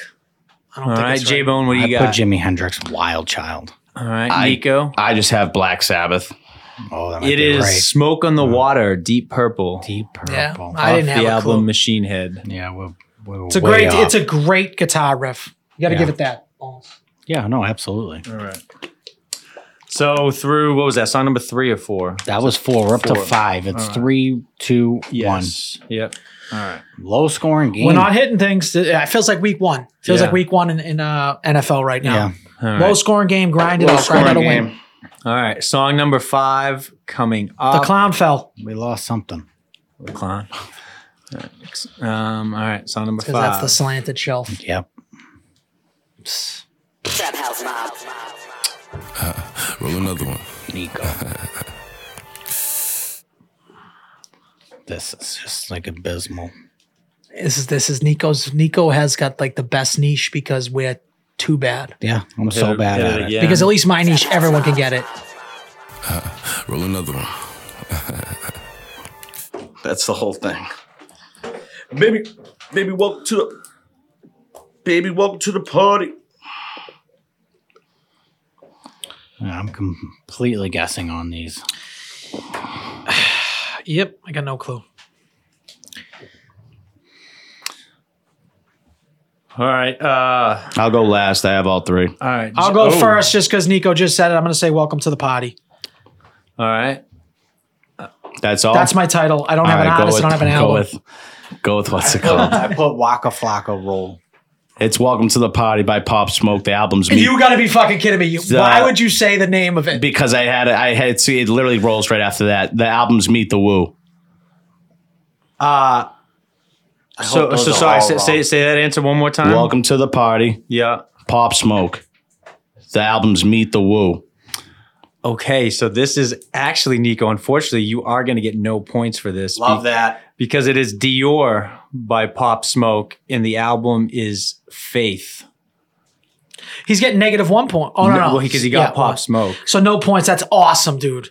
S2: I don't
S3: all
S2: think
S3: right,
S2: it's
S3: J Bone, what do
S1: I
S3: you
S1: put
S3: got?
S1: Jimi Hendrix, Wild Child.
S3: all right,
S4: I-
S3: Nico.
S4: I just have Black Sabbath.
S1: Oh, that might
S3: It
S1: be
S3: is
S1: right.
S3: "Smoke on the Water," Deep Purple.
S1: Deep
S2: Yeah,
S1: Purple.
S2: I didn't
S3: off
S2: have
S3: the
S2: a
S3: album
S2: clue.
S3: Machine Head.
S1: yeah, we're, we're
S2: It's a
S1: way
S2: great.
S1: off.
S2: It's a great guitar riff. You got to
S1: Yeah.
S2: give it that.
S1: yeah, no, absolutely.
S3: All right. So through what was that song number three or four?
S1: That was four. We're up to
S3: Four.
S1: five. It's
S3: All right.
S1: three, two, one.
S3: Yep. All right.
S1: Low scoring game.
S2: We're not hitting things. It feels like week one. Feels
S3: Yeah.
S2: like week one in, in uh, NFL right now.
S1: Yeah.
S3: All right.
S2: Low scoring game. Grind it out. Grind out a win.
S3: All right. Song number five coming up.
S2: The clown fell
S1: We lost something.
S3: The
S2: *laughs*
S3: clown. Um, all right, song number
S2: because that's
S3: five.
S2: the slanted shelf.
S1: Yep.
S6: Roll another one.
S1: *laughs* Nico. this is just like abysmal.
S2: This is this is Nico's. Nico has got like the best niche because we're too bad.
S1: Yeah, I'm so bad
S3: Hit
S1: at it.
S3: again.
S2: Because at least my niche, everyone can get it.
S6: Roll another one.
S4: That's the whole thing. Baby, baby, welcome to the baby, welcome to the party.
S1: Yeah, I'm completely guessing on these.
S2: Yep, I got no clue.
S3: all right, uh,
S4: I'll go last. I have all three.
S3: all right.
S2: I'll go
S3: Oh,
S2: first just because Nico just said it. I'm going to say welcome to the party.
S3: All right.
S4: That's all.
S2: That's my title. I don't have an
S4: All right,
S2: artist. I don't have an album.
S4: Go with, go with what's it
S2: *laughs*
S4: called?
S1: I put Waka Flocka roll.
S4: it's "Welcome to the Party" by Pop Smoke. The album's me
S2: you got to be fucking kidding me. You-
S4: The-
S2: Why would you say the name of it?
S4: because I had I had see it literally rolls right after that. The album's "Meet the Woo."
S3: Uh, so, so sorry. Say, say say that answer one more time.
S4: Welcome to the party,
S3: Yeah.
S4: Pop Smoke. The album's "Meet the Woo."
S3: Okay, so this is actually Nico. Unfortunately, you are going to get no points for this. be-
S4: that.
S3: because it is Dior by Pop Smoke, and the album is Faith.
S2: He's getting negative one point. Oh, no, no.
S3: because he
S2: Yeah,
S3: got Pop
S2: one.
S3: Smoke.
S2: So no points. That's awesome, dude.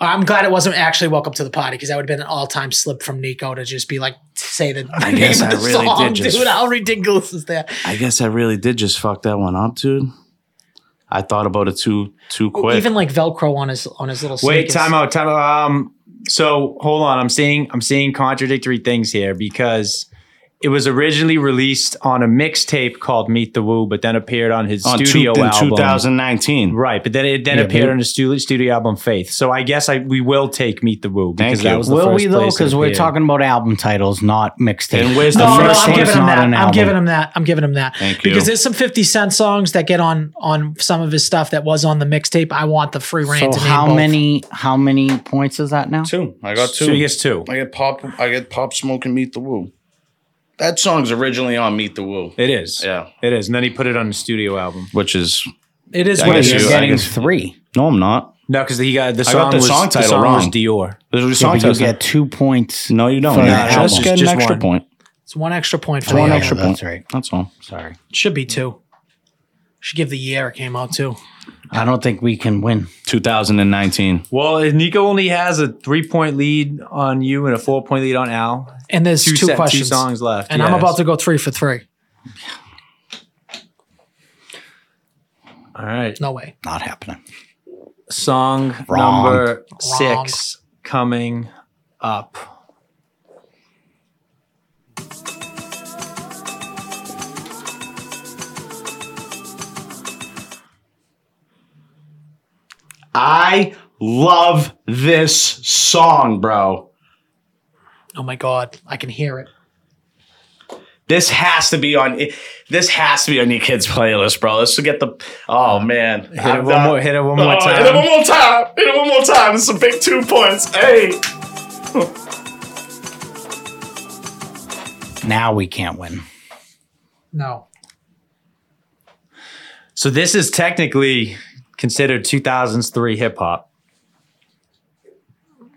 S2: I'm glad it wasn't actually welcome to the party because that would have been an all time slip from Nico to just be like, say the I name
S4: guess
S2: of
S4: I
S2: the
S4: really
S2: song,
S4: did just-
S2: dude. How ridiculous is that?
S4: I guess I really did just fuck that one up, dude. I thought about it too too quick.
S2: Even like Velcro on his on his little
S3: Wait,
S2: sneakers.
S3: time out, time out. Um, so hold on. I'm seeing I'm seeing contradictory things here because It was originally released on a mixtape called Meet the Woo, but then appeared on his
S4: on
S3: studio
S4: two, in
S3: album.
S4: 2019.
S3: Right, but then it then appeared on his stu- studio album Faith. So I guess I we will take Meet the Woo because
S4: Thank
S3: that
S4: you.
S3: was the
S1: Will
S3: first
S1: we though?
S3: place it
S1: Because we're
S3: appeared.
S1: talking about album titles, not mixtape.
S4: And where's the
S2: No, no,
S4: first
S2: I'm
S4: one?
S2: giving
S1: It's
S2: him
S1: not
S2: that.
S1: an
S2: I'm
S1: album.
S2: giving him that. I'm giving him that.
S4: Thank you.
S2: Because there's some 50 Cent songs that get on on some of his stuff that was on the mixtape. I want the free reign.
S1: So
S2: to name
S1: how
S2: both.
S1: many how many points is that now?
S4: Two. I got two.
S3: So he gets two.
S4: I get pop. I get pop smoke and meet the woo. That song's originally on Meet the Woo.
S3: It is.
S4: Yeah.
S3: It is. And then he put it on the studio album.
S4: Which is
S2: It is
S4: I
S2: what it
S4: guess
S1: You're
S4: you-
S2: is.
S4: I
S1: getting
S4: guess-
S1: three.
S4: no, I'm not.
S3: No, because he got the
S4: I
S3: song,
S4: got the
S3: was,
S4: song title
S3: the song was
S4: wrong.
S3: Dior.
S4: There's a
S1: Yeah,
S4: song
S1: but you
S4: title.
S1: get two points.
S4: no, you don't.
S1: for
S4: You
S1: that
S4: just
S1: album.
S4: get an
S3: Just
S4: extra
S3: one.
S4: point.
S2: It's one extra point for
S1: One
S2: the year.
S1: extra
S4: that's
S1: point. right.
S4: That's all.
S1: Sorry,
S2: Should be two. Should give the year it came out too.
S1: I don't think we can win.
S4: 2019.
S3: Well, Nico only has a three point lead on you and a four point lead on Al.
S2: And there's two,
S3: set-
S2: questions.
S3: songs left.
S2: and I'm
S3: yes.
S2: about to go three for three.
S3: All right.
S2: No way.
S1: Not happening.
S3: Song
S1: Wrong.
S3: number six coming up.
S4: I love this song, bro.
S2: Oh my god, I can hear it.
S4: This has to be on. This has to be on your kids' playlist, bro. Let's get the. Oh man, Oh,
S3: Hit it one more. Hit it one more time.
S4: Hit it one more time. Hit it one more time. It's a big two points. Hey,
S1: Now we can't win.
S2: No.
S3: So this is technically considered 2003 hip hop.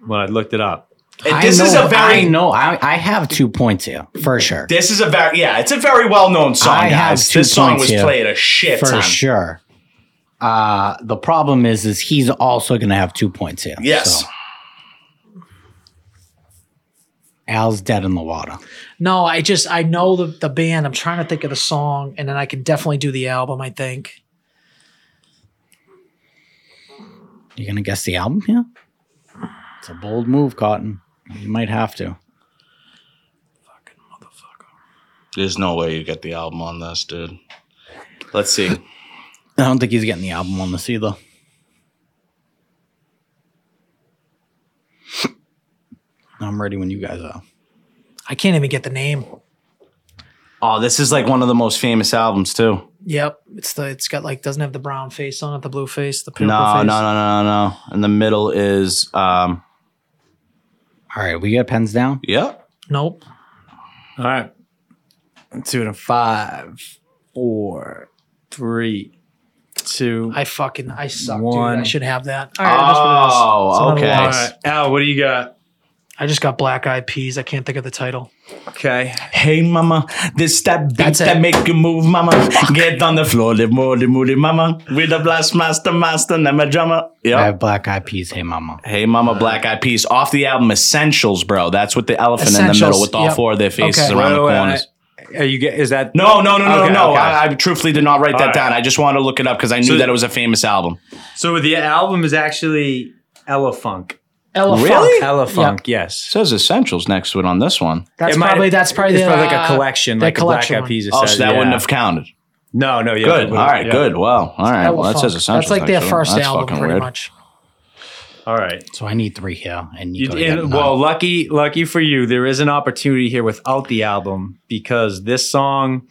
S3: When I looked it up,
S4: And this
S1: I know,
S4: is a
S1: I
S4: very.
S1: know. I, I have two points here for sure.
S4: This is a very. Yeah, it's a very well-known song,
S1: I have
S4: guys.
S1: two
S4: This song
S1: points
S4: was
S1: here.
S4: played a shit
S1: for
S4: ton.
S1: sure. Uh, the problem is, is he's also going to have two points here.
S4: Yes.
S1: So, Al's dead in the water.
S2: No, I just I know the the band. I'm trying to think of the song, and then I can definitely do the album, I think.
S1: You going to guess the album here? It's a bold move, Cotton. You might have to.
S4: There's no way you get the album on this, dude. Let's see.
S1: I don't think he's getting the album on this either. I'm ready when you guys are.
S2: I can't even get the name.
S4: Oh, this is like one of the most famous albums too.
S2: Yep. It's the it's got like doesn't have the brown face on it, the blue face, the
S4: No,
S2: purple
S4: no,
S2: face.
S4: no, no, no, no. In the middle is um.
S1: All right, we got pens down.
S4: Yeah.
S2: Nope.
S3: all right, two and a five, four, three, two.
S2: I fucking I suck, dude. I
S3: One.
S2: should have that. All right, that's what it is.
S4: Oh,
S2: It's another
S4: okay.
S3: all right, Al, what do you got?
S2: I just got black eyed peas. I can't think of the title.
S3: Okay,
S4: Hey mama, this that beat
S2: That's it.
S4: that make you move, mama. Get on the floor, live more, live more, mama. We the blast master, master, never drummer.
S1: I
S4: Yeah.
S1: have black eyed peas. Hey, mama.
S4: Hey mama, Black Eyed Peas off the album Essentials, bro. That's with the elephant in the middle
S2: Essentials,
S4: with all
S2: yep.
S4: four of their faces
S2: Okay.
S4: around
S3: Wait,
S4: the
S3: wait,
S4: corners.
S3: wait. Are you get? Is that
S4: No, no, no, no,
S3: Okay,
S4: no.
S3: okay.
S4: I, I truthfully did not write that
S7: right.
S4: down. I just wanted to look it up because I knew
S3: So-
S4: that it was a famous album.
S3: So the album is actually Ella Funk.
S2: Elephant.
S4: Really?
S3: Ella Funk, yes.
S4: It says Essentials next to it on this one.
S2: That's
S3: It might-
S2: probably that's probably
S3: it's
S2: the,
S3: probably like a
S2: uh,
S3: collection,
S2: that
S3: like
S2: collection
S3: a
S2: one.
S3: Black Eyed Peas. it
S4: Oh,
S3: says,
S4: so that
S3: yeah.
S4: wouldn't have counted.
S3: No, no, yeah, it
S4: Good.
S3: wouldn't,
S4: All right.
S3: yeah.
S4: Good. Wow. All right. Well, that
S2: Elephant.
S4: says Essentials.
S2: That's like their
S4: actually.
S2: first
S4: That's
S2: album,
S4: fucking
S2: pretty
S4: weird.
S2: much.
S3: All right.
S1: So I need three here, and you.
S3: You,
S1: gotta get
S3: and,
S1: none.
S3: well, lucky, lucky for you, there is an opportunity here without the album because this song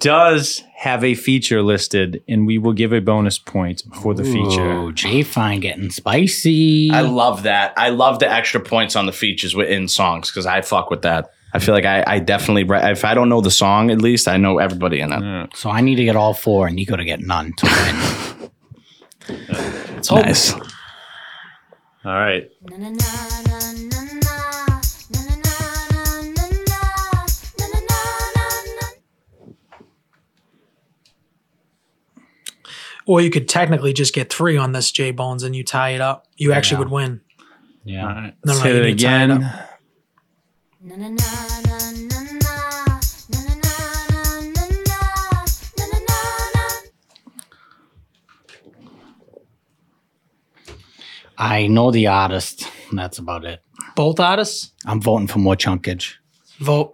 S3: does have a feature listed, and we will give a bonus point for the feature.
S1: Ooh, Jay Fine getting spicy.
S4: I love that. I love the extra points on the features within songs because I fuck with that. I feel like I, I definitely re- if I don't know the song at least I know everybody in it.
S1: so I need to get all four, and you got to get none to win.
S7: Oh.
S2: It's hope-
S3: All right.
S2: Or Oh, you could technically just get three on this J Bones and you tie it up. You actually would win.
S3: All
S1: *laughs* yeah.
S3: right.
S2: No,
S3: Let's
S2: no,
S3: hit
S2: you
S3: it
S2: need to tie it
S3: again. *laughs*
S1: I know the artist. and That's about it.
S2: Both artists
S1: I'm voting for more chunkage.
S2: vote.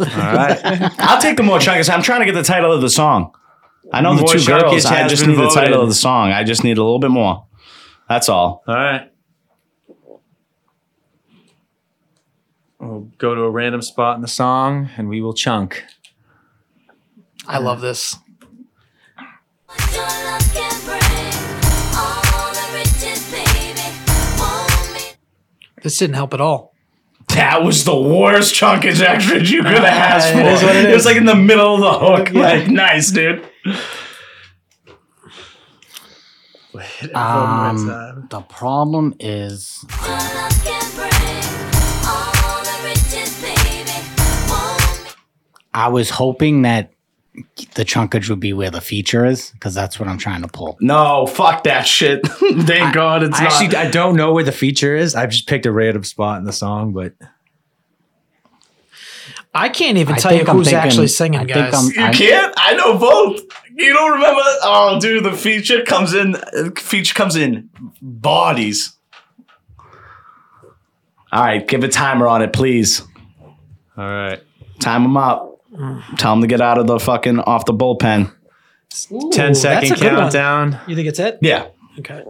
S4: All right. I'll take the more chungus. I'm trying to get the title of the song. I know the
S3: More
S4: two
S3: Chungus
S4: girls. I
S3: has
S4: just
S3: been
S4: need the title
S3: voted.
S4: of the song. I just need a little bit more. That's all.
S3: All right. We'll go to a random spot in the song and we will chunk.
S2: I love this.
S8: Your love can bring all the riches, baby. Want me
S2: This didn't help at all.
S7: That was the worst *laughs* chunkish action you
S4: *laughs*
S7: could have asked for.
S2: it is what it
S7: it was
S2: is.
S7: like in the middle of the hook. Like, nice, dude.
S1: Um, the problem is
S8: Your love can bring all the riches, baby. Want me
S1: I was hoping that the chunkage would be where the feature is because that's what I'm trying to pull.
S7: No, fuck that shit. *laughs* Thank God it's
S3: I
S7: not.
S3: actually I don't know where the feature is. I've just picked a random spot in the song, but
S2: I can't even
S1: I
S2: tell you
S1: think I'm
S2: who's
S1: thinking-
S2: actually singing,
S1: I think
S2: guys.
S1: I'm-
S7: you can't? I know both. You don't remember? Oh, dude, the feature comes in. uh, Feature comes in bodies.
S4: All right, give a timer on it, please.
S3: all right.
S4: Time them up. Tell them to get out of the fucking off the bullpen.
S2: Ooh,
S3: Ten
S2: that's
S3: second
S2: a good one.
S3: countdown.
S2: You think it's it?
S4: Yeah.
S2: Okay.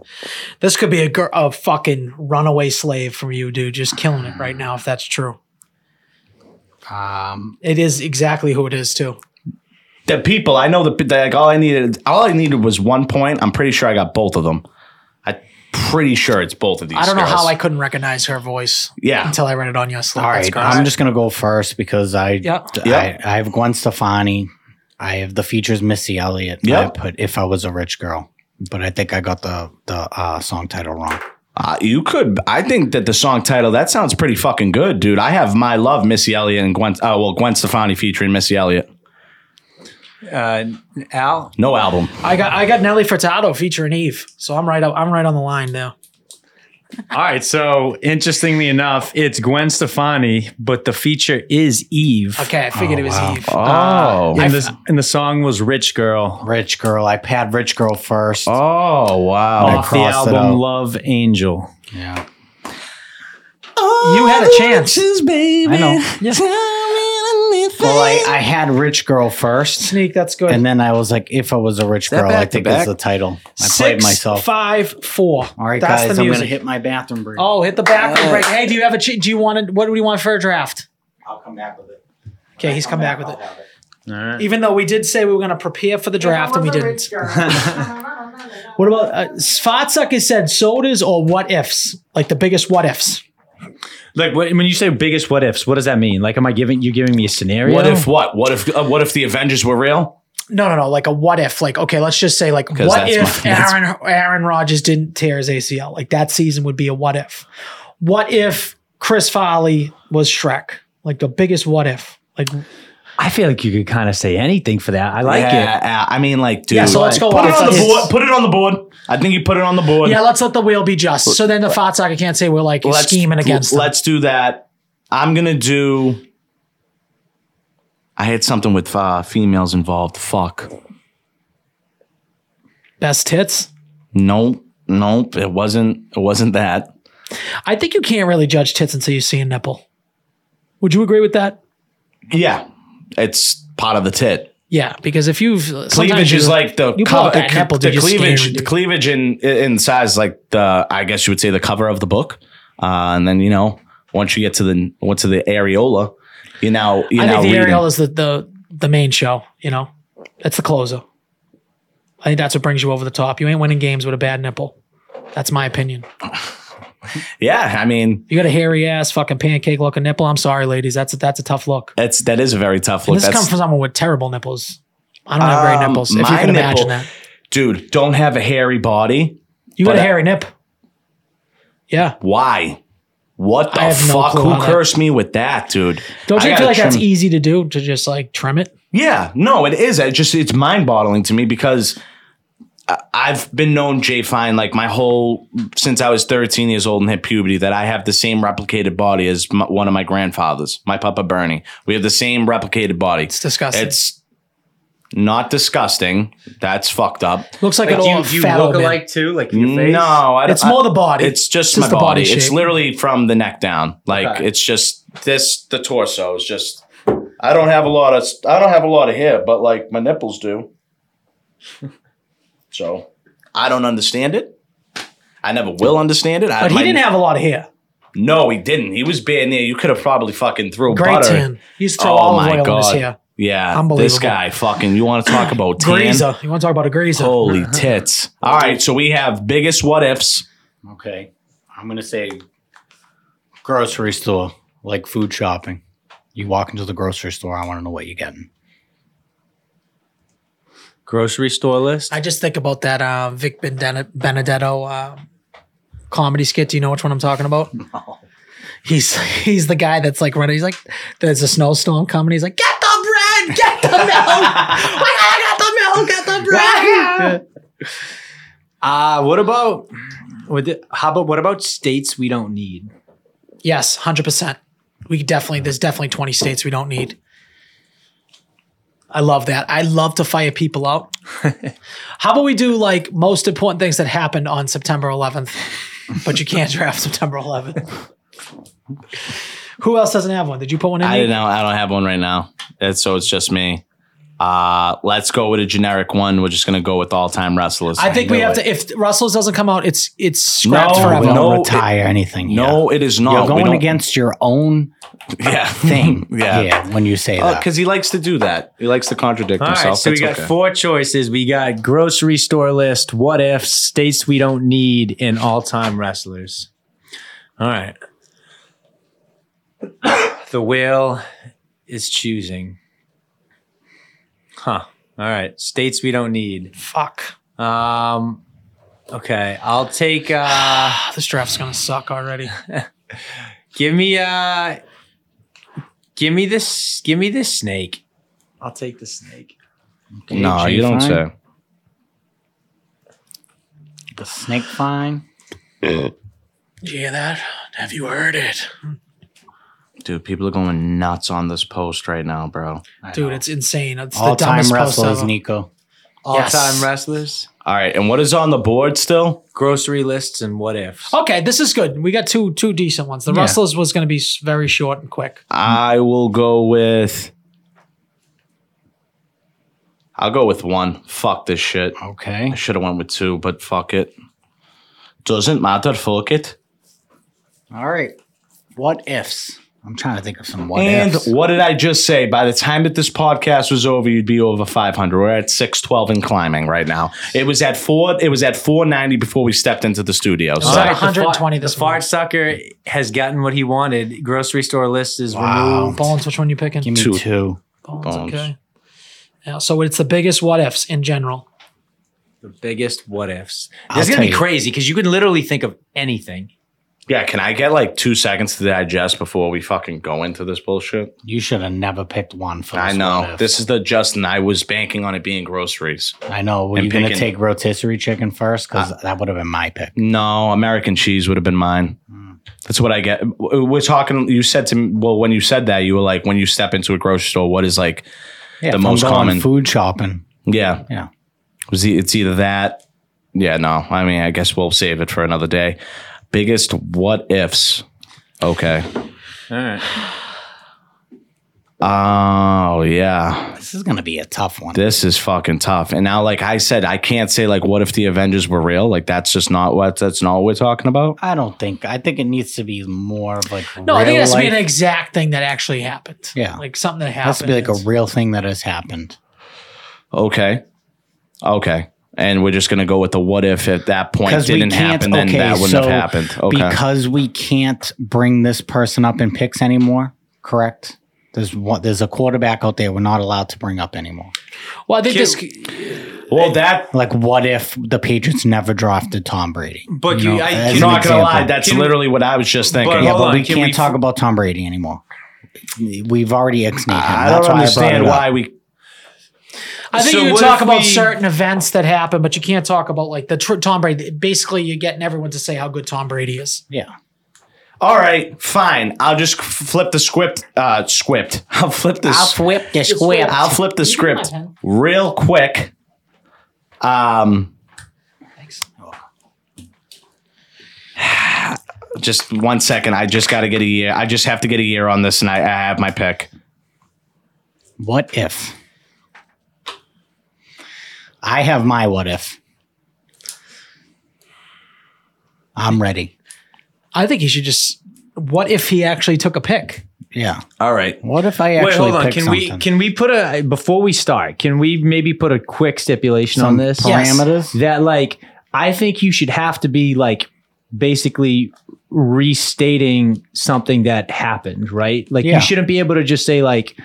S2: This could be a, gir- a fucking runaway slave from you, dude. Just killing it right now, if that's true.
S1: Um,
S2: It is exactly who it is, too.
S4: The people, I know the like all I needed all I needed was one point. I'm pretty sure I got both of them. I pretty sure it's both of these.
S2: I don't know
S4: girls.
S2: how I couldn't recognize her voice
S4: Yeah.
S2: until I read it on your slip.
S1: all
S2: That's
S1: right,
S2: crazy.
S1: I'm just gonna go first because I,
S2: Yeah.
S4: Yeah.
S1: I, I have Gwen Stefani, I have the features Missy Elliott.
S4: Yeah.
S1: I put if I was a rich girl, but I think I got the the uh, song title wrong.
S4: Uh, you could. I think that the song title that sounds pretty fucking good, dude. I have my love, Missy Elliott and Gwen. Oh well, Gwen Stefani featuring Missy Elliott.
S3: Uh, Al,
S4: No album.
S2: I got I got Nelly Furtado featuring Eve, so I'm right up. I'm right on the line now.
S3: All right, so interestingly enough, it's Gwen Stefani, but the feature is Eve.
S2: Okay, I figured it was
S1: Oh,
S2: Eve.
S3: Uh,
S4: Oh.
S3: and, the, and the song was Rich Girl
S1: Rich girl, I had rich girl first.
S4: oh wow.
S3: off the
S1: crossed it
S3: album
S1: out.
S3: Love Angel.
S1: Yeah,
S2: You had
S1: Oh,
S2: a chance.
S1: I know. *laughs* Well, I, I had rich girl first,
S2: Sneak, that's good.
S1: and then I was like, if I was a rich
S4: that
S1: girl, I
S4: back to
S1: think is
S4: back?
S1: the title. I played
S2: Six,
S1: myself.
S2: five, four.
S1: All right,
S2: that's
S1: guys,
S2: the
S1: I'm
S2: music.
S1: gonna hit my bathroom break.
S2: Oh, hit the bathroom break. Hey, do you have a? ch- Do you want to? What do you want for a draft?
S1: I'll come back with it.
S2: Okay, he's come back with it.
S3: All right.
S2: Even though we did say we were going to prepare for the draft, and we didn't. *laughs* what about uh, Svartsucker said sodas or what ifs? Like the biggest what ifs.
S3: Like what, when you say biggest what ifs, what does that mean? Like, am I giving you giving me a scenario?
S4: What if what? What if uh, what if the Avengers were real?
S2: No, no, no. Like a what if? Like okay, let's just say like
S4: 'Cause
S2: what
S4: that's
S2: if
S4: my- that's-
S2: Aaron Aaron Rodgers didn't tear his ACL? Like that season would be a what if. What if Chris Foley was Shrek? Like the biggest what if. Like
S3: I feel like you could kind of say anything for that. I like
S4: yeah,
S3: it.
S4: uh, I mean, like, dude.
S2: yeah. So let's go.
S4: Put
S2: what
S4: it
S2: if.
S4: on the
S2: Let's-
S4: board. Put it on the board. I think you put it on the board.
S2: Yeah, let's let the wheel be just. So then the Fatsaka can't say we're like scheming against them.
S4: Let's do that. I'm gonna do. I had something with uh, females involved. Fuck.
S2: best hits.
S4: Nope. Nope. It wasn't. It wasn't that.
S2: I think you can't really judge tits until you see a nipple. Would you agree with that?
S4: Yeah, it's part of the tit.
S2: Yeah, because if you've sometimes
S4: Cleavage
S2: you-
S4: is like the
S2: you pull
S4: cover.
S2: out that
S4: the
S2: nipple,
S4: the
S2: dude, you're
S4: cleavage,
S2: scared,
S4: the
S2: dude.
S4: cleavage in in size, like the I guess you would say the cover of the book. Uh, and then you know once you get to the once to the areola, you now you
S2: I
S4: now
S2: think the
S4: reading.
S2: aerial is the, the the main show. You know, that's the closer. I think that's what brings you over the top. You ain't winning games with a bad nipple. That's my opinion.
S4: yeah, I mean
S2: You got a hairy ass, fucking pancake looking nipple. I'm sorry, ladies. That's a, that's a tough look.
S4: that's that is a very tough
S2: And
S4: look.
S2: this
S4: That's,
S2: comes from someone with terrible nipples. I don't have great
S4: Um,
S2: nipples. If you
S4: my
S2: can imagine
S4: nipple-
S2: that,
S4: dude, don't have a hairy body.
S2: you got
S4: but
S2: a
S4: I-
S2: hairy nip. Yeah.
S4: Why? What the
S2: I have no
S4: fuck?
S2: clue how
S4: Who
S2: that-
S4: cursed me with that, dude?
S2: Don't
S4: I
S2: you
S4: gotta
S2: feel like that's
S4: trim-
S2: easy to do to just like trim it?
S4: Yeah, no, it is. It just it's mind boggling to me because I- I've been known Jay Fine like my whole since I was 13 years old and hit puberty that I have the same replicated body as m one of my grandfathers, my Papa Bernie. We have the same replicated body.
S2: It's disgusting.
S4: It's not disgusting. That's fucked up.
S2: Looks like, an old fat old man.
S3: too? Like
S4: No, I don't,
S2: It's more the body.
S4: It's just,
S2: Just
S4: my
S2: the
S4: body.
S2: body
S4: It's
S2: shape.
S4: literally from the neck down. Like
S3: Okay.
S4: it's just this. The torso is just I don't have a lot of I don't have a lot of hair, but like my
S2: *laughs*
S4: nipples do. So I don't understand it. I never will understand it. I,
S2: But he
S4: my-
S2: didn't have a lot of hair.
S4: No, he didn't. He was bare near. You could have probably fucking threw
S2: Great
S4: butter.
S2: tan. He used to throw
S4: Oh
S2: olive
S4: my
S2: oil in his
S4: God.
S2: hair.
S4: Yeah, this
S2: Unbelievable.
S4: guy fucking. You want to talk about tan?
S2: Greaser. You want to talk about a greaser?
S3: Oh.
S4: Holy tits! All right, so we have biggest what ifs.
S1: Okay. I'm going to say grocery store, like food shopping. You walk into the grocery store, I want to know what you're getting.
S3: Grocery store list.
S2: I just think about that uh, Vic Benden- Benedetto uh, comedy skit. Do you know which one I'm talking about? No. He's he's the guy that's like running. He's like, there's a snowstorm coming. He's like, get the bread, get the milk. I gotta get the milk, get the bread.
S3: Uh what about what the, how about what about states we don't need?
S2: yes, hundred percent. We definitely there's definitely 20 states we don't need. I love that. I love to fire people out. How about we do like most important things that happened on September 11th, but you can't draft September 11th. Who else doesn't have one? Did you put one in?
S4: I
S2: there?
S4: don't know. I don't have one right now. That's, so it's just me. Uh, let's go with a generic one. We're just gonna go with all time wrestlers.
S2: I think we
S4: knew
S2: have
S4: it.
S2: to. If Russell's doesn't come out, it's it's scrapped
S4: No,
S2: forever.
S1: Don't
S4: no,
S1: retire anything. here.
S4: No, it is not.
S1: You're
S4: We
S1: going
S4: don't-
S1: against your own
S4: *laughs* yeah *laughs*
S1: thing
S4: yeah.
S1: here when you say that.
S4: because he likes to do that. He likes to contradict
S3: All right,
S4: himself.
S3: so we
S4: It's
S3: got
S4: okay.
S3: four choices. We got grocery store list, what if, states we don't need, and all time wrestlers. All right. *coughs* the whale is choosing. Huh. All right. States we don't need.
S2: Fuck.
S3: Um okay. I'll take uh
S2: Ah, this draft's gonna suck
S4: *laughs*
S2: already.
S3: give me uh give me this give me this snake. I'll take the snake.
S4: No,
S1: AJ
S4: you don't
S1: E fine.
S4: say.
S1: The snake fine.
S2: Did you hear that? Have you heard it,
S4: Dude, people are going nuts on this post right now, bro.
S2: dude? It's insane. It's
S1: All
S2: the
S1: time
S2: dumbest
S1: wrestlers,
S2: post ever.
S1: Nico.
S3: All
S2: Yes.
S3: time wrestlers.
S4: All right, and what is on the board still?
S3: grocery lists and what ifs.
S2: Okay, this is good. We got two two decent ones. The
S1: Yeah.
S2: Rustlers was gonna be s- very short and quick.
S4: I will go with. I'll go with one. Fuck this shit.
S1: Okay.
S4: I should have went with two, but fuck it. Doesn't matter. Fuck it.
S1: All right. What ifs? I'm trying to think of some what
S4: And
S1: ifs.
S4: what did I just say? By the time that this podcast was over, you'd be over 500. We're at 612 and climbing right now. It was at four. It was at 490 before we stepped into the studio.
S2: was
S4: So
S2: at 120
S3: the
S2: this
S3: fart
S2: month.
S3: sucker has gotten what he wanted. Grocery store list is
S1: Wow.
S3: removed.
S2: Bones, which one you picking?
S1: Give me
S4: Two.
S1: two.
S2: Bones,
S4: Bones.
S2: Okay. Yeah, so it's the biggest what ifs in general.
S3: The biggest what ifs.
S1: I'll
S3: This is
S1: tell
S3: gonna be
S1: you.
S3: crazy because you can literally think of anything.
S4: yeah, can I get like two seconds to digest before we fucking go into this bullshit?
S1: You should have never picked one for this.
S4: I
S1: what
S4: know
S1: if.
S4: this is the Justin. I was banking on it being groceries.
S1: I know. Were
S4: and
S1: you going to
S4: picking- Uh,
S1: take rotisserie chicken first? Because that would have been my pick.
S4: No, American cheese would have been mine. That's what I get. We're talking. You said to me, well, when you said that, you were like, when you step into a grocery store, what is like,
S1: Yeah, if
S4: The
S1: I'm
S4: most
S1: going
S4: common.
S1: food shopping.
S4: yeah,
S1: Yeah.
S4: It was e- It's either that. Yeah, no. I mean, I guess we'll save it for another day. Biggest what ifs. Okay.
S3: All right.
S4: Oh, yeah.
S1: This is going to be a tough one.
S4: This is fucking tough. And now, like I said, I can't say, like, what if the Avengers were real? Like, that's just not what, that's not what we're talking about.
S1: I don't think. I think it needs to be more of like.
S2: No, I think it
S1: real
S2: has to be
S1: life-
S2: an exact thing that actually happened.
S1: Yeah.
S2: Like something that
S1: It
S2: happened.
S1: has to be like a
S2: It's-
S1: real thing that has happened.
S4: Okay. Okay. And we're just going to go with the what if at that point
S1: we
S4: didn't
S1: can't-
S4: happen, then
S1: okay,
S4: that wouldn't
S1: so
S4: have happened. Okay.
S1: Because we can't bring this person up in picks anymore, correct? There's one, there's a quarterback out there we're not allowed to bring up anymore.
S2: Well, I think this
S4: well, that,
S1: Like, what if the Patriots never drafted Tom Brady?
S3: But
S1: No,
S3: you, I,
S1: that's
S3: can-
S1: an
S4: not going to lie,
S1: example.
S4: that's
S3: Can-
S4: literally what I was just thinking.
S3: But
S1: Yeah,
S3: hold
S1: but
S3: on,
S1: we
S3: can
S1: can't
S3: we-
S1: talk about Tom Brady anymore. We've already ex him.
S4: I
S1: That's
S4: don't
S1: why
S4: understand
S1: I brought it
S4: why
S1: up.
S4: we
S2: I think
S3: So
S2: you can
S3: what
S2: talk
S3: if
S2: about
S3: we-
S2: certain events that happen, but you can't talk about like the tr- Tom Brady. Basically, you're getting everyone to say how good Tom Brady is.
S1: Yeah.
S4: All right, fine. I'll just flip the script. Uh, script. I'll flip this. I'll,
S1: flip this
S2: squib.
S4: flip the script
S2: Come on,
S4: real quick. Um, *sighs* just one second. I just got to get a year. I just have to get a year on this, and I, I have my pick.
S1: What if? I have my what if. I'm ready.
S2: I think he should just. What if he actually took a pick?
S1: Yeah.
S7: All right.
S1: What if I
S3: Wait,
S1: actually
S3: hold on.
S1: pick
S3: Can
S1: something?
S3: we can we put a before we start? Can we maybe put a quick stipulation on
S1: Some
S3: this
S1: parameters?
S3: that like I think you should have to be like basically restating something that happened, right? Like
S1: Yeah.
S3: you shouldn't be able to just say like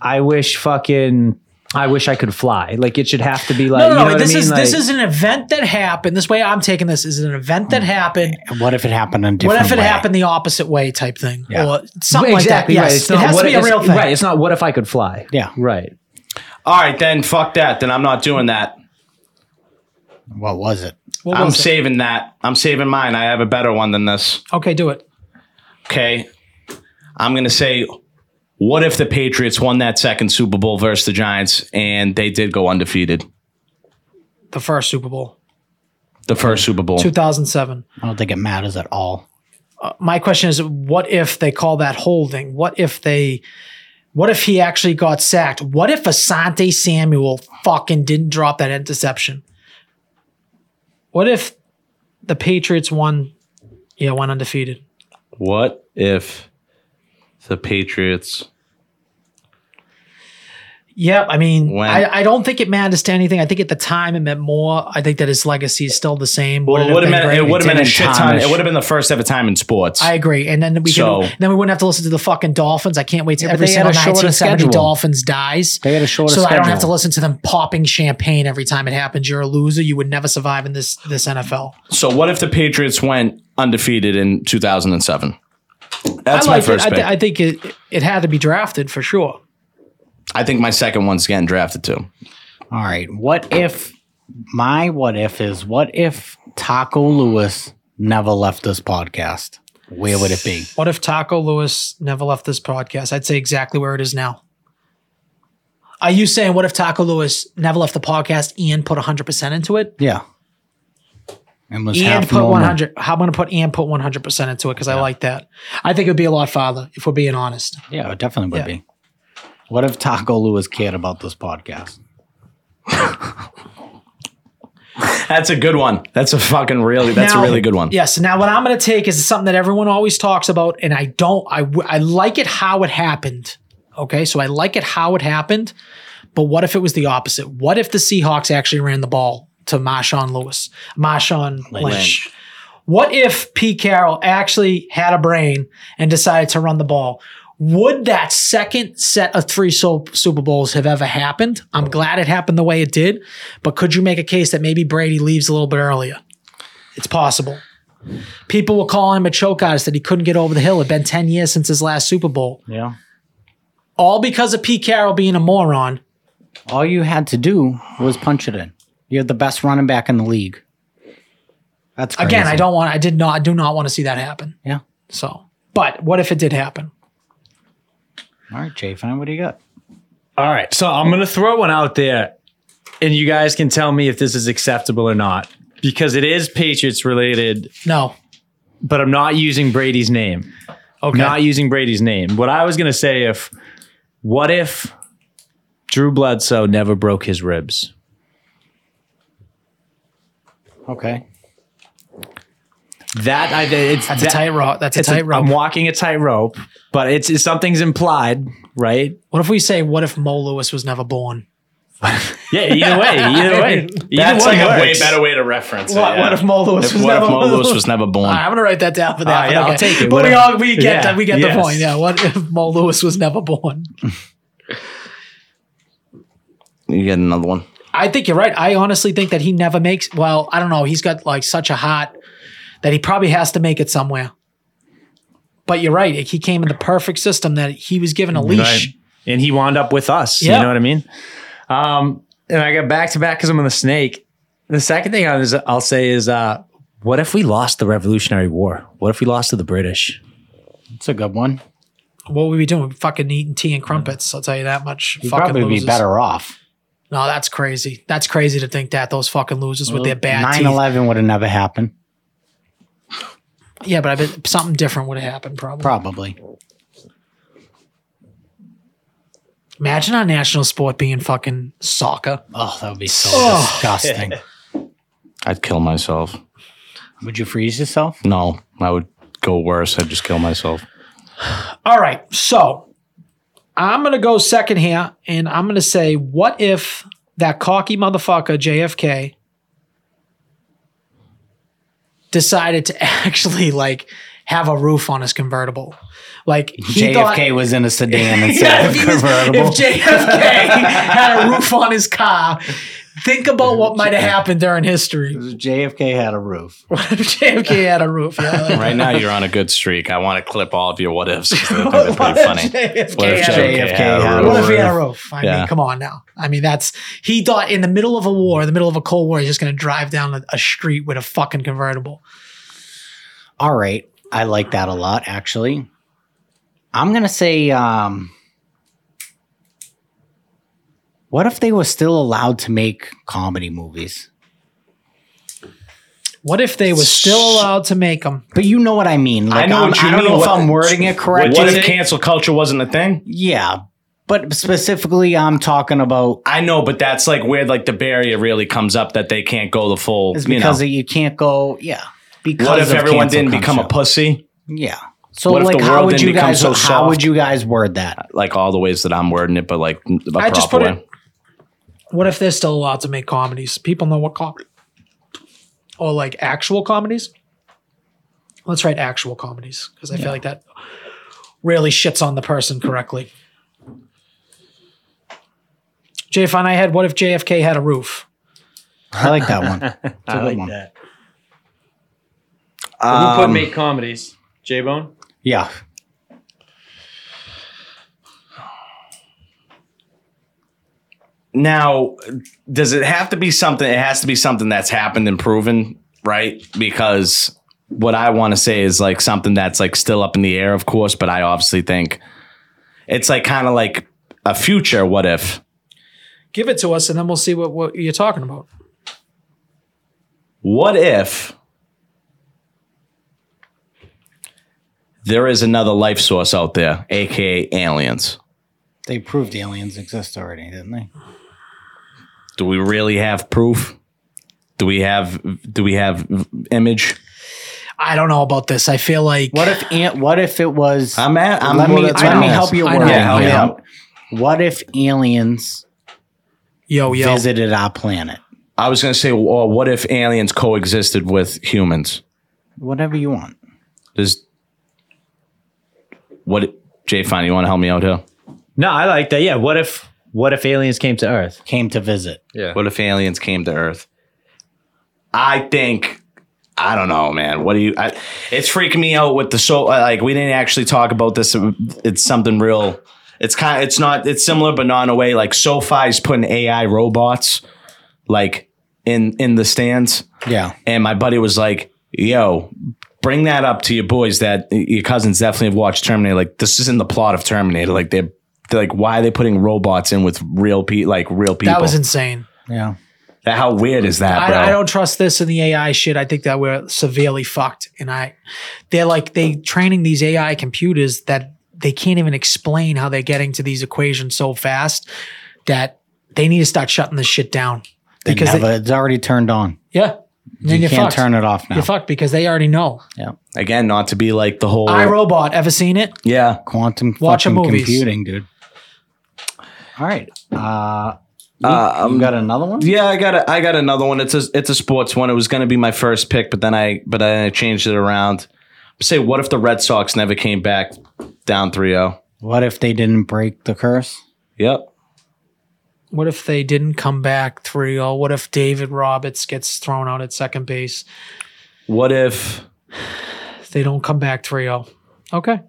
S3: I wish fucking I wish I could fly. Like it should have to be
S1: Uh,
S3: like
S2: No,
S3: you
S2: no,
S3: know
S2: no.
S3: what
S2: this
S3: I mean?
S2: is
S3: Like-
S2: this is an event that happened. This way I'm taking this is an event
S1: Hmm.
S2: that happened.
S1: What if it happened in a
S2: What
S1: different
S2: if it
S1: way?
S2: happened the opposite way type thing
S1: Yeah.
S2: or something
S3: exactly
S2: like that?
S3: right.
S2: Yes,
S3: not
S2: it has
S3: what
S2: to be a
S3: if-
S2: real
S3: it's-
S2: thing.
S3: Right. It's not what if I could fly.
S1: Yeah.
S3: Right.
S4: All right, then fuck that. Then I'm not doing that.
S1: What was it?
S2: What
S4: I'm
S2: was it?
S4: saving that. I'm saving mine. I have a better one than this.
S2: Okay, do it.
S4: Okay. I'm going to say, what if the Patriots won that second Super Bowl versus the Giants and they did go undefeated?
S2: The first Super Bowl,
S4: The first Super Bowl.
S2: 2007.
S1: I don't think it matters at all.
S2: My question is, what if they call that holding? What if they? What if he actually got sacked? What if Asante Samuel fucking didn't drop that interception? What if the Patriots won? Yeah, went undefeated.
S4: What if the Patriots.
S2: Yep. I mean,
S4: When-
S2: I, I don't think it matters to anything. I think at the time it meant more. I think that his legacy is still the same.
S4: Well, it would have
S2: been
S4: been,
S2: great.
S4: it would have been a
S1: Didn't
S4: shit time.
S1: tarnish.
S4: It would have been the first ever time in sports.
S2: I agree. And then we
S4: So-
S2: can, then we wouldn't have to listen to the fucking Dolphins. I can't wait till
S1: Yeah, but
S2: every
S1: they had
S2: single
S1: a shorter
S2: 1970
S1: schedule.
S2: Dolphins dies.
S1: They had a shorter
S2: so I don't have to
S1: schedule.
S2: listen to them popping champagne every time it happens. You're a loser. You would never survive in this this NFL.
S4: so, what if the Patriots went undefeated in 2007? That's
S2: I
S4: my
S2: liked it.
S4: first
S2: I,
S4: pick.
S2: th- I think it it had to be drafted for sure.
S4: I think my second one's getting drafted too.
S1: All right. What if my what if is what if Taco Lewis never left this podcast? Where would it be?
S2: What if Taco Lewis never left this podcast? I'd say exactly where it is now. Are you saying what if Taco Lewis never left the podcast and put 100% into it?
S1: Yeah. And was
S2: and
S1: half
S2: put
S1: normal.
S2: 100. I'm going to put and put 100% into it because I like that. I think it would be a lot farther if we're being honest.
S1: Yeah, it definitely would
S2: Yeah.
S1: be. What if Taco Lewis cared about this podcast?
S4: That's a good one. That's a fucking really. That's
S2: Now-
S4: a really good one.
S2: Yes. Now, what I'm going to take is something that everyone always talks about, and I don't. I w- I like it how it happened. Okay, so I like it how it happened, but what if it was the opposite? What if the Seahawks actually ran the ball to Marshawn Lewis, Marshawn Lynch? What if Pete Carroll actually had a brain and decided to run the ball? Would that second set of three so- Super Bowls have ever happened? I'm glad it happened the way it did, but could you make a case that maybe Brady leaves a little bit earlier? It's possible. People were calling him a choke artist that he couldn't get over the hill. It'd been 10 years since his last Super Bowl.
S1: Yeah.
S2: All because of Pete Carroll being a moron.
S1: All you had to do was punch it in. You're the best running back in the league. That's crazy.
S2: Again, I don't want I did not I do not want to see that happen.
S1: Yeah.
S2: So but what if it did happen?
S1: All right, Jay Fine, what do you got?
S3: All right. So I'm going to throw one out there and you guys can tell me if this is acceptable or not because it is Patriots related,
S2: No.
S3: but I'm not using Brady's name.
S2: Okay.
S3: Not using Brady's name. What I was going to say if what if Drew Bledsoe never broke his ribs?
S1: Okay.
S3: That I it's
S2: that's
S3: that,
S2: a tight rope. That's a
S3: it's a-
S2: tight rope.
S3: I'm walking a tightrope, but it's, it's something's implied, right?
S2: what if we say what if Mo Lewis was never born?
S3: Yeah, either way, either *laughs* way. Either
S4: That's
S3: one
S4: like a way
S3: works.
S4: better way to reference it.
S2: What,
S4: yeah.
S2: what if Mo Lewis
S4: If
S2: was
S4: what
S2: never
S4: if Mo
S2: born?
S4: Lewis was never
S2: *laughs*
S4: born?
S2: All right, I'm gonna write that down for
S3: Ah,
S2: that.
S3: yeah,
S2: one,
S3: I'll
S2: okay.
S3: take it.
S2: But
S3: What
S2: we
S3: if-
S2: all we get
S3: yeah,
S2: that. We get
S3: yes.
S2: the point. Yeah. What if Mo Lewis was never born?
S4: you get another one.
S2: I think you're right. I honestly think that he never makes. Well, I don't know. He's got like such a hot that he probably has to make it somewhere. But you're right. He came in the perfect system that he was given a leash.
S3: Right. And he wound up with us.
S2: Yeah.
S3: You know what I mean? Um, and I got back to back because I'm on the snake. The second thing I was, I'll say is, uh, what if we lost the Revolutionary War? What if we lost to the British?
S1: That's a good one.
S2: What would we be doing? Fucking eating tea and crumpets. I'll tell you that much.
S1: You'd
S2: fucking
S1: probably
S2: losers.
S1: be better off.
S2: No, that's crazy. That's crazy to think that those fucking losers with their bad
S1: 9
S2: teeth.
S1: 11 would have never happened.
S2: Yeah, but I bet something different would have happened probably.
S1: Probably.
S2: Imagine our national sport being fucking soccer.
S1: Oh, that would be so
S2: Oh.
S1: *laughs* disgusting.
S4: I'd kill myself.
S1: Would you freeze yourself?
S4: No, I would go worse. I'd just kill myself.
S2: All right. So I'm going to go second here and I'm going to say, what if that cocky motherfucker, JFK, decided to *laughs* actually like have a roof on his convertible? Like he
S1: JFK
S2: thought-
S1: was in a
S2: *laughs*
S1: sedan
S2: Yeah,
S1: instead
S2: if,
S1: of a
S2: he was-
S1: convertible.
S2: if JFK
S4: *laughs*
S2: had a roof on his car, think about what might have happened during history. *laughs*
S1: JFK had a roof.
S2: What if JFK had a roof? Yeah.
S4: Right now, you're on a good streak. I want to clip all of your what ifs. 'cause I think
S2: *laughs* What
S4: they're pretty
S2: if
S4: funny.
S2: JFK
S4: What if
S2: had a
S1: JFK
S4: JFK
S1: had
S4: had
S1: a
S2: What if he had a
S4: roof?
S2: roof? I
S4: Yeah.
S2: mean, come on now. I mean, that's he thought in the middle of a war, in the middle of a cold war, he's just going to drive down a, a street with a fucking convertible.
S1: All right. I like that a lot, actually. I'm going to say um, what if they were still allowed to make comedy movies?
S2: What if they were still allowed to make them?
S1: But you know what I mean. Like,
S4: I know
S1: I'm-
S4: what you
S1: I don't
S4: mean.
S1: know if
S4: What-
S1: I'm wording it correctly.
S4: What if cancel culture wasn't a thing?
S1: yeah. But specifically, I'm talking about
S4: I know, but that's like where like the barrier really comes up that they can't go the full.
S1: is
S4: you know.
S1: because you, you can't go. Yeah. Because
S4: what if
S1: of
S4: everyone
S1: cancel
S4: didn't become a
S1: culture.
S4: pussy?
S1: Yeah. So
S4: What if
S1: like,
S4: the
S1: how
S4: world
S1: would
S4: didn't
S1: you
S4: become
S1: guys?
S4: so
S1: how
S4: soft?
S1: would you guys word that?
S4: Like all the ways that I'm wording it, but like n- a
S2: I just
S4: proper
S2: put
S4: way.
S2: it. What if they're still allowed to make comedies? People know what com or like actual comedies. Let's write actual comedies because I feel like that really shits on the person correctly. JF and I had what if JFK had a roof?
S1: I like that one. It's a
S3: I
S1: good
S3: like
S1: one.
S3: that. Um,
S4: Um,
S3: Who
S1: um,
S3: put make comedies? J Bone.
S1: Yeah.
S4: Now, does it have to be something? It has to be something that's happened and proven, right? Because what I want to say is like something that's like still up in the air, of course, but I obviously think it's like kind of like a future what if.
S2: Give it to us, and then we'll see what, what you're talking about.
S4: What if there is another life source out there, aka aliens?
S1: They proved aliens exist already, didn't they?
S4: Do we really have proof? Do we have do we have image?
S2: I don't know about this. I feel like
S1: What if ant? What if it was?
S4: I'm at I'm
S1: let me
S4: well, that's
S1: let
S4: what
S1: me
S4: I'm
S1: help
S4: asking.
S1: you
S2: I know.
S1: word.
S4: Yeah,
S1: it
S4: help me
S1: out.
S4: out.
S1: What if aliens
S2: yo yo.
S1: visited our planet?
S4: I was going to say, well, what if aliens coexisted with humans?
S1: Whatever you want.
S4: Does what Jay Fine, you want to help me out here?
S3: No, I like that. Yeah. What if What if aliens came to Earth?
S1: Came to visit.
S4: What if aliens came to Earth? I think I don't know, man. What do you? I, it's freaking me out with the so like we didn't actually talk about this. It's something real. It's kind. It's not. It's similar, but not in a way. Like SoFi's putting AI robots like in in the stands.
S1: Yeah.
S4: And my buddy was like, yo, bring that up to your boys that your cousins definitely have watched Terminator. Like, this isn't the plot of Terminator. Like, they're, they're like, why are they putting robots in with real people? Like, real people.
S2: that was insane.
S1: Yeah.
S4: That- how weird is that, bro?
S2: I, I don't trust this and the AI shit. I think that we're severely fucked. And I, they're like they training these AI computers that they can't even explain how they're getting to these equations so fast that they need to start shutting this shit down.
S1: They
S2: Because
S1: never, it's already turned on.
S2: Yeah,
S1: You
S2: then you're
S1: can't
S2: fucked.
S1: turn it off now.
S2: You're fucked because they already know.
S4: Again, not to be like the whole.
S2: iRobot, ever seen it?
S4: yeah.
S1: Quantum
S2: Watch a
S1: fucking
S2: movies.
S1: computing, dude. All right. Uh, you,
S4: Uh,
S1: you got another one?
S4: Yeah, I got a, I got another one. It's a it's a sports one. It was going to be my first pick, but then I but then I changed it around. Say, what if the Red Sox never came back down 3-0?
S1: What if they didn't break the curse?
S4: Yep.
S2: What if they didn't come back 3 0? What if David Roberts gets thrown out at second base?
S4: What if
S2: If they don't come back 3 0. Okay.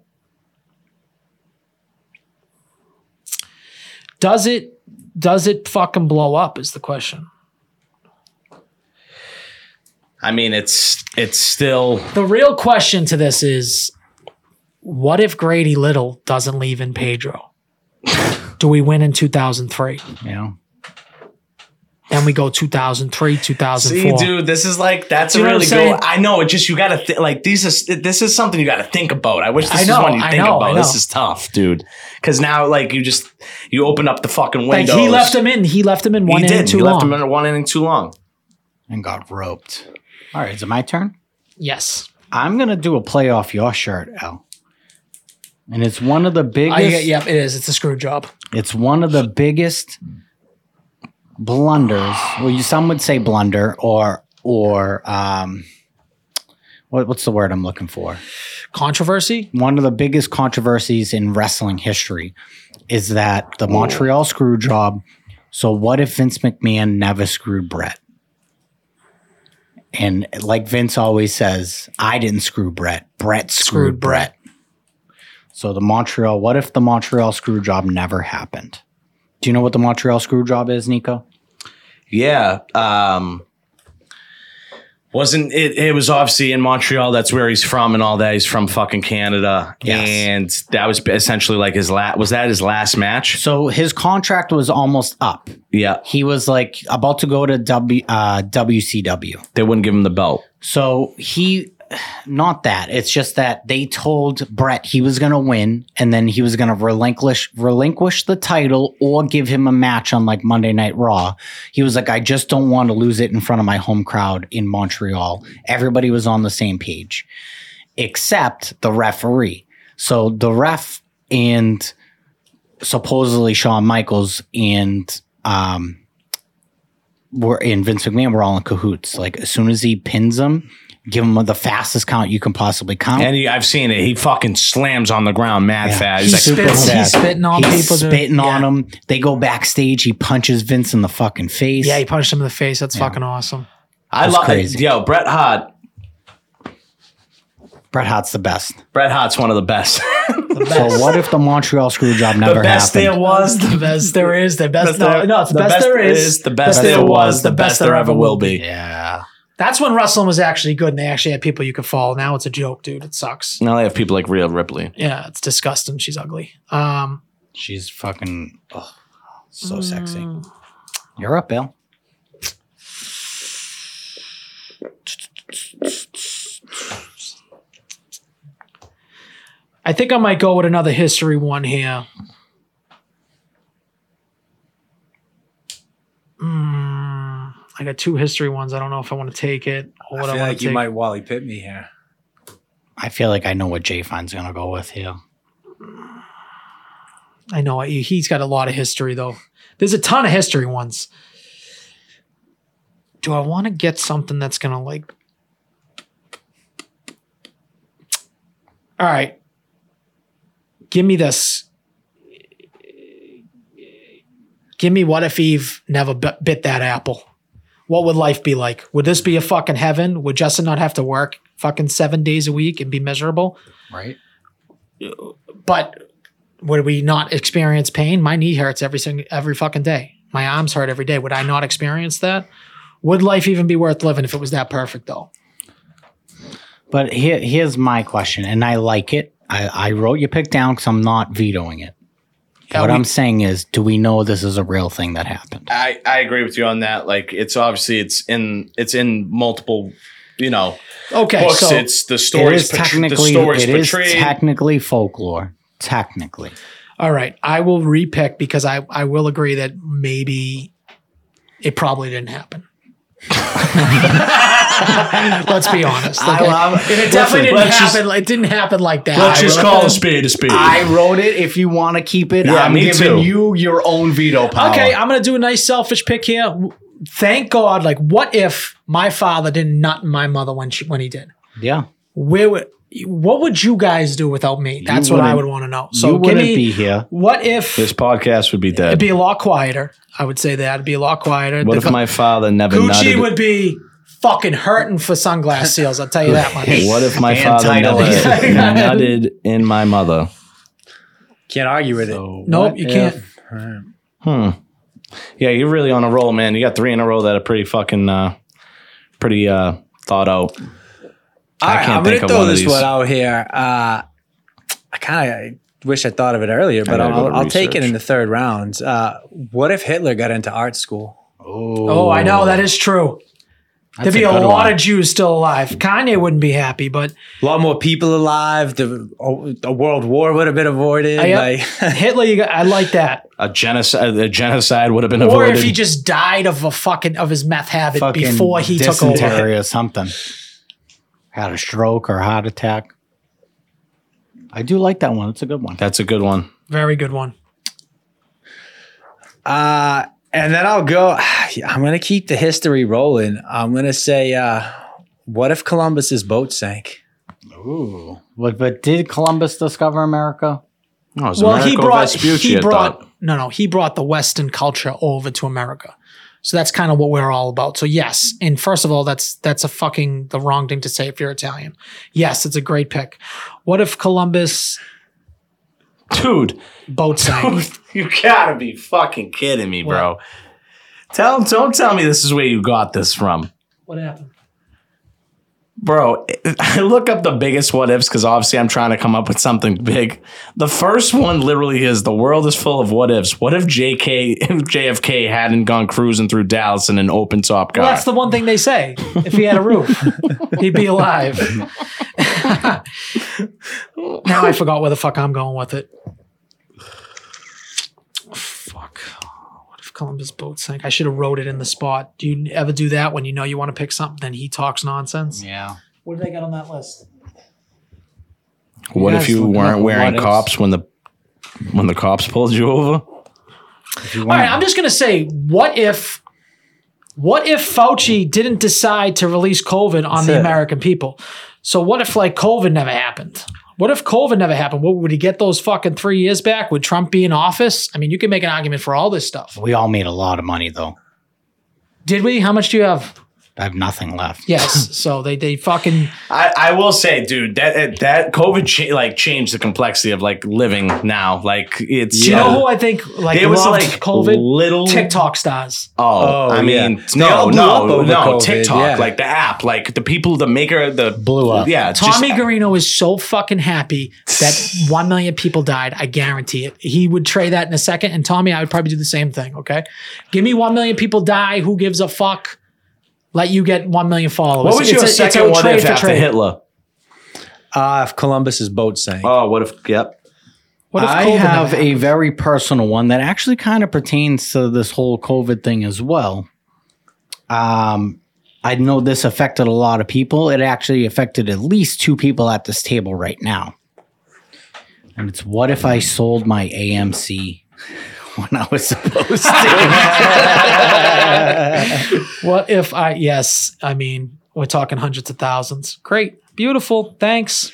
S2: Does it does it fucking blow up is the question.
S4: I mean, it's it's still
S2: The real question to this is what if Grady Little doesn't leave in Pedro? Do we win in 2003?
S1: Yeah.
S2: Then we go 2003, 2004.
S4: See, dude, this is like that's
S2: Do you
S4: a
S2: know what
S4: really
S2: I'm
S4: good.
S2: saying?
S4: I know. It just you got to th- like these is this is something you got to think about. I wish
S2: I
S4: this
S2: know,
S4: is one you
S2: I
S4: think
S2: know, I
S4: about. This
S2: know.
S4: is tough, dude. Because now, like, you just you open up the fucking
S2: like
S4: windows.
S2: he left him in. He left him in one
S4: he
S2: inning
S4: did.
S2: too
S4: he left
S2: long.
S4: him in one inning too long.
S1: and got roped. All right, is it my turn?
S2: yes.
S1: I'm gonna do a play off your shirt, Al. And it's one of the biggest.
S2: I, yep, it is. It's a screw job.
S1: It's one of the biggest blunders. Well, you, some would say blunder or or um, what, what's the word I'm looking for?
S2: Controversy.
S1: One of the biggest controversies in wrestling history is that the Montreal screw job. So what if Vince McMahon never screwed Brett? And like Vince always says, I didn't screw Brett. Brett screwed,
S2: Screwed Brett.
S1: Brett. So the Montreal, what if the Montreal screw job never happened? Do you know what the Montreal screw job is, Nico?
S4: Yeah. Um wasn't it it was obviously in Montreal that's where he's from and all that he's from fucking Canada
S1: Yes.
S4: and that was essentially like his last was that his last match
S1: So his contract was almost up.
S4: yeah
S1: He was like about to go to W uh, WCW.
S4: they wouldn't give him the belt
S1: So he, not that. It's just that they told Brett he was going to win, and then he was going to relinquish relinquish the title or give him a match on like Monday Night Raw. He was like, I just don't want to lose it in front of my home crowd in Montreal. Everybody was on the same page, except the referee. So the ref and supposedly Shawn Michaels and um, were in Vince McMahon were all in cahoots. Like as soon as he pins him, give him the fastest count you can possibly count.
S4: and he, I've seen it he fucking slams on the ground mad
S1: Yeah.
S4: fast
S1: He's
S4: he's like
S1: super
S2: spits-
S1: fast.
S2: he's spitting on
S1: He's
S2: people, dude.
S1: spitting on
S2: Yeah.
S1: him. They go backstage. He punches Vince in the fucking face.
S2: Yeah, he punched him in the face. That's fucking awesome.
S4: I
S1: That's
S4: love
S1: crazy.
S4: yo Bret Hart
S1: Bret Hart's the best.
S4: Bret Hart's one of the best *laughs*
S1: So what if the Montreal Screwjob
S4: the
S1: never
S4: best
S1: happened?
S4: there was
S2: The
S4: the
S2: best there is. The best.
S4: best
S2: no,
S4: there-
S2: no, it's the, best, there is.
S4: the best there was the best there ever will be
S1: yeah.
S2: That's when wrestling was actually good, and they actually had people you could follow. Now it's a joke, dude. It sucks.
S4: now they have people like Rhea Ripley
S2: Yeah, it's disgusting. She's ugly. Um,
S1: She's fucking oh, so sexy. You're up, Bill.
S2: I think I might go with another history one here. Mm, I got two history ones. I don't know if I want to take it or what I,
S3: I feel
S2: want
S3: like
S2: to
S3: you
S2: take.
S3: might Wally Pitt me here.
S1: I feel like I know what Jay Fine's gonna go with here.
S2: I know he- he's got a lot of history though. There's a ton of history ones. Do I want to get something that's gonna like? All right, give me this. Give me what if Eve never bit bit that apple? What would life be like? Would this be a fucking heaven? Would Justin not have to work fucking seven days a week and be miserable?
S1: Right.
S2: but would we not experience pain? My knee hurts every single every fucking day. My arms hurt every day. Would I not experience that? Would life even be worth living if it was that perfect though?
S1: But here, here's my question, and I like it. I, I wrote your pick down because I'm not vetoing it.
S2: Yeah,
S1: what
S2: we-
S1: I'm saying is, do we know this is a real thing that happened?
S4: I, I agree with you on that. Like it's obviously it's in it's in multiple, you know,
S2: Okay,
S4: books.
S2: so
S4: it's the
S1: It
S4: stories
S1: is
S4: portray-
S1: technically
S4: the stories
S1: it is
S4: portrayed.
S1: technically folklore. Technically,
S2: all right, I will repick because I I will agree that maybe it probably didn't
S1: *laughs*
S2: happen. Let's be honest. okay?
S4: love-
S2: If it definitely didn't
S4: let's
S2: happen.
S4: just-
S2: like- it didn't happen like that.
S4: Let's just
S2: I
S4: call a spade a spade.
S1: *laughs* I wrote it. If you want to keep it,
S4: Yeah,
S1: I'm
S4: me
S1: giving
S4: too.
S1: you your own veto power.
S2: Okay, I'm gonna do a nice selfish pick here. W- Thank God. Like, what if my father didn't nut my mother when she when he did?
S1: yeah,
S2: Where would what would you guys do without me? That's what I would
S1: wouldn't-
S2: want to know.
S1: so
S2: So
S1: you
S2: give
S1: wouldn't
S2: me
S1: be here.
S2: what if
S4: this podcast would be
S2: it'd
S4: dead.
S2: be a lot quieter. I would say that it'd be a lot quieter.
S4: what
S2: The
S4: if
S2: co-
S4: my father never
S2: Gucci
S4: nutted?
S2: would be fucking hurting for sunglass sales? I'll tell you that much.
S4: what if my
S1: And
S4: father
S1: title
S4: never
S1: it.
S4: *laughs* nutted in my mother?
S3: Can't argue with
S2: Nope, you can't.
S4: Hmm. Yeah, you're really on a roll, man. You got three in a row that are pretty fucking, uh, pretty uh, thought out.
S3: it. All right,
S4: can't
S3: I'm going
S4: think
S3: to
S4: of
S3: throw
S4: one of
S3: this
S4: these.
S3: one out here. Uh, I kind of wish I thought of it earlier, but
S4: gotta go
S3: I'll,
S4: to
S3: I'll take it
S4: research.
S3: in the third round. Uh, what if Hitler got into art school?
S2: Oh, I know that is true. There'd be a,
S1: good
S2: lot
S1: one.
S2: of Jews still alive. Kanye wouldn't be happy, but
S3: A lot more people alive. The a, a world war would have been
S4: Oh,
S3: avoided.
S2: I- uh,
S3: like
S2: Hitler, you got, I like that.
S4: A genocide, a genocide would have been
S2: Or
S4: avoided.
S2: if he just died of a fucking of his meth habit
S1: Fucking
S2: before he took over.
S1: dysentery or something. Had a stroke or heart attack. I do like that one. It's a good one.
S4: That's a good one.
S2: Very good one.
S3: uh, and then I'll go. *sighs* I'm gonna keep the history rolling. I'm gonna say, uh, what if Columbus's boat sank?
S1: Ooh. But, but did Columbus discover America?
S4: No, it was
S2: Well,
S4: Americo
S2: he brought
S4: Vespucci,
S2: he
S4: I
S2: brought
S4: thought.
S2: no no he brought the Western culture over to America. So that's kind of what we're all about. So yes, and first of all, that's that's a fucking the wrong thing to say if you're Italian. Yes, it's a great pick. What if Columbus
S4: dude. *laughs*
S2: boat sank?
S4: You gotta be fucking kidding me, bro. Tell don't tell me this is where you got this from.
S2: what happened?
S4: Bro, *laughs* I look up the biggest what ifs because obviously I'm trying to come up with something big. The first one literally is the world is full of what ifs. What if JK if JFK hadn't gone cruising through Dallas in an open top car?
S2: Well, that's the one thing they say. If he had a roof, *laughs* he'd be alive. *laughs* now I forgot where the fuck I'm going with it. Fuck. What if Columbus boat sank? I should have wrote it in the spot. Do you ever do that when you know you want to pick something? Then he talks nonsense.
S1: Yeah.
S2: What did I got on that list?
S4: what if
S1: guys
S4: you
S1: look
S4: weren't
S1: up what
S4: wearing
S1: ifs.
S4: cops when the when the cops pulled you over?
S2: All right,
S4: Hmm.
S2: I'm just gonna say, what if, what if Fauci didn't decide to release COVID on the
S3: it.
S2: American people? So what if like COVID never happened? What if COVID never happened? What would he get those fucking three years back? Would Trump be in office? I mean, you can make an argument for all this stuff.
S1: We all made a lot of money, though.
S2: Did we? How much do you
S4: *laughs*
S2: have?
S1: I have nothing left.
S2: Yes. so they they fucking
S4: I, I will say, dude, that that COVID cha- like changed the complexity of like living now. Like it's
S2: Do you
S4: uh,
S2: know who I think like
S4: It was
S2: loved
S4: like
S2: COVID?
S4: little
S2: TikTok stars.
S4: Oh,
S3: Oh,
S4: I
S3: yeah.
S4: mean,
S3: They all
S4: no,
S3: blew up
S4: no,
S3: over
S4: no,
S3: COVID,
S4: TikTok,
S3: yeah.
S4: like the app, like the people, the maker, the
S1: Blew up.
S4: Yeah, it's
S2: Tommy
S1: uh,
S4: just-
S2: Garino is so fucking happy
S1: *laughs*
S2: that 1 million people died. I guarantee it. He would trade that in a second. And Tommy, I would probably do the same thing. Okay. Give me 1 million people die. Who gives a fuck? Let you get 1 million followers.
S4: What was your
S2: a- a
S4: second one
S2: trade
S4: if
S2: for
S4: after
S2: trade.
S4: Hitler?
S3: Ah, if Columbus's boat sank.
S4: Oh, what if? Yep.
S2: What if
S1: I
S2: COVID
S1: have
S2: never happened?
S1: a very personal one that actually kind of pertains to this whole COVID thing as well. Um, I know this affected a lot of people. It actually affected at least two people at this table right now. And it's what if I sold my AMC *laughs* when I was supposed to?
S2: What if I, yes, I mean, we're talking hundreds of thousands. Great. Beautiful. Thanks.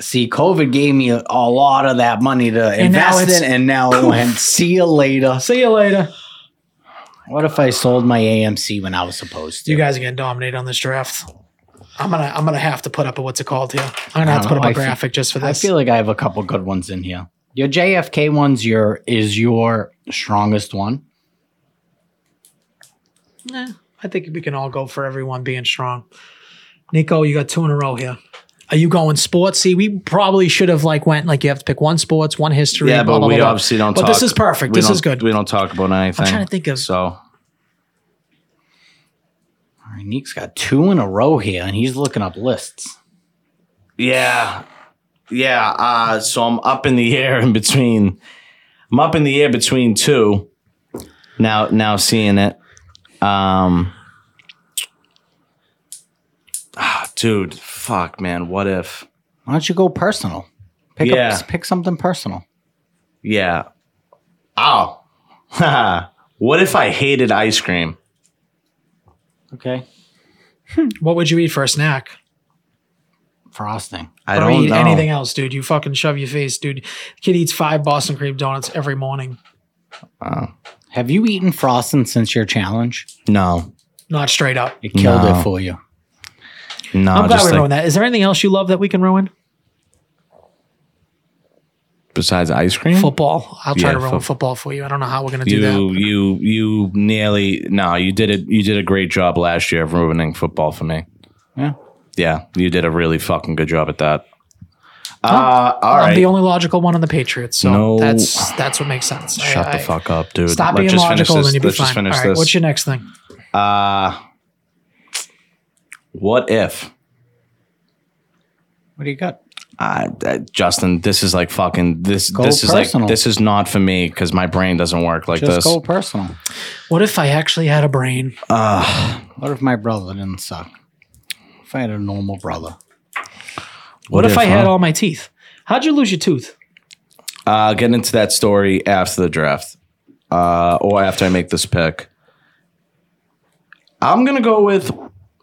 S1: See, COVID gave me a, a lot of that money to
S2: now
S1: invest
S2: it's-
S1: in, and now it went, *laughs* see you later.
S2: See you later.
S1: What if I sold my AMC when I was supposed to?
S2: You guys are getting dominated on this draft. I'm gonna, I'm gonna have to put up a what's it called here. I'm gonna
S1: I
S2: have to put up a
S1: don't know. I feel-
S2: graphic just for
S1: I
S2: this.
S1: feel like I have a couple good ones in here. Your JFK one's your is your strongest one.
S2: Nah, I think we can all go for everyone being strong. Nico, you got two in a row here. Are you going sports? See, we probably should have like went like you have to pick one sports, one history.
S4: Yeah,
S2: blah,
S4: but
S2: blah,
S4: we
S2: blah, blah.
S4: obviously don't.
S2: But
S4: talk,
S2: this is perfect.
S4: we
S2: This
S4: don't-
S2: is good.
S4: We don't talk about anything.
S2: trying to think of-
S4: so.
S1: All right, Neek's got two in a row here, and he's looking up lists.
S4: Yeah. Yeah. Uh, so I'm up in the air in between. I'm up in the air between two. Now, now seeing it. Um, ah, dude, fuck, man. What if?
S1: Why don't you go personal? Pick
S4: Yeah.
S1: up, pick something personal.
S4: Yeah. Oh. *laughs* what if I hated ice cream?
S1: Okay,
S2: What would you eat for a snack?
S1: frosting.
S4: I
S2: or
S4: don't
S2: eat
S4: know.
S2: anything else, dude. You fucking shove your face, dude. Kid eats five Boston cream donuts every morning.
S1: Have you eaten frosting since your challenge?
S4: No.
S2: Not straight up.
S1: It killed
S4: No.
S1: it for you.
S4: No.
S2: I'm glad
S4: just
S2: we
S4: like,
S2: ruined that. Is there anything else you love that we can ruin?
S4: Besides ice cream?
S2: Football. I'll try
S4: Yeah,
S2: to ruin
S4: fo-
S2: football for you. I don't know how we're gonna do
S4: you
S2: that.
S4: you you nearly no you did it you did a great job last year of ruining football for me
S1: Yeah.
S4: yeah you did a really fucking good job at that
S9: Uh, all
S2: I'm
S9: right.
S2: the only logical one on the Patriots. So
S4: No.
S2: that's that's what makes sense. I-
S4: Shut
S2: I-
S4: the fuck up, dude.
S2: Stop
S4: Let's
S2: being
S4: just finish
S2: logical,
S4: this.
S2: then you'll be
S4: Let's just
S2: fine. All
S4: finish
S2: right,
S4: this.
S2: what's your next thing?
S9: uh,
S4: what if?
S1: What do you got?
S4: I, I- Uh, Justin, this is like fucking this.
S1: Go
S4: this is
S1: personal.
S4: like this is not for me because my brain doesn't work like
S1: Just
S4: this.
S1: go personal.
S2: What if I actually had a brain?
S4: Uh,
S1: What if my brother didn't suck? If I had a normal brother,
S2: What, if, I had
S4: huh?
S2: all my teeth? How'd you lose your tooth?
S4: Uh, get into that story after the draft, uh, or after I make this pick. I'm gonna go with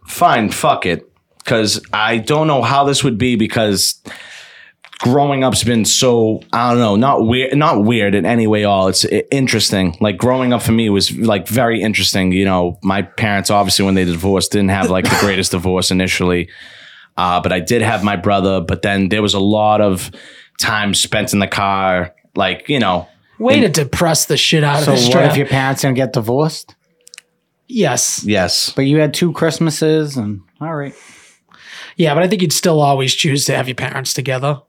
S4: fine. Fuck it, because I don't know how this would be because growing up's been so I don't know, not weird, not weird in any way. All it's i- interesting. Like growing up for me was like very interesting. You know, my parents obviously when they divorced didn't have like the greatest divorce initially. Uh, but I did have my brother. But then there was a lot of time spent in the car, like you know.
S2: Way to depress the shit out
S1: so
S2: of this
S1: what if
S2: draft.
S1: your parents didn't get divorced?
S2: Yes.
S4: Yes,
S1: But you had two Christmases, and all right,
S2: Yeah, but I think you'd still always choose to have your parents together.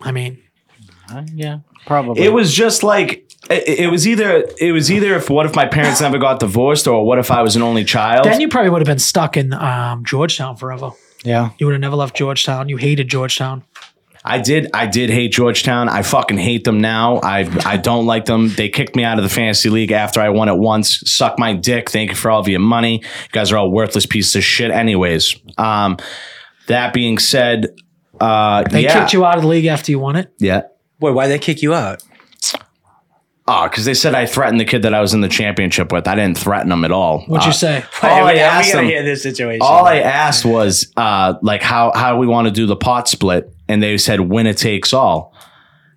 S2: I mean,
S1: Uh, yeah, probably.
S4: it was just like it, it was either it was either if what if my parents never got divorced or what if I was an only child.
S2: then you probably would have been stuck in um, Georgetown forever.
S1: yeah.
S2: You would have never left Georgetown. You hated Georgetown.
S4: I did. I did hate Georgetown. I fucking hate them now. I I don't like them. They kicked me out of the fantasy league after I won it once. Suck my dick. Thank you for all of your money. You guys are all worthless pieces of shit. Anyways, um, that being said, uh,
S2: They
S4: yeah,
S2: kicked you out of the league after you won it.
S4: yeah.
S3: Wait, why'd they kick you out?
S4: Ah, because they said I threatened the kid that I was in the championship with. I didn't threaten him at all.
S2: What'd
S4: Uh,
S2: you
S4: *laughs*
S2: say?
S4: All I
S3: we
S4: asked
S3: gotta
S4: him-
S3: hear this situation.
S4: All I asked was uh, like how how we want to do the pot split, and they said winner takes all.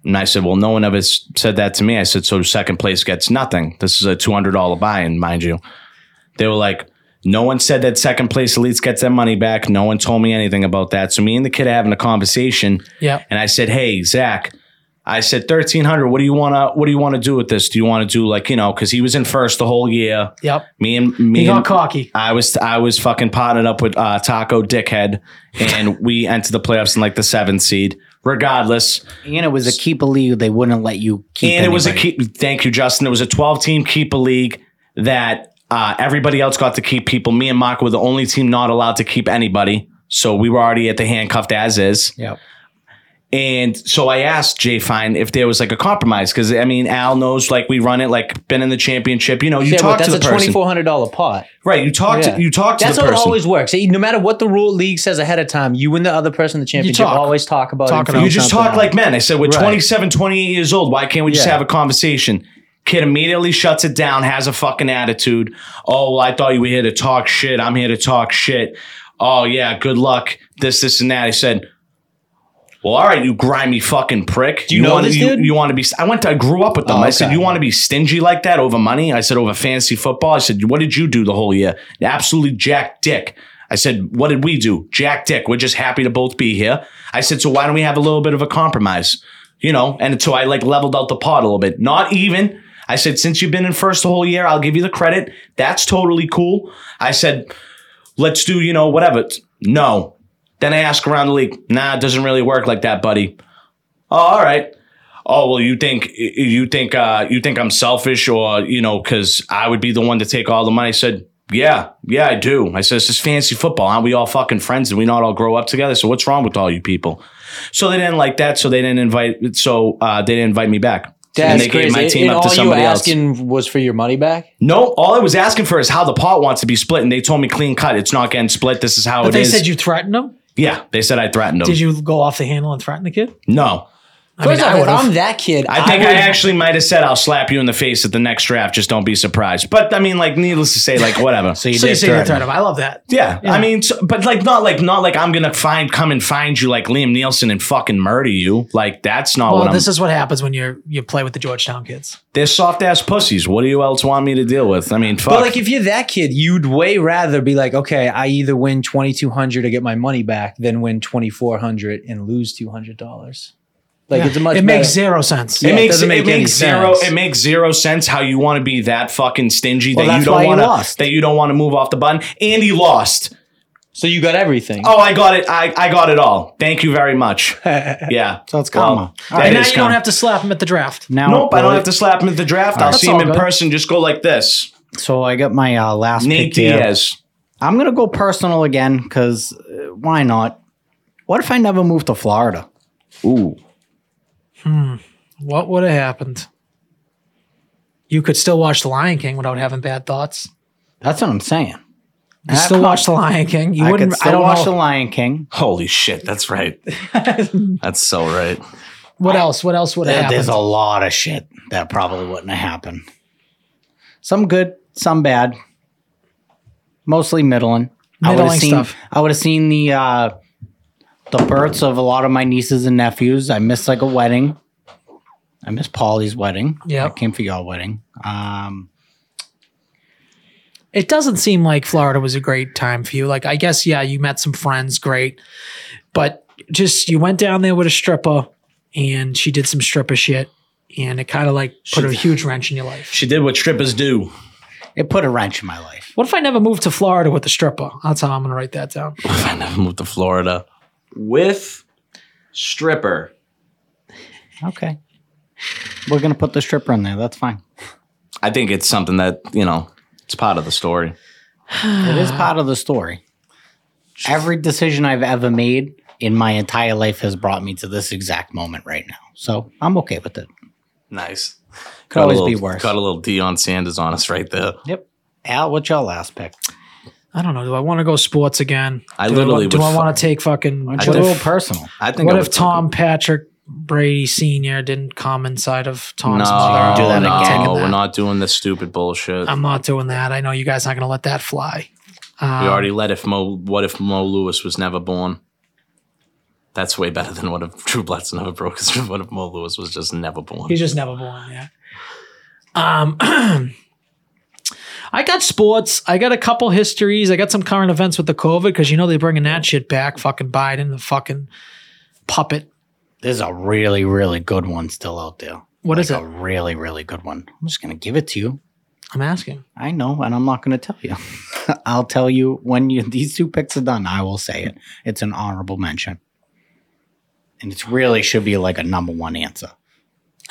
S4: And I said, well, no one ever s- said that to me. I said, so second place gets nothing. This is a two hundred dollar buy-in, mind you. They were like, no one said that second place elites gets their money back. No one told me anything about that. So me and the kid are having a conversation,
S2: Yeah.
S4: and I said, hey Zach. I said thirteen hundred. What do you wanna What do you wanna do with this? Do you wanna do like you know? Because he was in first the whole year.
S2: Yep.
S4: Me and me
S2: He got
S4: and,
S2: cocky.
S4: I was I was fucking partnered up with uh, Taco Dickhead, and we entered the playoffs in like the seventh seed. Regardless,
S1: And it was a keeper league. They wouldn't let you keep.
S4: and it was a
S1: anybody.
S4: keep. Thank you, Justin. It was a twelve team keeper league that uh, everybody else got to keep people. Me and Mark were the only team not allowed to keep anybody, so we were already at the handcuffed as is.
S1: Yep.
S4: And so I asked Jay Fine if there was like a compromise because I mean Al knows like we run it like been in the championship. You know, you
S3: Yeah, but
S4: talk
S3: that's
S4: to the
S3: a twenty
S4: person,
S3: four hundred dollar pot.
S4: right? You talk
S3: Yeah.
S4: to you talk to
S3: That's
S4: the
S3: how it
S4: person.
S3: always works. Eh, No matter what the rule league says ahead of time, you and the other person in the championship
S2: talk.
S3: always talk about
S2: Talk
S3: it.
S2: about
S4: You just talk like men. I said, we're
S3: Right.
S4: 27, 28 years old. Why can't we just
S3: Yeah.
S4: have a conversation? Kid immediately shuts it down, has a fucking attitude. Oh, well, I thought you were here to talk shit. I'm here to talk shit. Oh, yeah, good luck. This, this, and that. I said, well, all right, you grimy fucking prick. Do
S3: you know
S4: want
S3: this
S4: you,
S3: dude? Oh,
S4: you want to be? I went. To, I grew up with them. I said, you want to be stingy like that over money? I said over fantasy football. I said, what did you do the whole year? Absolutely jack dick. I said, what did we do? Jack dick. We're just happy to both be here. I said, so why don't we have a little bit of a compromise? You know, and so I like leveled out the pot a little bit. Not even. I said, since you've been in first the whole year, I'll give you the credit. That's totally cool. I said, let's do, you know, whatever. No. Then I ask around the league, nah, it doesn't really work like that, buddy. Oh, all right. Oh, well, you think you think uh you think I'm selfish or you know, cause I would be the one to take all the money. I said, Yeah, yeah, I do. I said, This is fancy football. Aren't we all fucking friends? Did we not all grow up together? So what's wrong with all you people? So they didn't like that, so they didn't invite so uh they didn't invite me back. and they gave my team
S3: and all
S4: up to somebody
S3: you
S4: else.
S3: asking was for your money back.
S4: No, all I was asking for is how the pot wants to be split, and they told me clean cut. It's not getting split. This is how
S2: But
S4: it
S2: they
S4: is.
S2: said you threatened them.
S4: yeah, they said I threatened them.
S2: Did you go off the handle and threaten the kid?
S4: no,
S3: First
S2: mean, I
S3: off, if
S2: would've.
S3: I'm that kid,
S4: I think I,
S3: would-
S4: actually might have said I'll slap you in the face at the next draft. Just don't be surprised. But I mean, like, needless to say,
S2: *laughs*
S4: like, whatever.
S1: So you
S2: So you
S1: did
S2: say you
S1: threaten.
S2: threatened him. I love that.
S4: yeah, I mean, so, but like, not like, not like I'm gonna find, come and find you like Liam Nielsen and fucking murder you. Like, that's
S1: Oh,
S4: not
S2: Well,
S4: what I'm.
S2: this is what happens when you you play with the Georgetown kids.
S4: They're soft ass pussies. What do you else want me to deal with? I mean, fuck.
S3: But like, if you're that kid, you'd way rather be like, okay, I either win twenty two hundred to get my money back than win twenty four hundred and lose two hundred dollars. Like
S2: Yeah.
S3: it's a much.
S2: it
S3: better-
S2: makes zero sense.
S4: it
S3: Yeah, it
S4: makes
S3: doesn't
S4: it,
S3: make any
S4: makes zero
S3: sense.
S4: it makes zero sense how you want to be that fucking stingy
S1: Well,
S4: that you
S1: that's why
S4: don't
S1: he
S4: want to
S1: lost.
S4: that you don't want to move off the button and he lost
S3: So you got everything.
S7: Oh, I got it. I, I got it all. Thank you very much. Yeah.
S1: So it's comma.
S7: Well,
S1: All
S7: that
S2: And
S1: right.
S2: now
S7: is
S2: you don't
S7: comma.
S2: have to slap him at the draft.
S1: Now,
S7: Nope, I don't have
S1: to.
S7: to slap him at the draft. I'll
S2: That's
S7: see him
S2: all
S7: in
S2: good.
S7: person. Just go like this.
S1: So I got my uh, last
S7: Nate
S1: pick there.
S7: Diaz.
S1: I'm gonna go personal again because uh, why not? What if I never moved to Florida?
S7: Ooh.
S2: What would have happened? You could still watch The Lion King without having bad thoughts.
S1: That's what I'm saying.
S2: You still watch The Lion King. You
S1: Ah, I
S2: wouldn't.
S1: could still
S2: I don't
S1: watch
S2: know.
S1: The Lion King.
S7: Holy shit. That's right. that's so right.
S2: what else? What else would have
S1: There- there's
S2: happened?
S1: a lot of shit that probably wouldn't have happened. Some good, some bad. Mostly middling. I would have
S2: Middling
S1: seen.
S2: stuff.
S1: I would have seen the uh, the births of a lot of my nieces and nephews. I missed like a wedding. I missed Polly's wedding.
S2: Yep.
S1: I came for y'all wedding. Um,
S2: it doesn't seem like Florida was a great time for you. Like I guess yeah, you met some friends, great, but just you went down there with a stripper, and she did some stripper shit, and it kind of like put a huge wrench in your life.
S7: She did what strippers do.
S1: it put a wrench in my life.
S2: What if I never moved to Florida with a stripper? That's how I'm gonna write that down.
S7: I never moved to Florida.
S3: With stripper.
S1: Okay. We're gonna put the stripper in there. That's fine.
S7: I think it's something that, you know, it's part of the story.
S1: It
S2: Uh-huh.
S1: is part of the story. Every decision I've ever made in my entire life has brought me to this exact moment right now. So I'm okay with it.
S7: Nice.
S1: Could always be worse.
S7: Got a little Dion Sanders on us right there.
S1: Yep. Al, what's your last pick?
S2: I don't know. Do I want to go sports again?
S7: I
S2: do
S7: literally
S2: I, do
S7: would
S2: I
S7: fu-
S2: want to take fucking?
S1: It's
S2: what
S1: a
S7: def-
S1: little
S2: if,
S1: personal.
S7: I think.
S2: what
S7: I
S2: if
S7: would-
S2: Tom Patrick Brady Senior didn't come inside of
S7: No,
S2: Tom's mother?
S1: do that
S7: no,
S1: again.
S2: Taking
S7: we're
S2: that.
S7: not doing this stupid bullshit.
S2: I'm not doing that. I know you guys aren't gonna let that fly. Um,
S7: we already let if Mo. What if Mo Lewis was never born? That's way better than what if *laughs* Drew Bledsoe never broke. His, *laughs* what if Mo Lewis was just never born?
S2: He's just never born yet. Um, *clears throat* I got sports. I got a couple histories. I got some current events with the COVID because you know they're bringing that shit back. Fucking Biden, the fucking puppet.
S1: There's a really, really good one still out there.
S2: What is
S1: Like
S2: it?
S1: A really, really good one. I'm just gonna give it to you.
S2: I'm asking.
S1: I know, and I'm not gonna tell you. *laughs* I'll tell you when you these two picks are done. I will say it. It's an honorable mention. And it's really should be like a number one answer.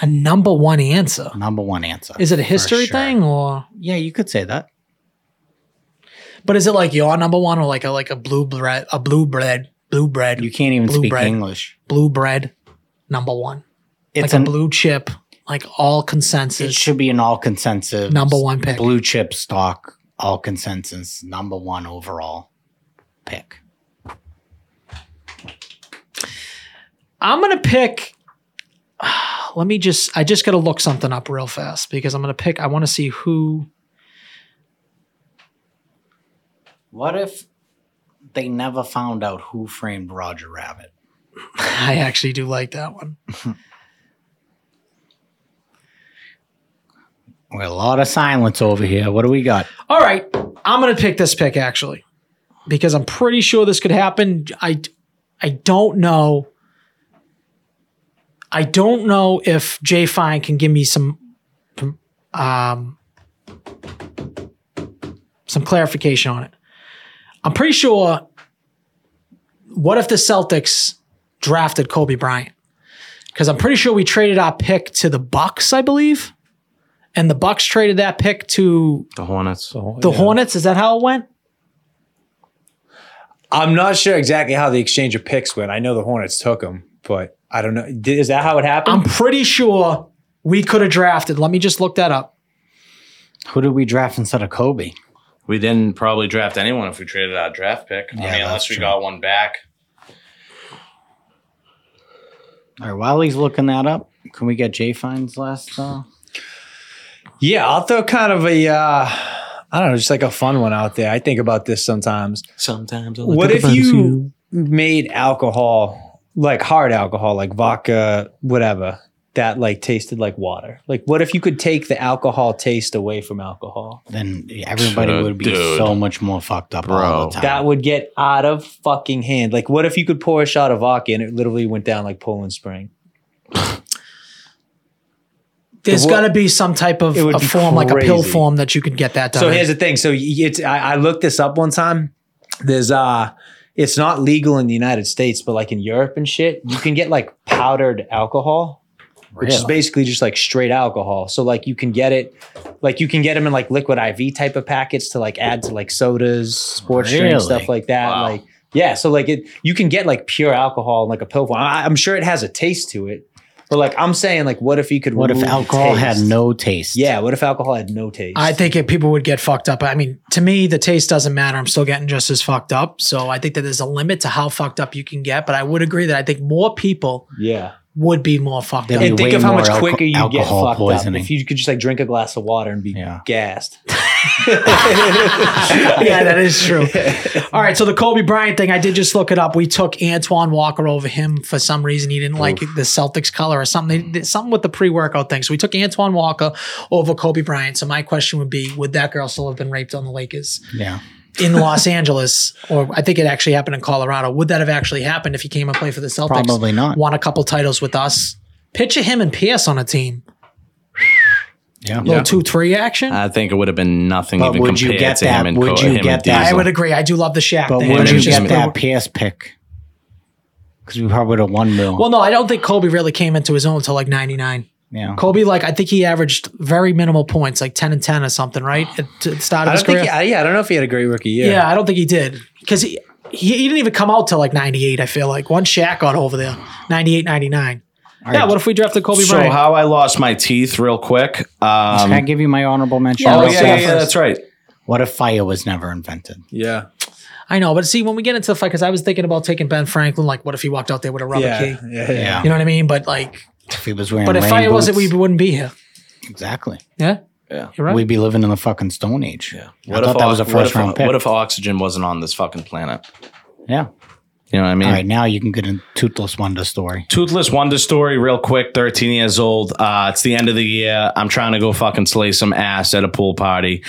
S2: A number one answer.
S1: Number one answer.
S2: Is it a
S1: For
S2: history
S1: sure.
S2: thing or?
S1: Yeah, you could say that.
S2: But is it like your number one or like a like a blue bread a blue bread blue bread
S1: You can't even
S2: Blue
S1: speak
S2: bread.
S1: English.
S2: blue bread number one like
S1: It's
S2: a
S1: an-
S2: blue chip like all
S1: It
S2: consensus
S1: should be an all consensus
S2: number one pick.
S1: blue chip stock, all consensus number one overall pick.
S2: I'm gonna pick. *sighs* Let me just. I just gotta look something up real fast because I'm gonna pick. I want to see who. *laughs*
S1: What if they never found out who framed Roger Rabbit?
S2: I actually do like that one.
S1: We got a lot of silence over here. What do we got?
S2: All right, I'm gonna pick this pick actually because I'm pretty sure this could happen. I I don't know. I don't know if Jay Fine can give me some um some clarification on it. I'm pretty sure. What if the Celtics drafted Kobe Bryant? Because I'm pretty sure we traded our pick to the Bucks, I believe, and the Bucks traded that pick to
S7: the Hornets.
S2: the Hornets. Is that how it went?
S3: I'm not sure exactly how the exchange of picks went. I know the Hornets took him, but I don't know. Did, is that how it happened?
S2: I'm pretty sure we could have drafted. Let me just look that up.
S1: Who did we draft instead of Kobe?
S7: We didn't probably draft anyone if we traded our draft pick. I mean, unless we got one back.
S1: All right, while he's looking that up, can we get Jay Fine's last? Uh,
S3: yeah, I'll throw kind of a, uh, I don't know, just like a fun one out there. I think about this sometimes.
S7: Sometimes. I'll
S3: What
S7: think
S3: if
S7: about
S3: you made alcohol, like hard alcohol, like vodka, whatever, that like tasted like water? Like, what if you could take the alcohol taste away from alcohol?
S1: then everybody
S7: Dude,
S1: would be
S7: dude.
S1: so much more fucked up all
S7: Bro.
S1: the time.
S3: That would get out of fucking hand. Like, what if you could pour a shot of vodka and it literally went down like Poland Spring?
S2: There's
S3: It would-
S2: got to be some type of
S3: it would
S2: a
S3: be
S2: form, like a pill
S3: crazy.
S2: form, that you could get that done.
S3: So
S2: in.
S3: here's the thing. So y- it's I, I looked this up one time. there's uh it's not legal in the United States, but like in Europe and shit, you can get like powdered alcohol, which is basically just like straight alcohol. So like you can get it, like you can get them in like liquid IV type of packets to like add to like sodas, sports drinks,
S1: Really?
S3: stuff like that.
S10: Wow.
S3: Like yeah, so like it, you can get like pure alcohol in like a pill form. I, I'm sure it has a taste to it, but like I'm saying, like what if you could
S1: What if
S3: remove the
S1: alcohol had
S3: taste?
S1: no taste?
S3: Yeah, what if alcohol had no taste?
S2: I think if people would get fucked up. I mean, to me, the taste doesn't matter. I'm still getting just as fucked up. So I think that there's a limit to how fucked up you can get. But I would agree that I think more people
S3: yeah.
S2: would be more fucked
S1: They'd
S2: up.
S1: be
S3: and think
S1: way
S3: of how
S1: more
S3: much
S1: alco-
S3: quicker you get
S1: alcohol
S3: fucked
S1: poisoning.
S3: up if you could just like drink a glass of water and be
S1: Yeah.
S3: gassed.
S2: yeah, that is
S1: *laughs*
S2: true. All right, so the Kobe Bryant thing, I did just look it up. We took Antoine Walker over him for some reason. He didn't like the Celtics color or something. They did something with the pre-workout thing. So we took Antoine Walker over Kobe Bryant. So my question would be, would that girl still have been raped on the Lakers
S1: Yeah.
S2: in
S1: *laughs*
S2: Los Angeles? Or I think it actually happened in Colorado. Would that have actually happened if he came and played for the Celtics?
S1: Probably not.
S2: Won a couple titles with us. Picture him and Pierce on a team.
S1: Yeah. Uh,
S2: Little two-three action.
S4: I think it would have been nothing
S1: But
S4: even
S1: would you
S4: compared
S1: get
S4: to
S1: that-
S4: him and
S1: would
S4: Co-
S1: you
S4: him
S1: get
S4: and
S1: that-
S4: Diesel.
S2: I would agree. I do love the Shaq.
S1: But
S2: thing.
S1: would you
S4: it's
S1: get
S4: just-
S1: that PS pick? Because we probably would have won more.
S2: Well, no, I don't think Kobe really came into his own until like 99.
S1: yeah.
S2: Kobe, like, I think he averaged very minimal points, like 10 and 10 or something, right? At to the start of
S3: I
S2: his
S3: don't think.
S2: career.
S3: He, I, yeah, I don't know if he had a great rookie year.
S2: yeah. I don't think he did. Because he, he, he didn't even come out till like 98, I feel like. Once Shaq got over there, 98, 99. Yeah, what if we drafted Kobe
S4: So
S2: Bryant?
S4: how I lost my teeth real quick. Um,
S1: Can I give you my honorable mention?
S4: oh
S1: real
S4: yeah, yeah,
S1: quick?
S4: yeah, that's right.
S1: What if fire was never invented?
S3: yeah,
S2: I know, but see, when we get into the fight, because I was thinking about taking Ben Franklin, like, what if he walked out there with a rubber
S3: yeah,
S2: key?
S3: yeah, yeah.
S1: Yeah.
S2: You know what I mean? But like,
S1: If he was wearing
S2: but if
S1: rain
S2: fire wasn't, we
S1: boots-
S2: wouldn't be here.
S1: exactly.
S2: Yeah.
S4: Yeah.
S2: You're right.
S1: We'd be living in the fucking Stone Age. Yeah.
S4: What
S1: I
S4: if
S1: thought that was a
S4: ox- what
S1: first
S4: if-
S1: round pick.
S4: What if oxygen wasn't on this fucking planet?
S1: yeah.
S4: You know what I mean?
S1: All right, now you can get a toothless wonder story.
S4: Toothless Wonder story, real quick. Thirteen years old. Uh, it's the end of the year. I'm trying to go fucking slay some ass at a pool party.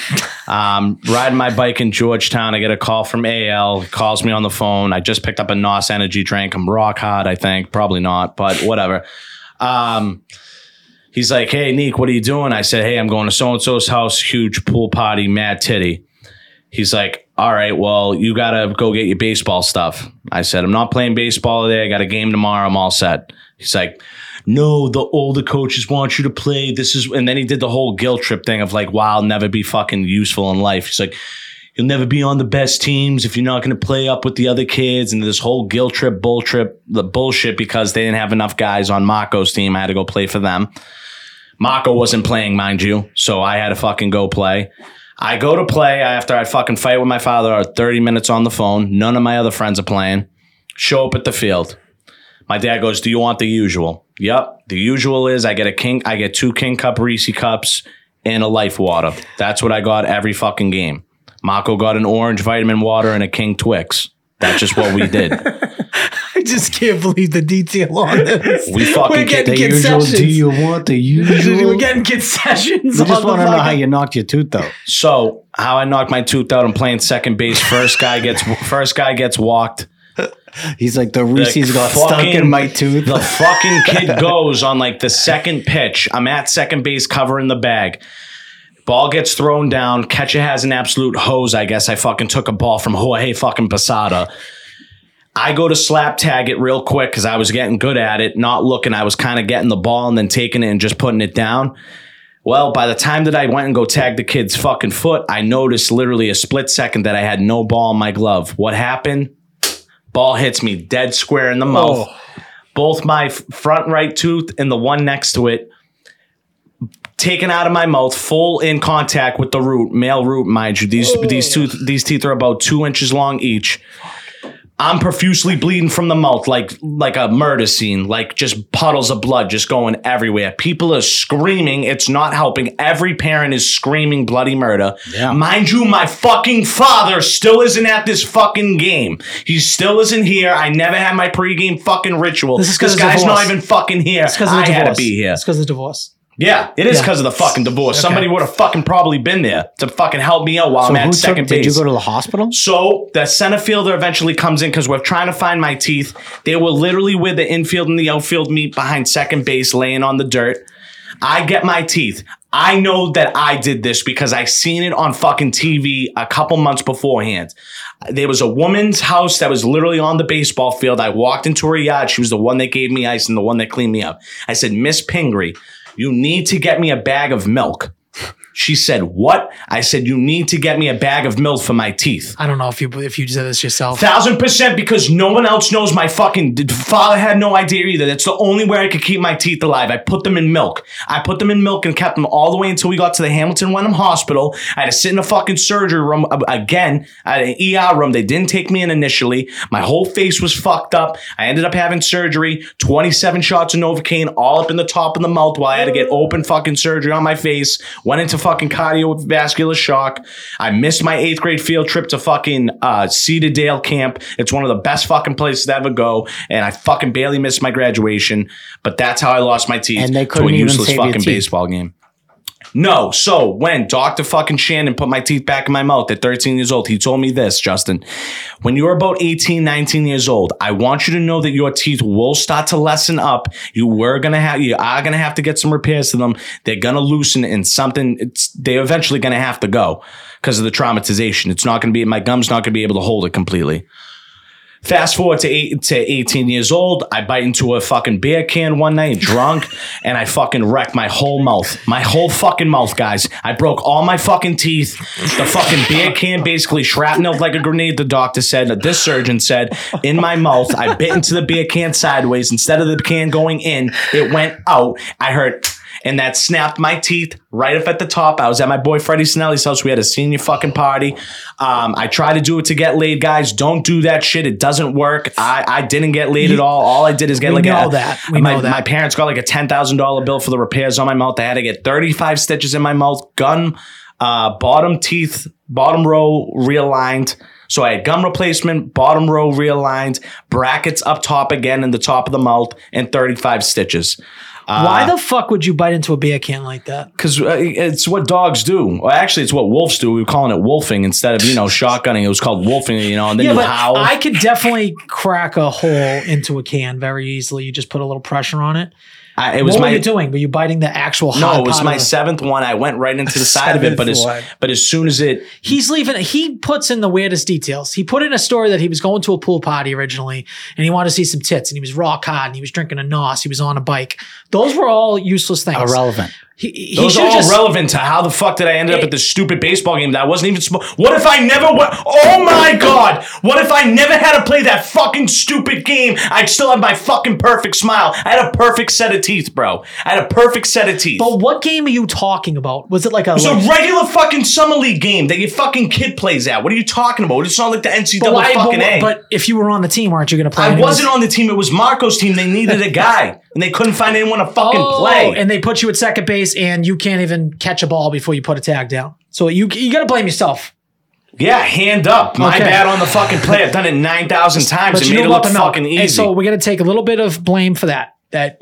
S4: Um, riding my bike in Georgetown, I get a call from AL. Calls me on the phone. I just picked up a Nos energy drink. I'm rock hard. I think probably not, but whatever. Um, he's like, "Hey, Neek, what are you doing?" I said, "Hey, I'm going to so and so's house. Huge pool party, mad titty." He's like, all right, well, you got to go get your baseball stuff. I said, I'm not playing baseball today. I got a game tomorrow. I'm all set. He's like, no, the older coaches want you to play. This is, and then he did the whole guilt trip thing of like, wow, I'll never be fucking useful in life. He's like, you'll never be on the best teams if you're not going to play up with the other kids and this whole guilt trip, bull trip, the bullshit because they didn't have enough guys on Mako's team. I had to go play for them. Mako wasn't playing, mind you, so I had to fucking go play. I go to play after I fucking fight with my father or 30 minutes on the phone. None of my other friends are playing. Show up at the field. My dad goes, Do you want the usual? Yep. The usual is I get a king, I get two King Cup Reese cups and a life water. That's what I got every fucking game. Mako got an orange vitamin water and a King Twix. That's just what we did.
S2: *laughs* I just can't believe the detail on this. *laughs*
S4: We fucking
S2: We're getting
S4: kicked
S1: The usual.
S2: concessions.
S1: Do you want the
S2: We're
S1: usual?
S2: getting
S4: *laughs*
S2: concessions.
S1: We just
S2: on
S1: want
S2: the
S1: to know how
S2: fucking-
S1: you knocked your tooth out.
S4: So how I knocked my tooth out, I'm playing second base. First
S2: *laughs*
S4: guy gets first guy gets walked.
S1: He's like the Reese's got stuck
S4: fucking-
S1: in my tooth.
S4: The fucking kid goes on like the second pitch. I'm at second base covering the bag. Ball gets thrown down. Catcher has an absolute hose, I guess. I fucking took a ball from Jorge fucking Posada. I go to slap tag it real quick because I was getting good at it, not looking. I was kind of getting the ball and then taking it and just putting it down. Well, by the time that I went and go tag the kid's fucking foot, I noticed literally a split second that I had no ball in my glove. What happened? Ball hits me dead square in the mouth both my f- front right tooth and the one next to it taken out of my mouth full in contact with the root male root mind you these these tooth these teeth are about two inches long each i'm profusely bleeding from the mouth like like a murder scene like just puddles of blood just going everywhere people are screaming it's not helping every parent is screaming bloody murder
S1: Yeah.
S4: mind you my fucking father still isn't at this fucking game he still isn't here i never had my pregame fucking ritual
S2: This
S4: this,
S2: is 'cause of
S4: guy's
S2: divorce.
S4: not even fucking here
S2: It's because of the
S4: i
S2: divorce.
S4: had to be here
S2: It's because of the divorce.
S4: yeah, it is
S2: Yeah.
S4: because of the fucking divorce.
S2: Okay.
S4: Somebody would have fucking probably been there to fucking help me out while
S1: so
S4: I'm at
S1: who took,
S4: second
S1: did you
S4: base.
S1: go to the hospital?
S4: so the center fielder eventually comes in because we're trying to find my teeth. They were literally where the infield and the outfield meet behind second base, laying on the dirt. I get my teeth. I know that I did this because I seen it on fucking TV a couple months beforehand. There was a woman's house that was literally on the baseball field. I walked into her yard. She was the one that gave me ice and the one that cleaned me up. I said, Miss Pingree, you need to get me a bag of milk. She said, What? I said, You need to get me a bag of milk for my teeth.
S2: I don't know if you if you did this yourself.
S4: Thousand percent because no one else knows my fucking d- father had no idea either. That's the only way I could keep my teeth alive. I put them in milk. I put them in milk and kept them all the way until we got to the Hamilton Wenham Hospital. I had to sit in a fucking surgery room uh, again. I had an ER room. They didn't take me in initially. My whole face was fucked up. I ended up having surgery, 27 shots of Novocaine all up in the top of the mouth while I had to get open fucking surgery on my face. Went into fucking cardiovascular shock. I missed my eighth grade field trip to fucking uh, Cedar Dale camp. It's one of the best fucking places to ever go. And I fucking barely missed my graduation. But that's how I lost my teeth
S1: And they
S4: to
S1: couldn't
S4: a
S1: even
S4: useless
S1: save your
S4: fucking
S1: teeth.
S4: baseball game. No, so when Dr. fucking Shannon put my teeth back in my mouth at 13 years old, he told me this, Justin. When you're about 18, 19 years old, I want you to know that your teeth will start to lessen up. You were gonna have you are gonna have to get some repairs to them. They're gonna loosen and something it's they're eventually gonna have to go because of the traumatization. It's not gonna be my gums not gonna be able to hold it completely. Fast forward to eight to 18 years old, I bite into a fucking beer can one night, drunk, and I fucking wrecked my whole mouth. My whole fucking mouth, guys. I broke all my fucking teeth. The fucking beer can basically shrapnel like a grenade, the doctor said, this surgeon said, in my mouth. I bit into the beer can sideways. Instead of the can going in, it went out. I heard and that snapped my teeth right up at the top. I was at my boy Freddie Snelly's house. We had a senior fucking party. Um, I tried to do it to get laid, guys. Don't do that shit. It doesn't work. I, I didn't get laid at all. All I did is get
S2: We
S4: like
S2: know
S4: a,
S2: that. We
S4: my,
S2: know that.
S4: my parents got like a ten thousand dollar bill for the repairs on my mouth. I had to get thirty five stitches in my mouth, gum, uh, bottom teeth, bottom row realigned. So I had gum replacement, bottom row realigned, brackets up top again in the top of the mouth, and thirty five stitches. Uh,
S2: Why the fuck would you bite into a beer can like that?
S4: Because uh, it's what dogs do. Well, actually, it's what wolves do. We were calling it wolfing instead of you know shotgunning. It was called wolfing. You know, and then
S2: Yeah,
S4: you
S2: but
S4: howl.
S2: I could definitely crack a hole into a can very easily. You just put a little pressure on it.
S4: I- it
S2: What
S4: was
S2: were
S4: my
S2: you doing? Were you biting the actual? hot
S4: no. It was
S2: pot
S4: my
S2: of the-
S4: seventh one. I went right into the side of it, but
S3: Seventh
S4: as
S3: one.
S4: but as soon as it
S2: He's leaving. He puts in the weirdest details. He put in a story that he was going to a pool party originally, and he wanted to see some tits, and he was rock hard, and he was drinking a nos, he was on a bike. Those were all useless things.
S1: Irrelevant.
S2: He, he
S4: those are
S2: should've
S4: all
S2: just-
S4: relevant to how the fuck did I end up at this stupid baseball game that I wasn't even supposed. What if I never went? Oh my god! What if I never had to play that fucking stupid game? I'd still have my fucking perfect smile. I had a perfect set of teeth, bro. I had a perfect set of teeth.
S2: But what game are you talking about? Was it like a?
S4: It's
S2: like-
S4: a regular fucking summer league game that your fucking kid plays at. What are you talking about? It's not like the NCAA
S2: but, why- but-
S4: fucking A.
S2: but if you were on the team, aren't you going to play?
S4: I
S2: anyways?
S4: wasn't on the team. It was Marco's team. They needed a guy, and they couldn't find anyone to fucking
S2: Oh,
S4: play.
S2: And they put you at second base, and you can't even catch a ball before you put a tag down. So you you got to blame yourself.
S4: yeah, hand up. My
S2: Okay.
S4: bad on the fucking play. I've done it nine thousand times. It
S2: you
S4: made it
S2: know about the
S4: look
S2: milk.
S4: fucking easy.
S2: And so we're gonna take a little bit of blame for that. That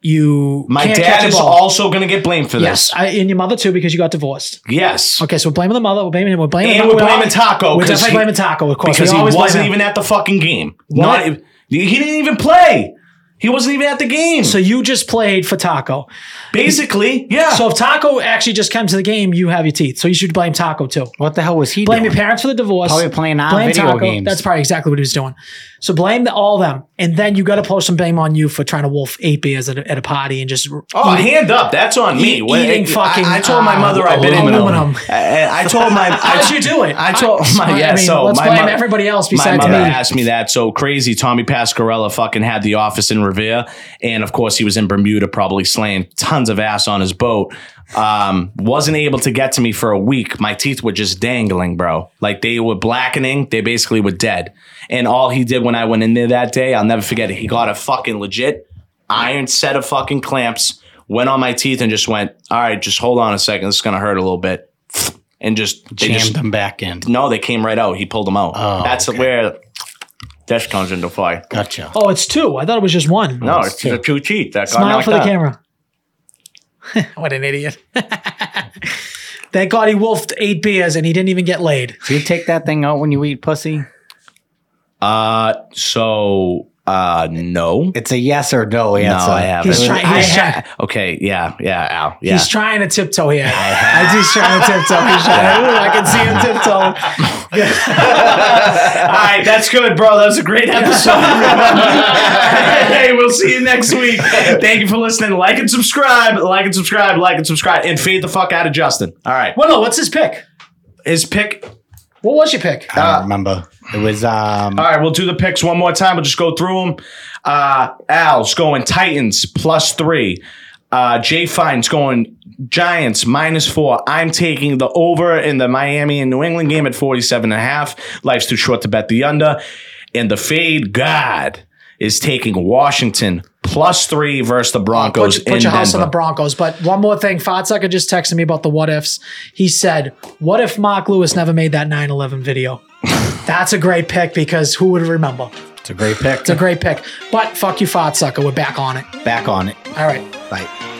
S2: you
S4: My
S2: can't catch
S4: dad
S2: a
S4: is
S2: ball.
S4: also gonna get blamed for
S2: yes, I, and your mother too because you got divorced.
S4: this. Yes.
S2: Okay, so we're blaming the mother. We're blaming him. We're blaming.
S4: And
S2: him.
S4: we're blaming Taco
S2: We're
S4: 'cause
S2: definitely
S4: he-
S2: blaming Taco, of course.
S4: because
S2: We
S4: he
S2: always blame
S4: wasn't
S2: him.
S4: even at the fucking game. Not ev- he didn't even play. He wasn't even at the game.
S2: So you just played for Taco.
S4: basically, yeah.
S2: So if Taco actually just comes to the game, you have your teeth. So you should blame Taco too.
S1: What the hell was he
S2: Blame
S1: doing?
S2: your parents for the divorce.
S1: Probably playing on
S2: blame
S1: video
S2: Taco.
S1: games.
S2: That's probably exactly what he was doing. So blame the, all them, and then you got to pour some blame on you for trying to wolf eight beers at a, at a party and just.
S4: Oh, hand up. That's on me.
S2: eat-
S4: When-
S2: eating
S4: I-
S2: fucking,
S4: I, told my
S2: uh,
S4: mother I bit
S2: aluminum.
S4: aluminum. I, I told my.
S2: *laughs* How did
S4: I,
S2: you do it?
S4: I told my.
S2: I
S4: Yeah,
S2: mean,
S4: so
S2: let's
S4: my
S2: blame
S4: mo-
S2: everybody else
S4: My
S2: besides
S4: mother
S2: me.
S4: asked me that. So crazy. Tommy Pasquarella fucking had the office in Revere, and of course he was in Bermuda, probably slaying tons of ass on his boat. Um, wasn't able to get to me for a week. My teeth were just dangling, bro. Like they were blackening. They basically were dead. And all he did when I went in there that day, I'll never forget it. He got a fucking legit iron set of fucking clamps, went on my teeth and just went, all right, just hold on a second. This is going to hurt a little bit. And just, they
S1: Jammed
S4: just,
S1: them back in.
S4: no, they came right out. He pulled them out.
S1: Oh,
S4: That's where Desh comes into play.
S1: Gotcha.
S2: Oh, it's two. I thought it was just one.
S4: No, it's the two teeth that got
S2: Smile
S4: knocked
S2: for the
S4: out.
S2: camera. *laughs* what an idiot. *laughs* Thank God he wolfed eight beers and he didn't even get laid.
S1: Do you take that thing out when you eat pussy?
S4: Uh, so Uh, no.
S1: It's a yes or no answer.
S4: No, I haven't.
S2: He's trying-
S4: I
S2: he's
S4: ha-
S2: trying-
S4: okay, yeah, yeah, Al. Yeah. *laughs*
S2: He's trying to tiptoe here. I just trying to tiptoe. He's trying to, ooh, *laughs* I can see him tiptoe.
S4: All right, that's good, bro. That was a great episode. *laughs* hey, we'll see you next week. Thank you for listening. Like and subscribe. Like and subscribe. Like and subscribe. And fade the fuck out of Justin. All right.
S2: Well, no, what's his pick?
S4: His pick.
S2: What was your pick?
S1: I don't remember. It was um
S4: All right, we'll do the picks one more time. We'll just go through them. Uh, Al's going Titans plus three. Uh, Jay Fine's going Giants minus four. I'm taking the over in the Miami and New England game at 47 and a half. Life's too short to bet the under. And the fade God is taking Washington plus three versus the Broncos
S2: Put, put
S4: in
S2: your house on
S4: Denver.
S2: the Broncos. But one more thing, Fatsucker just texted me about the what ifs. He said, "What if Mark Lewis never made that 9/11
S4: *laughs*
S2: video?" That's a great pick because who would remember?
S1: it's a great pick.
S2: It's a great pick. But fuck you, Fatsucker. We're back on it.
S1: Back on it.
S2: All right.
S1: Bye.